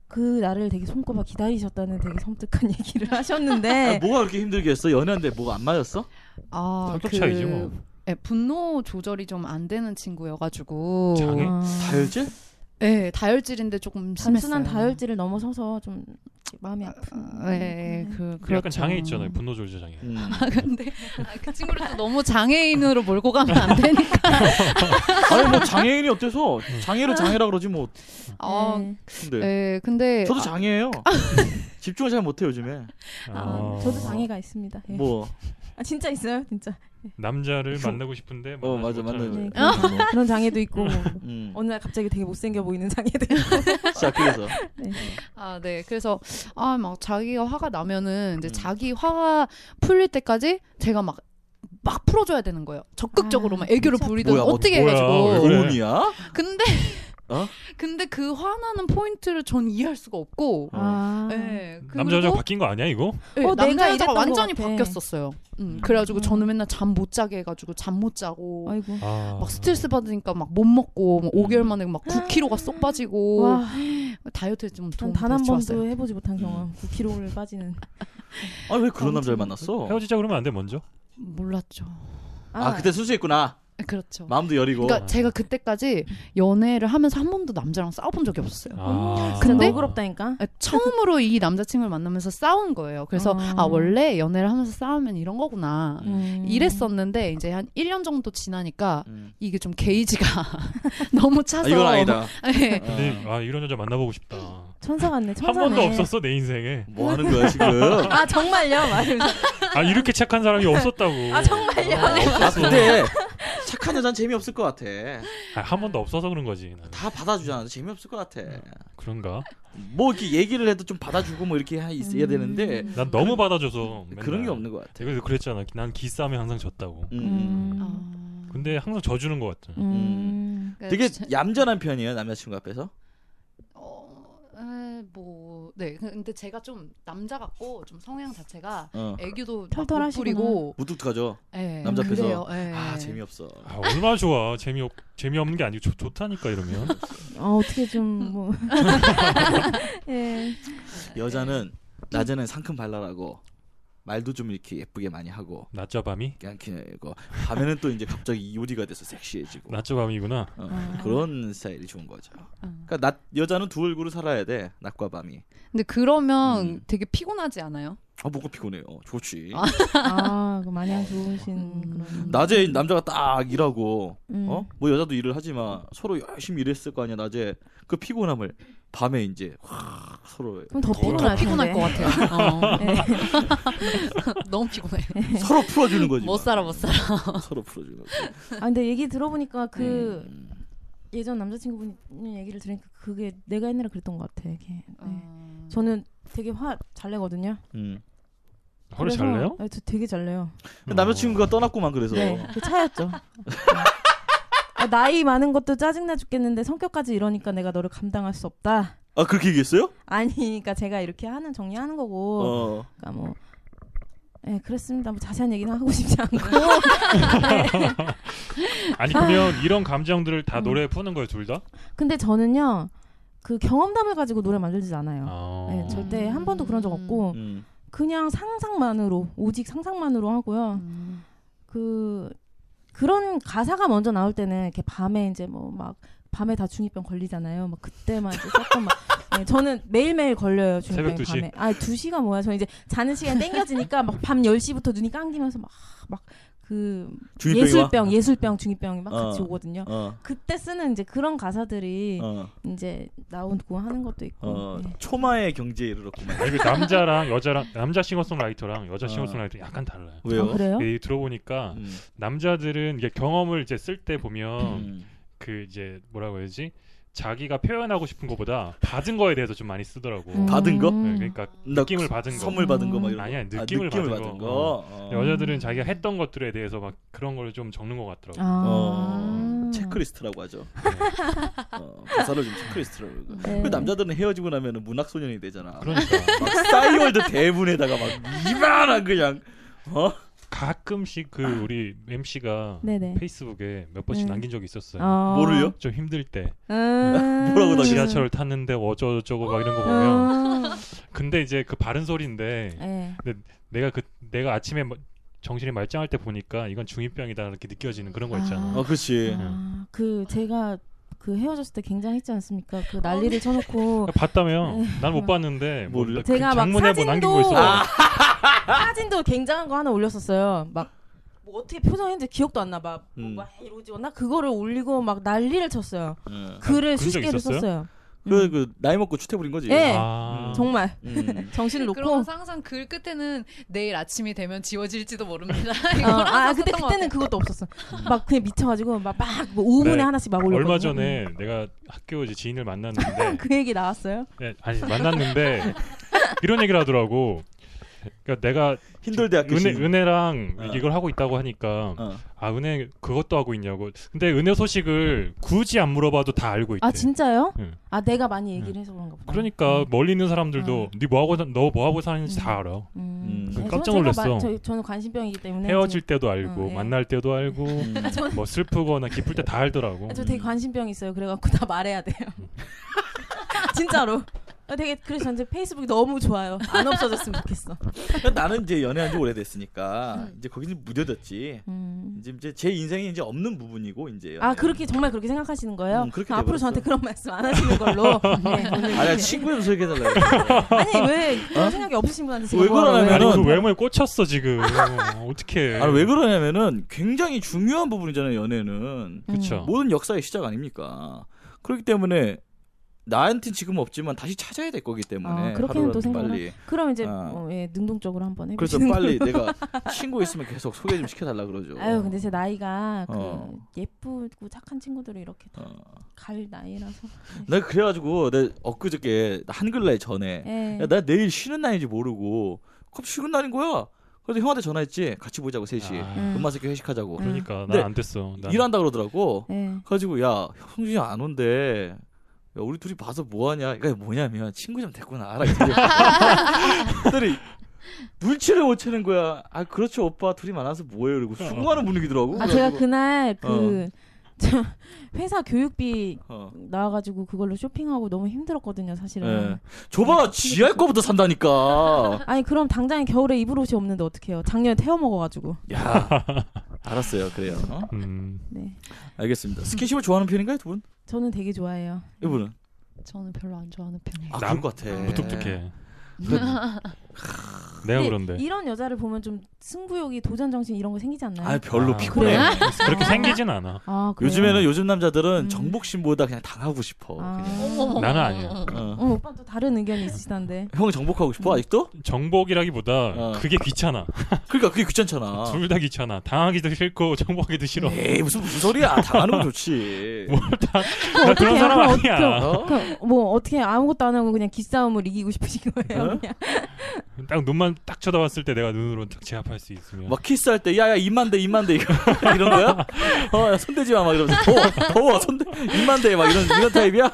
[SPEAKER 3] 그 날을 되게 손꼽아 기다리셨다는 되게 섬뜩한 (laughs) 얘기를 하셨는데
[SPEAKER 4] 아, 뭐가 그렇게 힘들게 했어? 연애하는데 뭐가 안 맞았어?
[SPEAKER 6] 아,
[SPEAKER 5] 성격 차이지 뭐.
[SPEAKER 6] 예, 분노 조절이 좀 안 되는 친구여가지고.
[SPEAKER 5] 장애?
[SPEAKER 4] 뭐,
[SPEAKER 3] 아,
[SPEAKER 4] 다혈질?
[SPEAKER 6] 네, 다혈질인데 조금 심했어요.
[SPEAKER 3] 단순한 다혈질을 넘어서서 좀 마음이 아픈
[SPEAKER 6] 네,
[SPEAKER 5] 그
[SPEAKER 6] 그 그렇죠.
[SPEAKER 5] 약간 장애 있잖아요 분노 조절 장애
[SPEAKER 4] 음.
[SPEAKER 6] 아, 근데 아, 그 친구를 또 너무 (laughs) 장애인으로 몰고 가면 안 되니까.
[SPEAKER 4] (laughs) 아니 뭐 장애인이 어때서 장애를 장애라 그러지 뭐.
[SPEAKER 6] 어,
[SPEAKER 3] 네.
[SPEAKER 4] 근데
[SPEAKER 6] 아. 네, 근데
[SPEAKER 4] 저도
[SPEAKER 6] 아, 네.
[SPEAKER 4] 장애예요. 집중을 잘 못해 요즘에.
[SPEAKER 3] 아, 저도 장애가 있습니다. 예.
[SPEAKER 4] 뭐
[SPEAKER 3] 아 진짜 있어요, 진짜.
[SPEAKER 5] 남자를 만나고 싶은데
[SPEAKER 4] 어,
[SPEAKER 5] 만나지
[SPEAKER 4] 맞아 맞아.
[SPEAKER 5] 못하는
[SPEAKER 3] 네,
[SPEAKER 4] 뭐.
[SPEAKER 3] 그런 장애도 있고 뭐.
[SPEAKER 4] 음.
[SPEAKER 3] 어느 날 갑자기 되게 못생겨 보이는 장애도 있고.
[SPEAKER 4] 자 그래서
[SPEAKER 6] 아, 네. 그래서 아, 막 자기가 화가 나면은 이제
[SPEAKER 4] 음.
[SPEAKER 6] 자기 화가 풀릴 때까지 제가 막 막 풀어줘야 되는 거예요. 적극적으로
[SPEAKER 3] 아,
[SPEAKER 6] 막 애교를
[SPEAKER 3] 진짜?
[SPEAKER 6] 부리든
[SPEAKER 4] 뭐야,
[SPEAKER 6] 어떻게
[SPEAKER 5] 뭐야,
[SPEAKER 6] 해가지고.
[SPEAKER 5] 얼굴.
[SPEAKER 4] 고음이야? 아,
[SPEAKER 6] 근데
[SPEAKER 4] 어?
[SPEAKER 6] (laughs) 근데 그 화나는 포인트를 전 이해할 수가 없고.
[SPEAKER 3] 아.
[SPEAKER 6] 네,
[SPEAKER 5] 남자 여자
[SPEAKER 6] 그리고
[SPEAKER 5] 바뀐 거 아니야 이거?
[SPEAKER 6] 네,
[SPEAKER 3] 어,
[SPEAKER 6] 남자
[SPEAKER 3] 내가
[SPEAKER 6] 여자가
[SPEAKER 3] 이랬던 것
[SPEAKER 6] 완전히
[SPEAKER 3] 같아.
[SPEAKER 6] 바뀌었었어요. 음,
[SPEAKER 4] 음.
[SPEAKER 6] 그래가지고
[SPEAKER 3] 음.
[SPEAKER 6] 저는 맨날 잠 못 자게 해가지고 잠 못 자고
[SPEAKER 3] 아이고.
[SPEAKER 5] 아.
[SPEAKER 6] 막 스트레스 받으니까 막 못 먹고 막 5개월 만에 막 9kg가 쏙 빠지고
[SPEAKER 3] 아. 와,
[SPEAKER 6] 다이어트에 좀 도움
[SPEAKER 3] 난 단 한
[SPEAKER 6] 좋았어요.
[SPEAKER 3] 번도 해보지 못한 경험. 9kg를 빠지는.
[SPEAKER 4] 아왜 그런 남자를 만났어?
[SPEAKER 5] 헤어지자 그러면 안 돼 먼저.
[SPEAKER 6] 몰랐죠.
[SPEAKER 3] 아,
[SPEAKER 4] 아 그때 순수했구나.
[SPEAKER 6] 그렇죠.
[SPEAKER 4] 마음도 여리고
[SPEAKER 6] 아. 그러니까 제가 그때까지 연애를 하면서 한 번도 남자랑 싸워본 적이 없었어요.
[SPEAKER 5] 아.
[SPEAKER 6] 근데-
[SPEAKER 3] 너그럽다니까.
[SPEAKER 6] 아, 처음으로 이 남자친구를 만나면서 싸운 거예요. 그래서
[SPEAKER 3] 어.
[SPEAKER 6] 아 원래 연애를 하면서 싸우면 이런 거구나.
[SPEAKER 3] 음.
[SPEAKER 6] 이랬었는데 이제 한 1년 정도 지나니까
[SPEAKER 4] 음.
[SPEAKER 6] 이게 좀 게이지가 (laughs) 너무 차서
[SPEAKER 4] 아, 이건 아니다.
[SPEAKER 6] (laughs)
[SPEAKER 4] 어.
[SPEAKER 6] 네.
[SPEAKER 5] 근데 아 이런 여자 만나보고 싶다.
[SPEAKER 3] 천사 같네.
[SPEAKER 5] 한
[SPEAKER 3] 천사네.
[SPEAKER 5] 번도 없었어
[SPEAKER 4] (laughs)
[SPEAKER 5] 내 인생에.
[SPEAKER 4] 뭐 하는 거야 지금?
[SPEAKER 3] 아 정말요? 막 이러면서.
[SPEAKER 5] 아 이렇게 착한 사람이 없었다고.
[SPEAKER 3] 아 정말요?
[SPEAKER 5] 아,
[SPEAKER 4] 아
[SPEAKER 5] 없었어.
[SPEAKER 4] 근데 착한 여자는 재미없을 것 같아.
[SPEAKER 5] 아, 한 번도 없어서 그런 거지. 나는.
[SPEAKER 4] 다 받아주잖아. 재미없을 것 같아.
[SPEAKER 5] 그런가?
[SPEAKER 4] 뭐 이렇게 얘기를 해도 좀 받아주고 뭐 이렇게 하- 있어야 되는데
[SPEAKER 6] 음.
[SPEAKER 5] 난 너무 받아줘서 맨날.
[SPEAKER 4] 그런 게 없는 것 같아.
[SPEAKER 5] 내가 그랬잖아. 난 기싸움에 항상 졌다고.
[SPEAKER 4] 음.
[SPEAKER 3] 음.
[SPEAKER 6] 어.
[SPEAKER 5] 근데 항상 져주는 것 같아.
[SPEAKER 3] 음.
[SPEAKER 6] 그러니까
[SPEAKER 4] 되게
[SPEAKER 6] 제-
[SPEAKER 4] 얌전한 편이에요 남자친구 앞에서.
[SPEAKER 6] 어, 에, 뭐, 네. 근데 제가 좀 남자 같고 좀 성향 자체가
[SPEAKER 4] 어.
[SPEAKER 6] 애교도 털털
[SPEAKER 3] 털털하시구나.
[SPEAKER 6] 부리고
[SPEAKER 4] 무뚝뚝하죠.
[SPEAKER 6] 예,
[SPEAKER 4] 남자 앞에서
[SPEAKER 6] 그래요. 예.
[SPEAKER 4] 아 재미없어.
[SPEAKER 5] 아, 얼마나 좋아. 재미없 재미없는 게 아니고 좋, 좋다니까 이러면.
[SPEAKER 3] 어, 어떻게 좀 (laughs) 뭐. 예.
[SPEAKER 4] 여자는 낮에는 상큼 발랄하고 말도 좀 이렇게 예쁘게 많이 하고
[SPEAKER 5] 낮자 밤이?
[SPEAKER 4] 그냥 이거 밤에는 또 이제 갑자기 요리가 돼서 섹시해지고
[SPEAKER 5] 낮자 밤이구나.
[SPEAKER 4] 어,
[SPEAKER 6] 아.
[SPEAKER 4] 그런 스타일이 좋은 거죠.
[SPEAKER 6] 아.
[SPEAKER 4] 그러니까 낮 여자는 두 얼굴로 살아야 돼 낮과 밤이.
[SPEAKER 6] 근데 그러면
[SPEAKER 4] 음.
[SPEAKER 6] 되게 피곤하지 않아요?
[SPEAKER 4] 아 뭐가 피곤해요. 좋지.
[SPEAKER 6] 아.
[SPEAKER 3] 아, 그 마냥 좋으신
[SPEAKER 6] 음.
[SPEAKER 3] 그런.
[SPEAKER 4] 낮에 남자가 딱 일하고
[SPEAKER 3] 음.
[SPEAKER 4] 어? 뭐 여자도 일을 하지만 서로 열심히 일했을 거 아니야 낮에 그 피곤함을 밤에 이제 확 서로
[SPEAKER 3] 그럼 더
[SPEAKER 5] 더
[SPEAKER 3] 피곤할
[SPEAKER 6] 피곤할 것
[SPEAKER 3] 텐데.
[SPEAKER 6] 같아요. 어.
[SPEAKER 3] 예.
[SPEAKER 6] (laughs) 너무 피곤해.
[SPEAKER 3] 네. (laughs)
[SPEAKER 4] 서로 풀어주는 거지.
[SPEAKER 6] 못 살아, 못 살아.
[SPEAKER 4] (laughs) 서로 풀어주는 거지.
[SPEAKER 3] 아 근데 얘기 들어보니까 (laughs) 그
[SPEAKER 4] 음.
[SPEAKER 3] 예전 남자친구분 얘기를 들으니까 그게 내가 옛날에 그랬던 것 같아. 이게. 네.
[SPEAKER 6] 어.
[SPEAKER 3] 저는 되게 화 잘 내거든요.
[SPEAKER 4] 음.
[SPEAKER 5] 허리 잘
[SPEAKER 3] 그래서-
[SPEAKER 5] 내요?
[SPEAKER 3] 네, 저 되게 잘 내요.
[SPEAKER 4] 그 남자친구가 떠났구만 그래서.
[SPEAKER 3] 네, 그 차였죠. 아, 나이 많은 것도 짜증나 죽겠는데 성격까지 이러니까 내가 너를 감당할 수 없다.
[SPEAKER 4] 아 그렇게 얘기했어요?
[SPEAKER 3] 아니, 그러니까 제가 이렇게 하는 정리하는 거고,
[SPEAKER 4] 어.
[SPEAKER 3] 그러니까 뭐, 네, 그랬습니다. 뭐 자세한 얘기는 하고 싶지 않고.
[SPEAKER 5] 어. 아니 그러면 이런 감정들을
[SPEAKER 4] 음.
[SPEAKER 5] 다 노래에 푸는 거예요 둘 다?
[SPEAKER 3] 근데 저는요, 그 경험담을 가지고 노래 만들지 않아요.
[SPEAKER 4] 어.
[SPEAKER 5] 아.
[SPEAKER 3] 네, 절대 한 번도 그런 적 없고,
[SPEAKER 4] 음.
[SPEAKER 3] 그냥 상상만으로 오직 상상만으로 하고요.
[SPEAKER 6] 음.
[SPEAKER 3] 그 그런 가사가 먼저 나올 때는 이렇게 밤에 이제 뭐 막 밤에 다 중이병 걸리잖아요. 막 그때만 이제 조금 막 (laughs) 네, 저는 매일매일 걸려요 중이병
[SPEAKER 5] 새벽 2시?
[SPEAKER 3] 밤에. 아 2시가 뭐야? 저 이제 자는 시간 땡겨지니까 막 밤 10시부터 눈이 깡기면서 막 막 그
[SPEAKER 4] 중이병이
[SPEAKER 3] 예술병, 예술병, 중이병이 막 같이
[SPEAKER 4] 어.
[SPEAKER 3] 오거든요.
[SPEAKER 4] 와? 어.
[SPEAKER 3] 그때 쓰는 이제 그런 가사들이
[SPEAKER 4] 어.
[SPEAKER 3] 이제 나오고 하는 것도 있고.
[SPEAKER 4] 어.
[SPEAKER 3] 네.
[SPEAKER 4] 초마의 경지에 이르렀구만.
[SPEAKER 5] 아니, 그 남자랑 여자랑 남자 싱어송라이터랑 여자
[SPEAKER 4] 어.
[SPEAKER 5] 싱어송라이터 약간 달라요.
[SPEAKER 4] (laughs) 왜요?
[SPEAKER 3] 아, 그래요?
[SPEAKER 5] 이 들어보니까
[SPEAKER 4] 음.
[SPEAKER 5] 남자들은 이게 경험을 이제 쓸 때 보면
[SPEAKER 4] 음.
[SPEAKER 5] 그 이제 뭐라고 해야지 자기가 표현하고 싶은 것보다 받은 거에 대해서 좀 많이 쓰더라고.
[SPEAKER 3] 음.
[SPEAKER 4] 받은 거?
[SPEAKER 5] 네, 그러니까
[SPEAKER 4] 나
[SPEAKER 5] 느낌을 받은 거.
[SPEAKER 4] 선물 받은 거 막 이런
[SPEAKER 5] 아니야,
[SPEAKER 4] 거.
[SPEAKER 5] 느낌을 받은 거.
[SPEAKER 4] 어.
[SPEAKER 3] 음.
[SPEAKER 5] 여자들은 자기가 했던 것들에 대해서 막 그런 걸 좀 적는 것 같더라고. 요
[SPEAKER 3] 아.
[SPEAKER 4] 어, 체크리스트라고 하죠.
[SPEAKER 5] 네.
[SPEAKER 4] 어, 가사를 좀 체크리스트라고. 하고.
[SPEAKER 3] 네.
[SPEAKER 4] 그 남자들은 헤어지고 나면은 문학 소년이 되잖아.
[SPEAKER 5] 그러니까
[SPEAKER 4] 막 싸이월드 대문에다가 막 이만한 그냥 어?
[SPEAKER 5] 가끔씩 그 우리 MC가
[SPEAKER 3] 네네.
[SPEAKER 5] 페이스북에 몇 번씩
[SPEAKER 3] 음.
[SPEAKER 5] 남긴 적이 있었어요.
[SPEAKER 3] 어.
[SPEAKER 4] 뭐를요?
[SPEAKER 5] 좀 힘들 때 (laughs)
[SPEAKER 3] 음.
[SPEAKER 4] 뭐라고 남기지?
[SPEAKER 5] 지하철을 탔는데 어쩌고저쩌고 막 이런 거
[SPEAKER 3] 음.
[SPEAKER 5] 보면 근데 이제 그 바른 소리인데
[SPEAKER 3] 예.
[SPEAKER 5] 내가 그 내가 아침에 뭐- 정신이 말짱할 때 보니까 이건 중이병이다 이렇게 느껴지는 그런 거 있잖아.
[SPEAKER 4] 어, 그렇지.
[SPEAKER 3] 아, 그 제가 그 헤어졌을 때 굉장했지 않습니까? 그
[SPEAKER 5] 어.
[SPEAKER 3] 난리를
[SPEAKER 5] (laughs)
[SPEAKER 3] 쳐놓고
[SPEAKER 5] 봤다며? 난 못
[SPEAKER 3] 어.
[SPEAKER 5] 봤는데 뭐
[SPEAKER 4] 몰라.
[SPEAKER 5] 그
[SPEAKER 3] 뭐 제가 막
[SPEAKER 5] 장문에 뭐 남긴 거
[SPEAKER 3] 사진도-
[SPEAKER 5] 있어.
[SPEAKER 3] 아. 사진도 굉장한 거 하나 올렸었어요. 막 뭐 어떻게 표정했는지 기억도 안 나. 막
[SPEAKER 4] 음.
[SPEAKER 3] 뭐 이러지 않나? 그거를 올리고 막 난리를 쳤어요.
[SPEAKER 4] 음.
[SPEAKER 3] 글을
[SPEAKER 5] 아, 그런 적
[SPEAKER 3] 수십 개를
[SPEAKER 5] 있었어요?
[SPEAKER 3] 썼어요.
[SPEAKER 4] 그,
[SPEAKER 3] 음.
[SPEAKER 4] 그 나이 먹고 추태부린 거지.
[SPEAKER 3] 예.
[SPEAKER 5] 아.
[SPEAKER 4] 음.
[SPEAKER 3] 정말
[SPEAKER 4] 음.
[SPEAKER 3] 정신을 놓고.
[SPEAKER 6] 그러면서 항상 글 끝에는 내일 아침이 되면 지워질지도
[SPEAKER 3] (laughs)
[SPEAKER 6] 모릅니다.
[SPEAKER 3] 어,
[SPEAKER 6] 이걸
[SPEAKER 3] 아
[SPEAKER 6] 항상
[SPEAKER 3] 근데
[SPEAKER 6] 썼던 것
[SPEAKER 3] 그때는 그것도 없었어. 막 그냥 미쳐가지고 막막 5분에
[SPEAKER 5] 네.
[SPEAKER 3] 하나씩 막 올렸거든요.
[SPEAKER 5] 얼마 전에 내가 학교 이제 지인을
[SPEAKER 3] (laughs)
[SPEAKER 5] 만났는데
[SPEAKER 3] 그 얘기 나왔어요.
[SPEAKER 5] 네, 아니 만났는데 이런 얘기를 하더라고. 그러니까 내가
[SPEAKER 4] 힌돌대학교
[SPEAKER 5] 은혜,
[SPEAKER 4] 신-
[SPEAKER 5] 은혜랑
[SPEAKER 4] 어.
[SPEAKER 5] 이걸 하고 있다고 하니까
[SPEAKER 4] 어.
[SPEAKER 5] 아 은혜 그것도 하고 있냐고. 근데 은혜 소식을 굳이 안 물어봐도 다 알고 있대.
[SPEAKER 3] 아 진짜요?
[SPEAKER 5] 응.
[SPEAKER 3] 아 내가 많이 얘기를 해서 그런가 보다.
[SPEAKER 5] 예. 그러니까 멀리 있는
[SPEAKER 3] 어.
[SPEAKER 5] 사람들도 네 뭐 하고 너 뭐 하고 사는지 다 알아.
[SPEAKER 3] 음.
[SPEAKER 4] 음.
[SPEAKER 3] 네,
[SPEAKER 5] 그 깜짝
[SPEAKER 3] 저는 제가
[SPEAKER 5] 놀랐어.
[SPEAKER 3] 마- 저, 는 관심병이기 때문에
[SPEAKER 5] 헤어질
[SPEAKER 3] 좀-
[SPEAKER 5] 때도
[SPEAKER 3] 네,
[SPEAKER 5] 알고
[SPEAKER 3] 어, 예.
[SPEAKER 5] 만날 때도 알고
[SPEAKER 4] 음.
[SPEAKER 3] 아, 저는
[SPEAKER 5] 뭐 슬프거나 기쁠 때 다 알더라고.
[SPEAKER 3] 아, 저 되게 관심병 있어요. 그래갖고 다 말해야 돼요. (laughs) 진짜로. 아, 되게 그래서 저는 이제 페이스북이 너무 좋아요. 안 없어졌으면 좋겠어.
[SPEAKER 4] 그러니까 나는 이제 연애한 지 오래됐으니까 이제 거기는 무뎌졌지.
[SPEAKER 3] 음.
[SPEAKER 4] 이제 이제 제 인생에 이제 없는 부분이고 이제
[SPEAKER 3] 아 그렇게 정말 그렇게 생각하시는 거예요?
[SPEAKER 4] 음, 그렇게
[SPEAKER 3] 그럼 앞으로
[SPEAKER 4] 돼버렸어.
[SPEAKER 3] 저한테 그런 말씀 안 하시는
[SPEAKER 5] (laughs)
[SPEAKER 3] 걸로. 네, 오늘
[SPEAKER 4] 아니
[SPEAKER 3] 이렇게.
[SPEAKER 4] 친구를 소개해달라고.
[SPEAKER 3] 아니 왜 그런 생각이 없으신 분한테 지금
[SPEAKER 4] 어? 왜
[SPEAKER 3] 뭐라고
[SPEAKER 4] 그러냐면-
[SPEAKER 3] 그래요?
[SPEAKER 5] 아니
[SPEAKER 4] 나는-
[SPEAKER 5] 그 외모에
[SPEAKER 4] (laughs)
[SPEAKER 5] 꽂혔어 지금. 어떻게?
[SPEAKER 4] 아니 왜 그러냐면은 굉장히 중요한 부분이잖아요 연애는
[SPEAKER 5] 그쵸.
[SPEAKER 3] 음.
[SPEAKER 4] 모든 역사의 시작 아닙니까. 그렇기 때문에 나한테 지금 없지만 다시 찾아야 될 거기 때문에
[SPEAKER 3] 아, 그렇게는 또
[SPEAKER 4] 하루라도
[SPEAKER 3] 생각을
[SPEAKER 4] 빨리.
[SPEAKER 3] 그럼 이제
[SPEAKER 4] 아.
[SPEAKER 3] 어, 예, 능동적으로 한번 해.
[SPEAKER 4] 그래서
[SPEAKER 3] (laughs)
[SPEAKER 4] 빨리 내가 친구 있으면 계속 소개 좀 시켜달라 그러죠.
[SPEAKER 3] 아유 근데 제 나이가 그
[SPEAKER 4] 어.
[SPEAKER 3] 예쁘고 착한 친구들을 이렇게
[SPEAKER 4] 어.
[SPEAKER 3] 갈 나이라서.
[SPEAKER 4] 내가 그래가지고 내 엊그저께 한글날 전에
[SPEAKER 3] 예.
[SPEAKER 4] 네. 야, 나 내일 쉬는 날인지 모르고 갑자기 쉬는 날인 거야. 그래서 형한테 전화했지. 같이 보자고 셋이.
[SPEAKER 5] 아,
[SPEAKER 3] 음.
[SPEAKER 4] 엄마 새끼
[SPEAKER 3] 음.
[SPEAKER 4] 회식하자고.
[SPEAKER 5] 그러니까
[SPEAKER 4] 네.
[SPEAKER 5] 난 안 됐어. 난
[SPEAKER 4] 일한다 그러더라고.
[SPEAKER 3] 예.
[SPEAKER 4] 그래가지고 야 성준이 안 온대. 야, 우리 둘이 봐서 뭐하냐. 그러니까 뭐냐면 친구 좀 데리고
[SPEAKER 3] (laughs)
[SPEAKER 4] 나와라. 그랬더니 눈치를 못 채는 거야. 아 그렇죠 오빠 둘이 많아서 뭐해요. 이러고
[SPEAKER 5] 어.
[SPEAKER 4] 수긍하는 분위기더라고.
[SPEAKER 3] 아 제가
[SPEAKER 4] 그래가지고,
[SPEAKER 3] 그날 그 저 (laughs) 회사 교육비
[SPEAKER 4] 어.
[SPEAKER 3] 나와가지고 그걸로 쇼핑하고 너무 힘들었거든요 사실은.
[SPEAKER 4] 예. 줘봐 지할
[SPEAKER 3] (laughs)
[SPEAKER 4] 거부터 산다니까.
[SPEAKER 3] 아니 그럼 당장에 겨울에 입을 옷이 없는데 어떡해요? 작년에 태워 먹어가지고.
[SPEAKER 4] 야 알았어요 그래요. 어?
[SPEAKER 5] 음.
[SPEAKER 3] 네.
[SPEAKER 4] 알겠습니다. 스킨십을 좋아하는 편인가요 두 분?
[SPEAKER 3] 저는 되게 좋아해요.
[SPEAKER 4] 이분은?
[SPEAKER 6] 저는 별로 안 좋아하는 편이에요.
[SPEAKER 4] 아
[SPEAKER 5] 남-
[SPEAKER 4] 그럴 것 같아.
[SPEAKER 5] 무뚝뚝해.
[SPEAKER 4] 그러니까
[SPEAKER 5] (laughs)
[SPEAKER 4] 네,
[SPEAKER 5] 내가
[SPEAKER 3] 근데
[SPEAKER 5] 그런데.
[SPEAKER 3] 이런 여자를 보면 좀 승부욕이 도전 정신 이런 거 생기지 않나요?
[SPEAKER 4] 아 별로
[SPEAKER 5] 아,
[SPEAKER 4] 피곤해.
[SPEAKER 3] 그래요?
[SPEAKER 5] 그렇게 생기진 않아.
[SPEAKER 3] 아, 그래요?
[SPEAKER 4] 요즘에는 요즘 남자들은
[SPEAKER 3] 음.
[SPEAKER 4] 정복심보다 그냥 당하고 싶어.
[SPEAKER 3] 아.
[SPEAKER 5] 나는 아니야.
[SPEAKER 4] 그냥. 어.
[SPEAKER 3] 어, 오빠 또 다른 의견이 있으시던데.
[SPEAKER 4] 형 정복하고 싶어 아직도?
[SPEAKER 5] 정복이라기보다
[SPEAKER 4] 어.
[SPEAKER 5] 그게 귀찮아.
[SPEAKER 4] 그러니까 그게 귀찮잖아. 네.
[SPEAKER 5] 둘 다 귀찮아. 당하기도 싫고 정복하기도 싫어.
[SPEAKER 4] 에이 무슨 무슨 소리야. 당하는 건 좋지.
[SPEAKER 5] 나 그런
[SPEAKER 3] 어떡해요?
[SPEAKER 5] 사람
[SPEAKER 3] 그럼
[SPEAKER 5] 아니야.
[SPEAKER 4] 어?
[SPEAKER 3] 그, 뭐 어떻게 아무것도 안 하고 그냥 기싸움을 이기고 싶으신 거예요?
[SPEAKER 4] 어?
[SPEAKER 3] 그냥.
[SPEAKER 5] 딱 눈만 딱 쳐다봤을 때 내가 눈으로 딱 제압할 수 있으면.
[SPEAKER 4] 막 키스할 때 야야 입만 대 입만 대 이거 (laughs) 이런 거야? 어, 야, 손대지 마 막 이러면서 더워 더워 손대 입만 대 막 이런 이런 타입이야?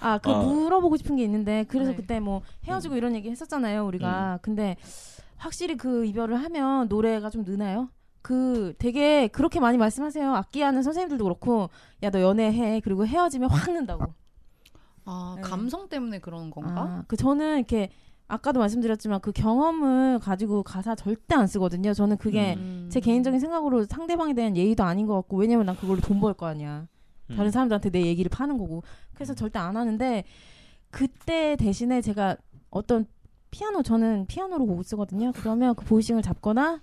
[SPEAKER 3] 아, 그
[SPEAKER 4] 아.
[SPEAKER 3] 물어보고 싶은 게 있는데 그래서
[SPEAKER 6] 네.
[SPEAKER 3] 그때 뭐 헤어지고 이런 얘기 했었잖아요,
[SPEAKER 6] 음.
[SPEAKER 3] 우리가. 근데 확실히 그 이별을 하면 노래가 좀 느나요? 그 되게 그렇게 많이 말씀하세요. 악기하는 선생님들도 그렇고 야, 너 연애해. 그리고 헤어지면 확 는다고.
[SPEAKER 6] 아,
[SPEAKER 3] 네.
[SPEAKER 6] 감성 때문에 그런 건가?
[SPEAKER 3] 아, 그 저는 이렇게 아까도 말씀드렸지만 그 경험을 가지고 가사 절대 안 쓰거든요. 저는 그게
[SPEAKER 6] 음.
[SPEAKER 3] 제 개인적인 생각으로 상대방에 대한 예의도 아닌 것 같고 왜냐면 난 그걸로 돈 벌 거 아니야. 다른
[SPEAKER 4] 음.
[SPEAKER 3] 사람들한테 내 얘기를 파는 거고 그래서 절대 안 하는데 그때 대신에 제가 어떤 피아노 저는 피아노로 곡을 쓰거든요 그러면 그 보이싱을 잡거나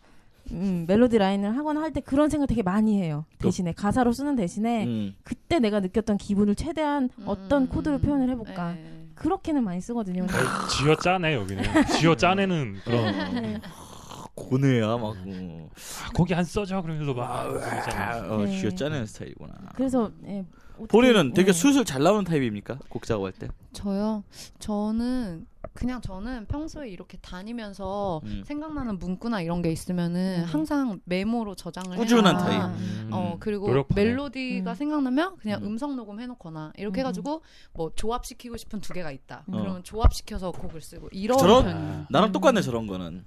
[SPEAKER 3] 음, 멜로디 라인을 하거나 할 때 그런 생각 되게 많이 해요 대신에 가사로 쓰는 대신에
[SPEAKER 4] 그 음.
[SPEAKER 3] 그때 내가 느꼈던 기분을 최대한 어떤
[SPEAKER 6] 음.
[SPEAKER 3] 코드로 표현을 해볼까
[SPEAKER 6] 네. 음.
[SPEAKER 3] 그렇게는 많이 쓰거든요
[SPEAKER 5] 지어 짜네 여기는. 지어 짜내는
[SPEAKER 4] 어.
[SPEAKER 5] 그런.
[SPEAKER 4] 아, 고뇌야 막. 어.
[SPEAKER 5] 아, 거기 안 써져 그러면서 막.
[SPEAKER 4] 아,
[SPEAKER 5] 그러잖아.
[SPEAKER 4] 어,
[SPEAKER 3] 네.
[SPEAKER 4] 쥐어짜는 스타일이구나.
[SPEAKER 3] 그래서 예, 어떻게-
[SPEAKER 4] 본인은 되게
[SPEAKER 3] 예.
[SPEAKER 4] 술술 잘 나오는 타입입니까? 곡 작업할 때?
[SPEAKER 6] 저요. 저는 그냥 저는 평소에 이렇게 다니면서
[SPEAKER 4] 음.
[SPEAKER 6] 생각나는 문구나 이런 게 있으면은
[SPEAKER 3] 음.
[SPEAKER 6] 항상 메모로 저장을
[SPEAKER 3] 아.
[SPEAKER 4] 꾸준한
[SPEAKER 6] 해놔.
[SPEAKER 4] 타입.
[SPEAKER 5] 음.
[SPEAKER 6] 어 그리고
[SPEAKER 5] 노력하네.
[SPEAKER 6] 멜로디가
[SPEAKER 3] 음.
[SPEAKER 6] 생각나면 그냥
[SPEAKER 4] 음.
[SPEAKER 6] 음. 성 녹음 해놓거나
[SPEAKER 3] 음.
[SPEAKER 6] 이렇게 해가지고 뭐 조합시키고 싶은 두 개가 있다.
[SPEAKER 3] 음.
[SPEAKER 6] 그러면 조합시켜서 곡을 쓰고 이런
[SPEAKER 4] 어. 저런?
[SPEAKER 6] 편이에요.
[SPEAKER 4] 나랑 똑같네
[SPEAKER 3] (laughs)
[SPEAKER 4] 저런 거는.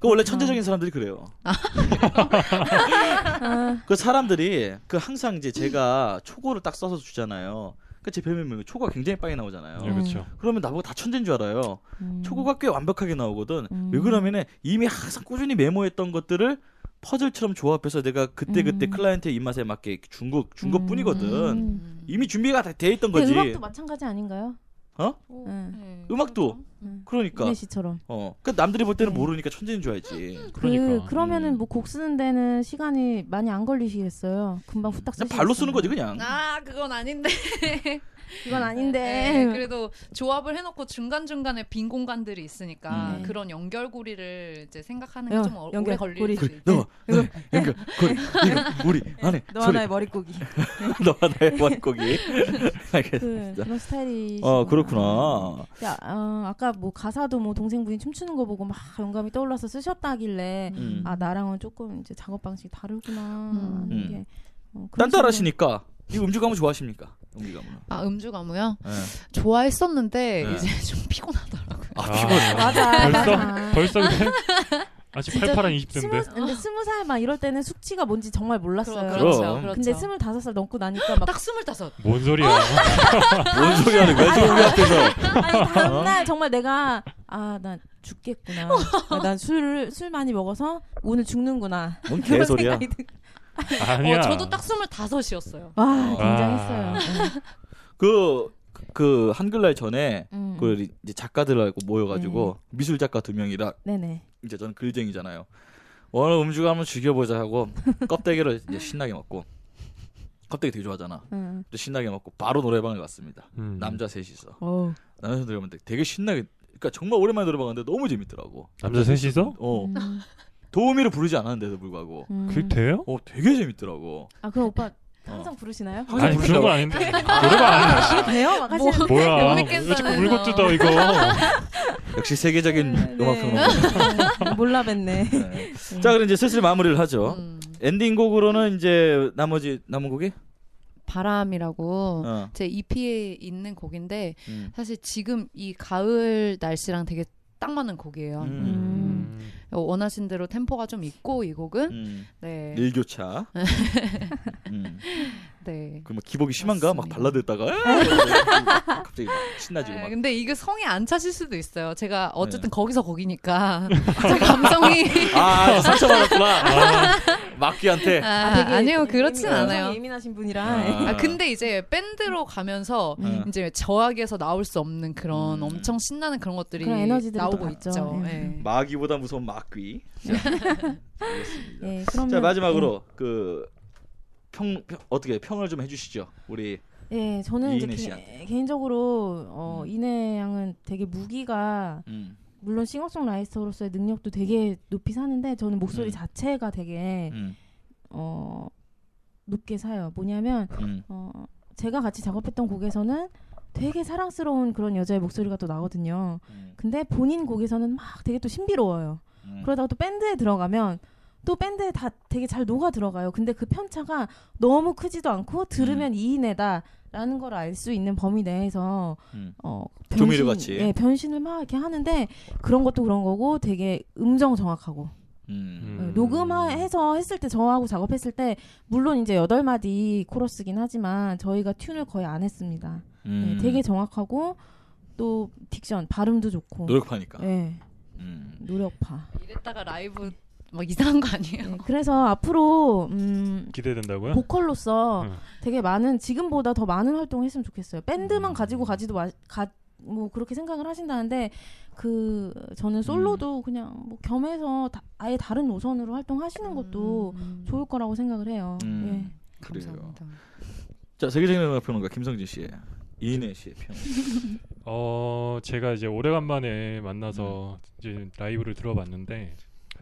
[SPEAKER 4] 그 원래
[SPEAKER 3] 어.
[SPEAKER 4] 천재적인 사람들이 그래요.
[SPEAKER 3] 아,
[SPEAKER 4] (laughs) 그 사람들이 그 항상 이제 제가 초고를 딱 써서 주잖아요. 그러니까 그제 별명이 초고가 굉장히 빨리 나오잖아요.
[SPEAKER 5] 네, 그렇죠.
[SPEAKER 4] 그러면 나보고 다 천재인 줄 알아요.
[SPEAKER 3] 음.
[SPEAKER 4] 초고가 꽤 완벽하게 나오거든.
[SPEAKER 3] 음.
[SPEAKER 4] 왜 그러면은 이미 항상 꾸준히 메모했던 것들을 퍼즐처럼 조합해서 내가 그때 그때
[SPEAKER 3] 음.
[SPEAKER 4] 클라이언트의 입맛에 맞게 이렇게 준것 준것 뿐이거든.
[SPEAKER 3] 음.
[SPEAKER 6] 음.
[SPEAKER 4] 이미 준비가 다 돼 있던
[SPEAKER 3] 근데
[SPEAKER 4] 거지.
[SPEAKER 3] 음악도 마찬가지 아닌가요?
[SPEAKER 6] 오,
[SPEAKER 3] 응.
[SPEAKER 6] 네.
[SPEAKER 4] 음악도.
[SPEAKER 3] 음.
[SPEAKER 4] 그러니까
[SPEAKER 3] 이네 씨처럼.
[SPEAKER 4] 어. 그 남들이 볼 때는
[SPEAKER 3] 네.
[SPEAKER 4] 모르니까 천재인 줄 알지.
[SPEAKER 5] 그러니까.
[SPEAKER 3] 그 그러면은
[SPEAKER 4] 음.
[SPEAKER 3] 뭐 곡 쓰는 데는 시간이 많이 안 걸리시겠어요. 금방 후딱 쓰시.
[SPEAKER 4] 그냥 발로 쓰는 거지 그냥.
[SPEAKER 6] 아 그건 아닌데
[SPEAKER 3] 이건
[SPEAKER 6] 네,
[SPEAKER 3] 아닌데.
[SPEAKER 6] 그래도 조합을 해놓고 중간 중간에 빈 공간들이 있으니까
[SPEAKER 3] 음.
[SPEAKER 6] 그런 연결고리를 이제 생각하는 게
[SPEAKER 3] 어,
[SPEAKER 6] 좀 오래
[SPEAKER 3] 연결고리.
[SPEAKER 6] 걸릴 수
[SPEAKER 4] 그래, 어,
[SPEAKER 6] 있
[SPEAKER 4] 너, 너의 연결, 거리, 이거, 우리, 안에,
[SPEAKER 3] 네, 너
[SPEAKER 4] 소리,
[SPEAKER 3] 하나의 머릿고기.
[SPEAKER 4] (laughs) 너 하나의
[SPEAKER 3] (laughs)
[SPEAKER 4] 머릿고기.
[SPEAKER 3] 그,
[SPEAKER 4] 알겠습니다.
[SPEAKER 3] 그런 스타일이.
[SPEAKER 4] 어, 그렇구나.
[SPEAKER 3] 야, 어, 아까 뭐 가사도 뭐 동생분이 춤추는 거 보고 막 영감이 떠올라서 쓰셨다길래
[SPEAKER 4] 음.
[SPEAKER 3] 아 나랑은 조금 이제 작업 방식이 다르구나 하는
[SPEAKER 4] 음.
[SPEAKER 3] 게. 어, 그런
[SPEAKER 4] 딴따라하시니까, 이 음주 가무 좋아하십니까? 음주 가무.
[SPEAKER 6] 아 음주 가무요?
[SPEAKER 4] 예.
[SPEAKER 6] 좋아했었는데
[SPEAKER 4] 네.
[SPEAKER 6] 이제 (laughs) 좀 피곤하더라고요.
[SPEAKER 3] 그
[SPEAKER 5] 아,
[SPEAKER 4] 피곤해.
[SPEAKER 3] 식으로. 맞아.
[SPEAKER 5] 벌써?
[SPEAKER 3] 아,
[SPEAKER 5] 벌써 그래? 아직
[SPEAKER 3] 진짜
[SPEAKER 5] 팔팔한
[SPEAKER 3] 스무
[SPEAKER 5] 20대인데
[SPEAKER 3] 근데 스무 살 막 이럴 때는 수치가 뭔지 정말
[SPEAKER 6] 그렇죠,
[SPEAKER 3] 몰랐어요.
[SPEAKER 4] 그렇죠. 그럼.
[SPEAKER 3] 근데 스물다섯 살 넘고 나니까 막
[SPEAKER 6] 딱 스물다섯. 어,
[SPEAKER 5] 뭔 소리야?
[SPEAKER 4] 뭔 소리 하는 거야 지금 우리 앞에서
[SPEAKER 3] 아니 다음날 정말 내가 아 난
[SPEAKER 6] (laughs)
[SPEAKER 3] 죽겠구나. 아, 난 술을 술 많이 먹어서 오늘 죽는구나.
[SPEAKER 4] 뭔
[SPEAKER 3] 그런
[SPEAKER 4] 개소리야
[SPEAKER 3] 생각이 들-
[SPEAKER 5] (laughs) 아니야.
[SPEAKER 6] 어, 저도 딱 스물다섯이었어요.
[SPEAKER 3] 와
[SPEAKER 5] 아.
[SPEAKER 3] 굉장했어요. 네.
[SPEAKER 4] 그, 그 한글날 전에
[SPEAKER 3] 음, 음.
[SPEAKER 4] 그 이제 작가들하고 모여가지고 미술 작가 두 명이라
[SPEAKER 3] 네네.
[SPEAKER 4] 이제 저는 글쟁이잖아요. 오늘 음주 한번 죽여보자 하고 껍데기를 이제 신나게 먹고 껍데기 되게 좋아하잖아.
[SPEAKER 3] 음.
[SPEAKER 4] 또 신나게 먹고 바로 노래방을 갔습니다.
[SPEAKER 5] 음.
[SPEAKER 4] 남자 셋이서
[SPEAKER 3] 어.
[SPEAKER 4] 남자 들어가면 되게 신나게 그러니까 정말 오랜만에 노래방 갔는데 너무 재밌더라고.
[SPEAKER 5] 남자 셋이서?
[SPEAKER 4] 어
[SPEAKER 3] 음,
[SPEAKER 4] 도우미를 부르지 않았는데도 불구하고
[SPEAKER 3] 음.
[SPEAKER 5] 그게 돼요?
[SPEAKER 4] 어 되게 재밌더라고.
[SPEAKER 3] 아 그럼 오빠 항상
[SPEAKER 4] 어.
[SPEAKER 3] 부르시나요?
[SPEAKER 4] 항상
[SPEAKER 5] 아니 그런
[SPEAKER 4] 부르더라고.
[SPEAKER 5] 건 아닌데 노래방 안 해.
[SPEAKER 3] 아, 돼요? 막 하시는
[SPEAKER 5] 뭐야?
[SPEAKER 6] 못 믿겠어,
[SPEAKER 5] 왜 자꾸
[SPEAKER 6] 내가.
[SPEAKER 5] 물고 뜯어 이거?
[SPEAKER 4] 역시 세계적인 음악 평론가.
[SPEAKER 3] 몰라 네. 뵀네.
[SPEAKER 4] 네. 자 그럼 이제 슬슬 마무리를 하죠.
[SPEAKER 6] 음,
[SPEAKER 4] 엔딩곡으로는 이제 나머지 남은 곡이
[SPEAKER 6] 바람이라고
[SPEAKER 4] 어.
[SPEAKER 6] 제 EP에 있는 곡인데
[SPEAKER 4] 음.
[SPEAKER 6] 사실 지금 이 가을 날씨랑 되게 딱 맞는 곡이에요.
[SPEAKER 4] 음.
[SPEAKER 6] 어, 원하신 대로 템포가 좀 있고 이 곡은
[SPEAKER 4] 음.
[SPEAKER 6] 네.
[SPEAKER 4] 일교차. 음.
[SPEAKER 6] 네.
[SPEAKER 4] 그럼 뭐 기복이 심한가? 막
[SPEAKER 6] 맞습니다.
[SPEAKER 4] 발라드 했다가 막 갑자기 막 신나지고
[SPEAKER 6] 아,
[SPEAKER 4] 막. 네.
[SPEAKER 6] 근데 이게 성이 안 차실 수도 있어요. 제가 어쨌든 거기서
[SPEAKER 4] (laughs)
[SPEAKER 6] 거기니까 제 감성이
[SPEAKER 4] 아 상처받았구나. 아, 네. 막귀한테.
[SPEAKER 6] 아,
[SPEAKER 3] 아, 되게
[SPEAKER 6] 아니요 그렇진
[SPEAKER 3] 예민-
[SPEAKER 6] 않아요.
[SPEAKER 3] 예민하신 분이라.
[SPEAKER 4] 아.
[SPEAKER 6] 아 근데 이제 밴드로 가면서
[SPEAKER 4] 음.
[SPEAKER 6] 이제 저악에서 나올 수 없는 그런
[SPEAKER 4] 음.
[SPEAKER 6] 엄청 신나는 그런 것들이
[SPEAKER 3] 그런 에너지들이
[SPEAKER 6] 나오고
[SPEAKER 3] 또
[SPEAKER 6] 있죠.
[SPEAKER 3] 있죠.
[SPEAKER 6] 예.
[SPEAKER 4] 마귀보다 무서운 막귀. 자, 알겠습니다.
[SPEAKER 3] 예, 그러면
[SPEAKER 4] 자 마지막으로 그. 평, 평- 어떻게 평을 좀 해주시죠 우리
[SPEAKER 3] 예, 저는 이제
[SPEAKER 4] 이인혜
[SPEAKER 3] 개,
[SPEAKER 4] 씨한테.
[SPEAKER 3] 개인적으로 어,
[SPEAKER 4] 음.
[SPEAKER 3] 이내 양은 되게 무기가
[SPEAKER 4] 음,
[SPEAKER 3] 물론 싱어송라이터로서의 능력도 되게 높이 사는데 저는 목소리
[SPEAKER 4] 음.
[SPEAKER 3] 자체가 되게
[SPEAKER 4] 음,
[SPEAKER 3] 어, 높게 사요. 뭐냐면
[SPEAKER 4] 음,
[SPEAKER 3] 어, 제가 같이 작업했던 곡에서는 되게 사랑스러운 그런 여자의 목소리가 또 나거든요.
[SPEAKER 4] 음,
[SPEAKER 3] 근데 본인 곡에서는 막 되게 또 신비로워요.
[SPEAKER 4] 음.
[SPEAKER 3] 그러다가 또 밴드에 들어가면 또 밴드에 다 되게 잘 녹아 들어가요. 근데 그 편차가 너무 크지도 않고
[SPEAKER 4] 음.
[SPEAKER 3] 들으면 이인애다라는 걸 알 수 있는 범위 내에서
[SPEAKER 4] 음.
[SPEAKER 3] 어
[SPEAKER 4] 조미료
[SPEAKER 3] 변신-
[SPEAKER 4] 같이.
[SPEAKER 3] 예, 변신을 막 이렇게 하는데 그런 것도 그런 거고 되게 음정 정확하고 예,
[SPEAKER 4] 음,
[SPEAKER 5] 음.
[SPEAKER 3] 어, 녹음해서 했을 때 저하고 작업했을 때 물론 이제 여덟 마디 코러스긴 하지만 저희가 튠을 거의 안 했습니다. 예,
[SPEAKER 4] 음.
[SPEAKER 3] 되게 정확하고 또 딕션 발음도 좋고
[SPEAKER 4] 노력파니까
[SPEAKER 3] 예,
[SPEAKER 4] 음.
[SPEAKER 3] 노력파.
[SPEAKER 6] 이랬다가 라이브 막 이상한 거 아니에요?
[SPEAKER 3] 예,
[SPEAKER 6] (laughs)
[SPEAKER 3] 그래서 앞으로 음,
[SPEAKER 5] 기대된다고요?
[SPEAKER 3] 보컬로서
[SPEAKER 5] 음.
[SPEAKER 3] 되게 많은 지금보다 더 많은 활동을 했으면 좋겠어요. 밴드만
[SPEAKER 4] 음.
[SPEAKER 3] 가지고 가지도 마, 가, 뭐 그렇게 생각을 하신다는데 그 저는
[SPEAKER 5] 음.
[SPEAKER 3] 솔로도 그냥 뭐 겸해서 다, 아예 다른 노선으로 활동하시는 것도
[SPEAKER 6] 음.
[SPEAKER 3] 좋을 거라고 생각을 해요.
[SPEAKER 4] 음.
[SPEAKER 3] 예.
[SPEAKER 4] 그래요.
[SPEAKER 6] 감사합니다.
[SPEAKER 4] 자 세계적인 음악 평론가 김성진 씨의 이인혜 씨의 평.
[SPEAKER 5] 어 제가 이제 오래간만에 만나서 이제 라이브를 들어봤는데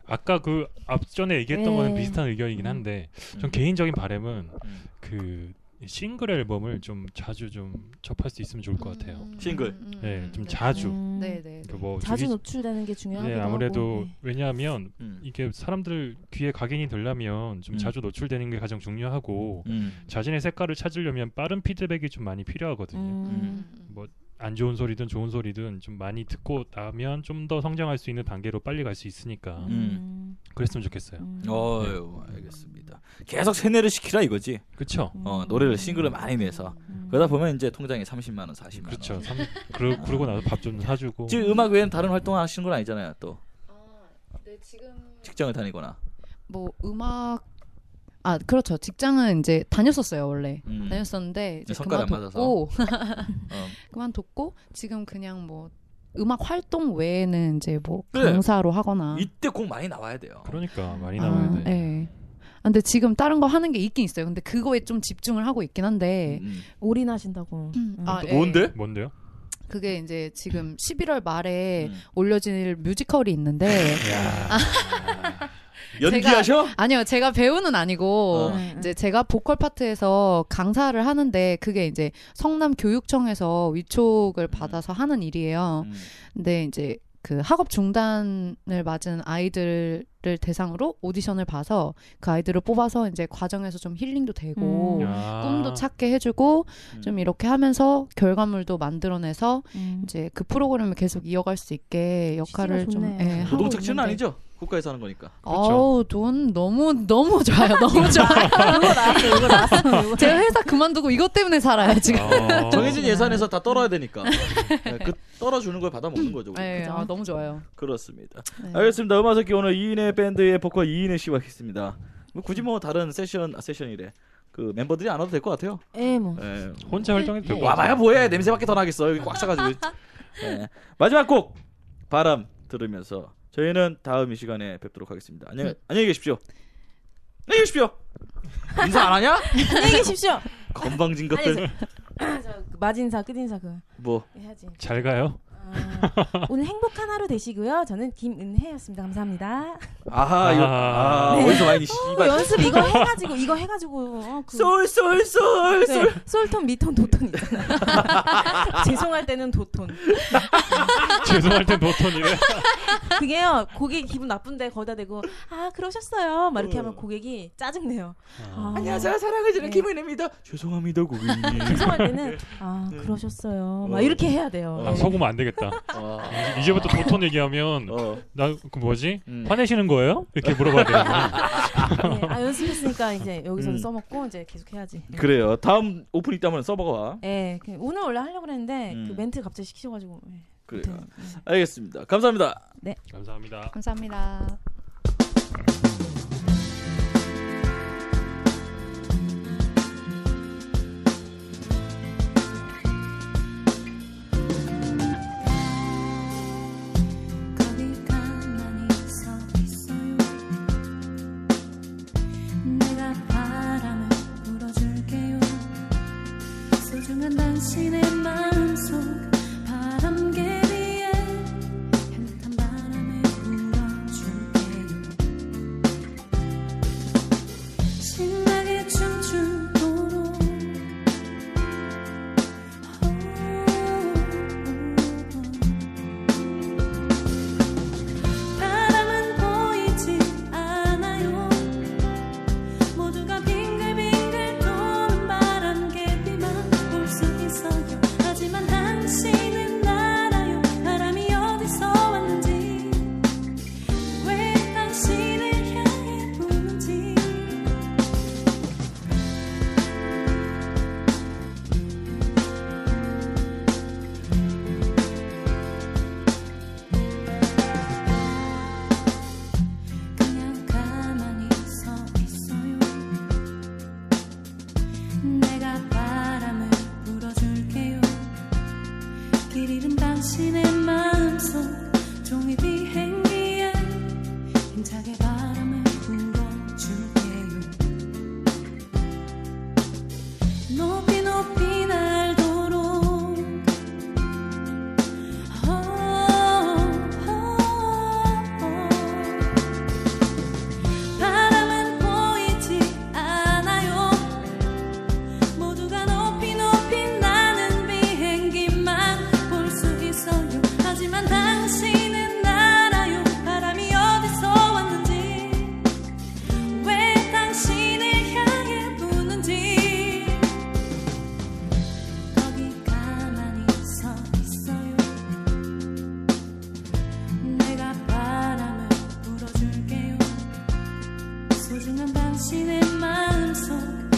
[SPEAKER 5] 아까 그 앞전에 얘기했던
[SPEAKER 3] 네.
[SPEAKER 5] 거는 비슷한 의견이긴 한데 전 개인적인 바람은
[SPEAKER 4] 음.
[SPEAKER 5] 그 싱글 앨범을 좀 자주 좀 접할 수 있으면 좋을 것 같아요.
[SPEAKER 4] 싱글.
[SPEAKER 6] 음, 음,
[SPEAKER 5] 예,
[SPEAKER 6] 음,
[SPEAKER 5] 좀
[SPEAKER 6] 네.
[SPEAKER 5] 자주.
[SPEAKER 3] 음,
[SPEAKER 6] 네, 네.
[SPEAKER 5] 그 뭐
[SPEAKER 3] 자주
[SPEAKER 5] 주기-
[SPEAKER 3] 노출되는 게 중요하기도
[SPEAKER 5] 예, 아무래도
[SPEAKER 3] 하고. 네.
[SPEAKER 5] 왜냐하면
[SPEAKER 4] 음.
[SPEAKER 5] 이게 사람들 귀에 각인이 되려면 좀
[SPEAKER 4] 음.
[SPEAKER 5] 자주 노출되는 게 가장 중요하고
[SPEAKER 4] 음.
[SPEAKER 5] 자신의 색깔을 찾으려면 빠른 피드백이 좀 많이 필요하거든요.
[SPEAKER 3] 음.
[SPEAKER 6] 음.
[SPEAKER 5] 뭐 안 좋은 소리든 좋은 소리든 좀 많이 듣고 나면 좀 더 성장할 수 있는 단계로 빨리 갈 수 있으니까
[SPEAKER 4] 음.
[SPEAKER 5] 그랬으면 좋겠어요.
[SPEAKER 3] 음.
[SPEAKER 4] 어유 알겠습니다. 계속 세뇌를 시키라 이거지.
[SPEAKER 5] 그렇죠.
[SPEAKER 4] 어 노래를 싱글을 많이 내서
[SPEAKER 3] 음.
[SPEAKER 4] 그러다 보면 이제 통장에 30만 원, 40만 원.
[SPEAKER 5] 그렇죠. 삼, 그러, 그러고 나서 밥 좀 사주고.
[SPEAKER 4] 지금 음악 외엔 다른 활동 하시는 건 아니잖아요. 또
[SPEAKER 6] 네, 지금
[SPEAKER 4] 직장을 다니거나.
[SPEAKER 6] 뭐 음악 아 그렇죠. 직장은 이제 다녔었어요 원래.
[SPEAKER 4] 음.
[SPEAKER 6] 다녔었는데 이제
[SPEAKER 4] 성과를 안
[SPEAKER 6] 그만뒀고
[SPEAKER 4] 어.
[SPEAKER 6] 그만뒀고 지금 그냥 뭐 음악 활동 외에는 이제 뭐
[SPEAKER 4] 그래.
[SPEAKER 6] 강사로 하거나
[SPEAKER 4] 네. 이때 네. 곡 많이 나와야 돼요.
[SPEAKER 5] 그러니까 많이
[SPEAKER 6] 아,
[SPEAKER 5] 나와야 돼.
[SPEAKER 6] 예. 아, 근데 지금 다른 거 하는 게 있긴 있어요. 근데 그거에 좀 집중을 하고 있긴 한데.
[SPEAKER 4] 음.
[SPEAKER 3] 올인하신다고. 음.
[SPEAKER 6] 아, 예.
[SPEAKER 4] 뭔데?
[SPEAKER 5] 뭔데요?
[SPEAKER 6] 그게 이제 지금 11월 말에
[SPEAKER 4] 음.
[SPEAKER 6] 올려질
[SPEAKER 4] (laughs)
[SPEAKER 6] 뮤지컬이 있는데 (laughs)
[SPEAKER 4] 연기하셔?
[SPEAKER 6] 아니요, 제가 배우는 아니고
[SPEAKER 4] 어.
[SPEAKER 3] 네.
[SPEAKER 6] 이제 제가 보컬 파트에서 강사를 하는데 그게 이제 성남 교육청에서 위촉을 받아서 하는 일이에요.
[SPEAKER 4] 음.
[SPEAKER 6] 근데 이제 그 학업 중단을 맞은 아이들을 대상으로 오디션을 봐서 그 아이들을 뽑아서 이제 과정에서 좀 힐링도 되고
[SPEAKER 3] 음.
[SPEAKER 4] 아.
[SPEAKER 5] 야.
[SPEAKER 6] 꿈도 찾게 해주고
[SPEAKER 4] 음.
[SPEAKER 6] 좀 이렇게 하면서 결과물도 만들어내서
[SPEAKER 3] 음.
[SPEAKER 6] 이제 그 프로그램을 계속 이어갈 수 있게 역할을
[SPEAKER 3] 취지가
[SPEAKER 6] 좀
[SPEAKER 3] 좋네요.
[SPEAKER 6] 예, 하고
[SPEAKER 4] 노동착취는
[SPEAKER 6] 있는데.
[SPEAKER 4] 아니죠? 국가에서 하는 거니까.
[SPEAKER 6] 어우 돈 너무 너무 좋아요 (laughs) 너무 좋아요
[SPEAKER 1] 이거 나왔어, 이거
[SPEAKER 3] 음.
[SPEAKER 1] 나왔어. 이거.
[SPEAKER 6] 제가 회사 그만두고 이것 때문에 살아요 지금
[SPEAKER 4] (laughs)
[SPEAKER 5] 아,
[SPEAKER 4] 정해진 예산에서 다 떨어야
[SPEAKER 6] (laughs)
[SPEAKER 4] 되니까. 네, 그 떨어주는 걸 받아 먹는 거죠. 우리.
[SPEAKER 6] 네, 아, 너무 좋아요
[SPEAKER 4] 그렇습니다.
[SPEAKER 6] 네.
[SPEAKER 4] 알겠습니다. 음악 듣기 오늘 이인의 밴드의 보컬 이인혜 씨와 했습니다. 뭐 굳이 뭐 다른 세션 아, 세션이래. 그 멤버들이 안 와도 될 것 같아요.
[SPEAKER 11] 예, 뭐.
[SPEAKER 4] 예.
[SPEAKER 5] 혼자 활동해도 될것 같아요.
[SPEAKER 4] 와봐야 뭐해 냄새밖에 더 나겠어 여기 꽉 차가지고
[SPEAKER 11] (laughs)
[SPEAKER 4] 예. 마지막 곡 바람 들으면서 저희는 다음 이 시간에 뵙도록 하겠습니다 안녕
[SPEAKER 11] 네.
[SPEAKER 4] 안녕히 계십시오 안녕히 계십시오 인사 안 하냐
[SPEAKER 11] 안녕히 계십시오.
[SPEAKER 4] (laughs) 건방진 것들
[SPEAKER 11] 그 마진사, 끝인사 그거
[SPEAKER 4] 뭐
[SPEAKER 11] 해야지.
[SPEAKER 5] 잘 가요. (laughs)
[SPEAKER 11] 아, 오늘 행복한 하루 되시고요. 저는 김은혜였습니다. 감사합니다.
[SPEAKER 4] 아하 이거 아,
[SPEAKER 11] 네.
[SPEAKER 4] 어디서 많이
[SPEAKER 11] 어,
[SPEAKER 4] 씨발
[SPEAKER 11] 연습 이거 해가지고 이거 해가지고 어, 그,
[SPEAKER 4] 쏠쏠쏠
[SPEAKER 11] 네, 솔톤, 미톤, 도톤 있잖아요. (laughs) 죄송할 때는 도톤.
[SPEAKER 5] 죄송할 땐 노톤이래.
[SPEAKER 11] 그게요 고객 기분 나쁜데 거기다 대고 아 그러셨어요 막 이렇게 하면 고객이 짜증내요 아,
[SPEAKER 4] 안녕하세요 사랑을 주는
[SPEAKER 11] 네.
[SPEAKER 4] 김은혜입니다 죄송합니다 고객님
[SPEAKER 11] (laughs) 죄송할 때는 아 그러셨어요 막
[SPEAKER 4] 어.
[SPEAKER 11] 이렇게 해야 돼요
[SPEAKER 5] 아, 속으면 안 되겠다.
[SPEAKER 4] 아,
[SPEAKER 5] 이제부터 도톤 얘기하면
[SPEAKER 4] 어.
[SPEAKER 5] 나 그 뭐지?
[SPEAKER 4] 음.
[SPEAKER 5] 화내시는 거예요? 이렇게 물어봐야 되는데.
[SPEAKER 11] 네, 아 연습했으니까 이제 여기서
[SPEAKER 4] 음.
[SPEAKER 11] 도 써먹고 이제 계속 해야지 네.
[SPEAKER 4] 그래요 다음 오픈 있다면 서버가
[SPEAKER 11] 예 그 오늘 원래 하려고 그랬는데
[SPEAKER 4] 음.
[SPEAKER 11] 그 멘트 갑자기 시키셔가지고 예,
[SPEAKER 4] 그래요
[SPEAKER 11] 못해요. 예.
[SPEAKER 4] 알겠습니다 감사합니다
[SPEAKER 5] (laughs) 감사합니다.
[SPEAKER 6] 감사합니다.
[SPEAKER 3] 거기 가만히 서 있어요 내가 바람을 불어줄게요 소중한 당신의 마음속 바람개비에 향긋한 바람을 불어줄게요 신나게 춤추도록 오, 오, 오. 바람은 보이지 않아요 모두가 빙글빙글 도는 바람개비만 볼 수 있어요 하지만 당신은 알아요 바람이 어디서 왔는지 왜 당신을 향해 부는지 그냥 가만히 서 있어요 내가 바람을 불어줄게요 길 잃은 당신의 마음속 종이 비행기에 힘차게 바람을 불어줄게요 높이 높이 날도록 어, 바람은 보이지 않아요 모두가 높이 높이 나는 비행기만 볼 수 있어요 하지만 당신은 알아요 바람이 어디서 왔는지 왜 당신을 향해 부는지 거기 가만히 서 있어요 내가 바람을 불어줄게요 소중한 당신의 마음속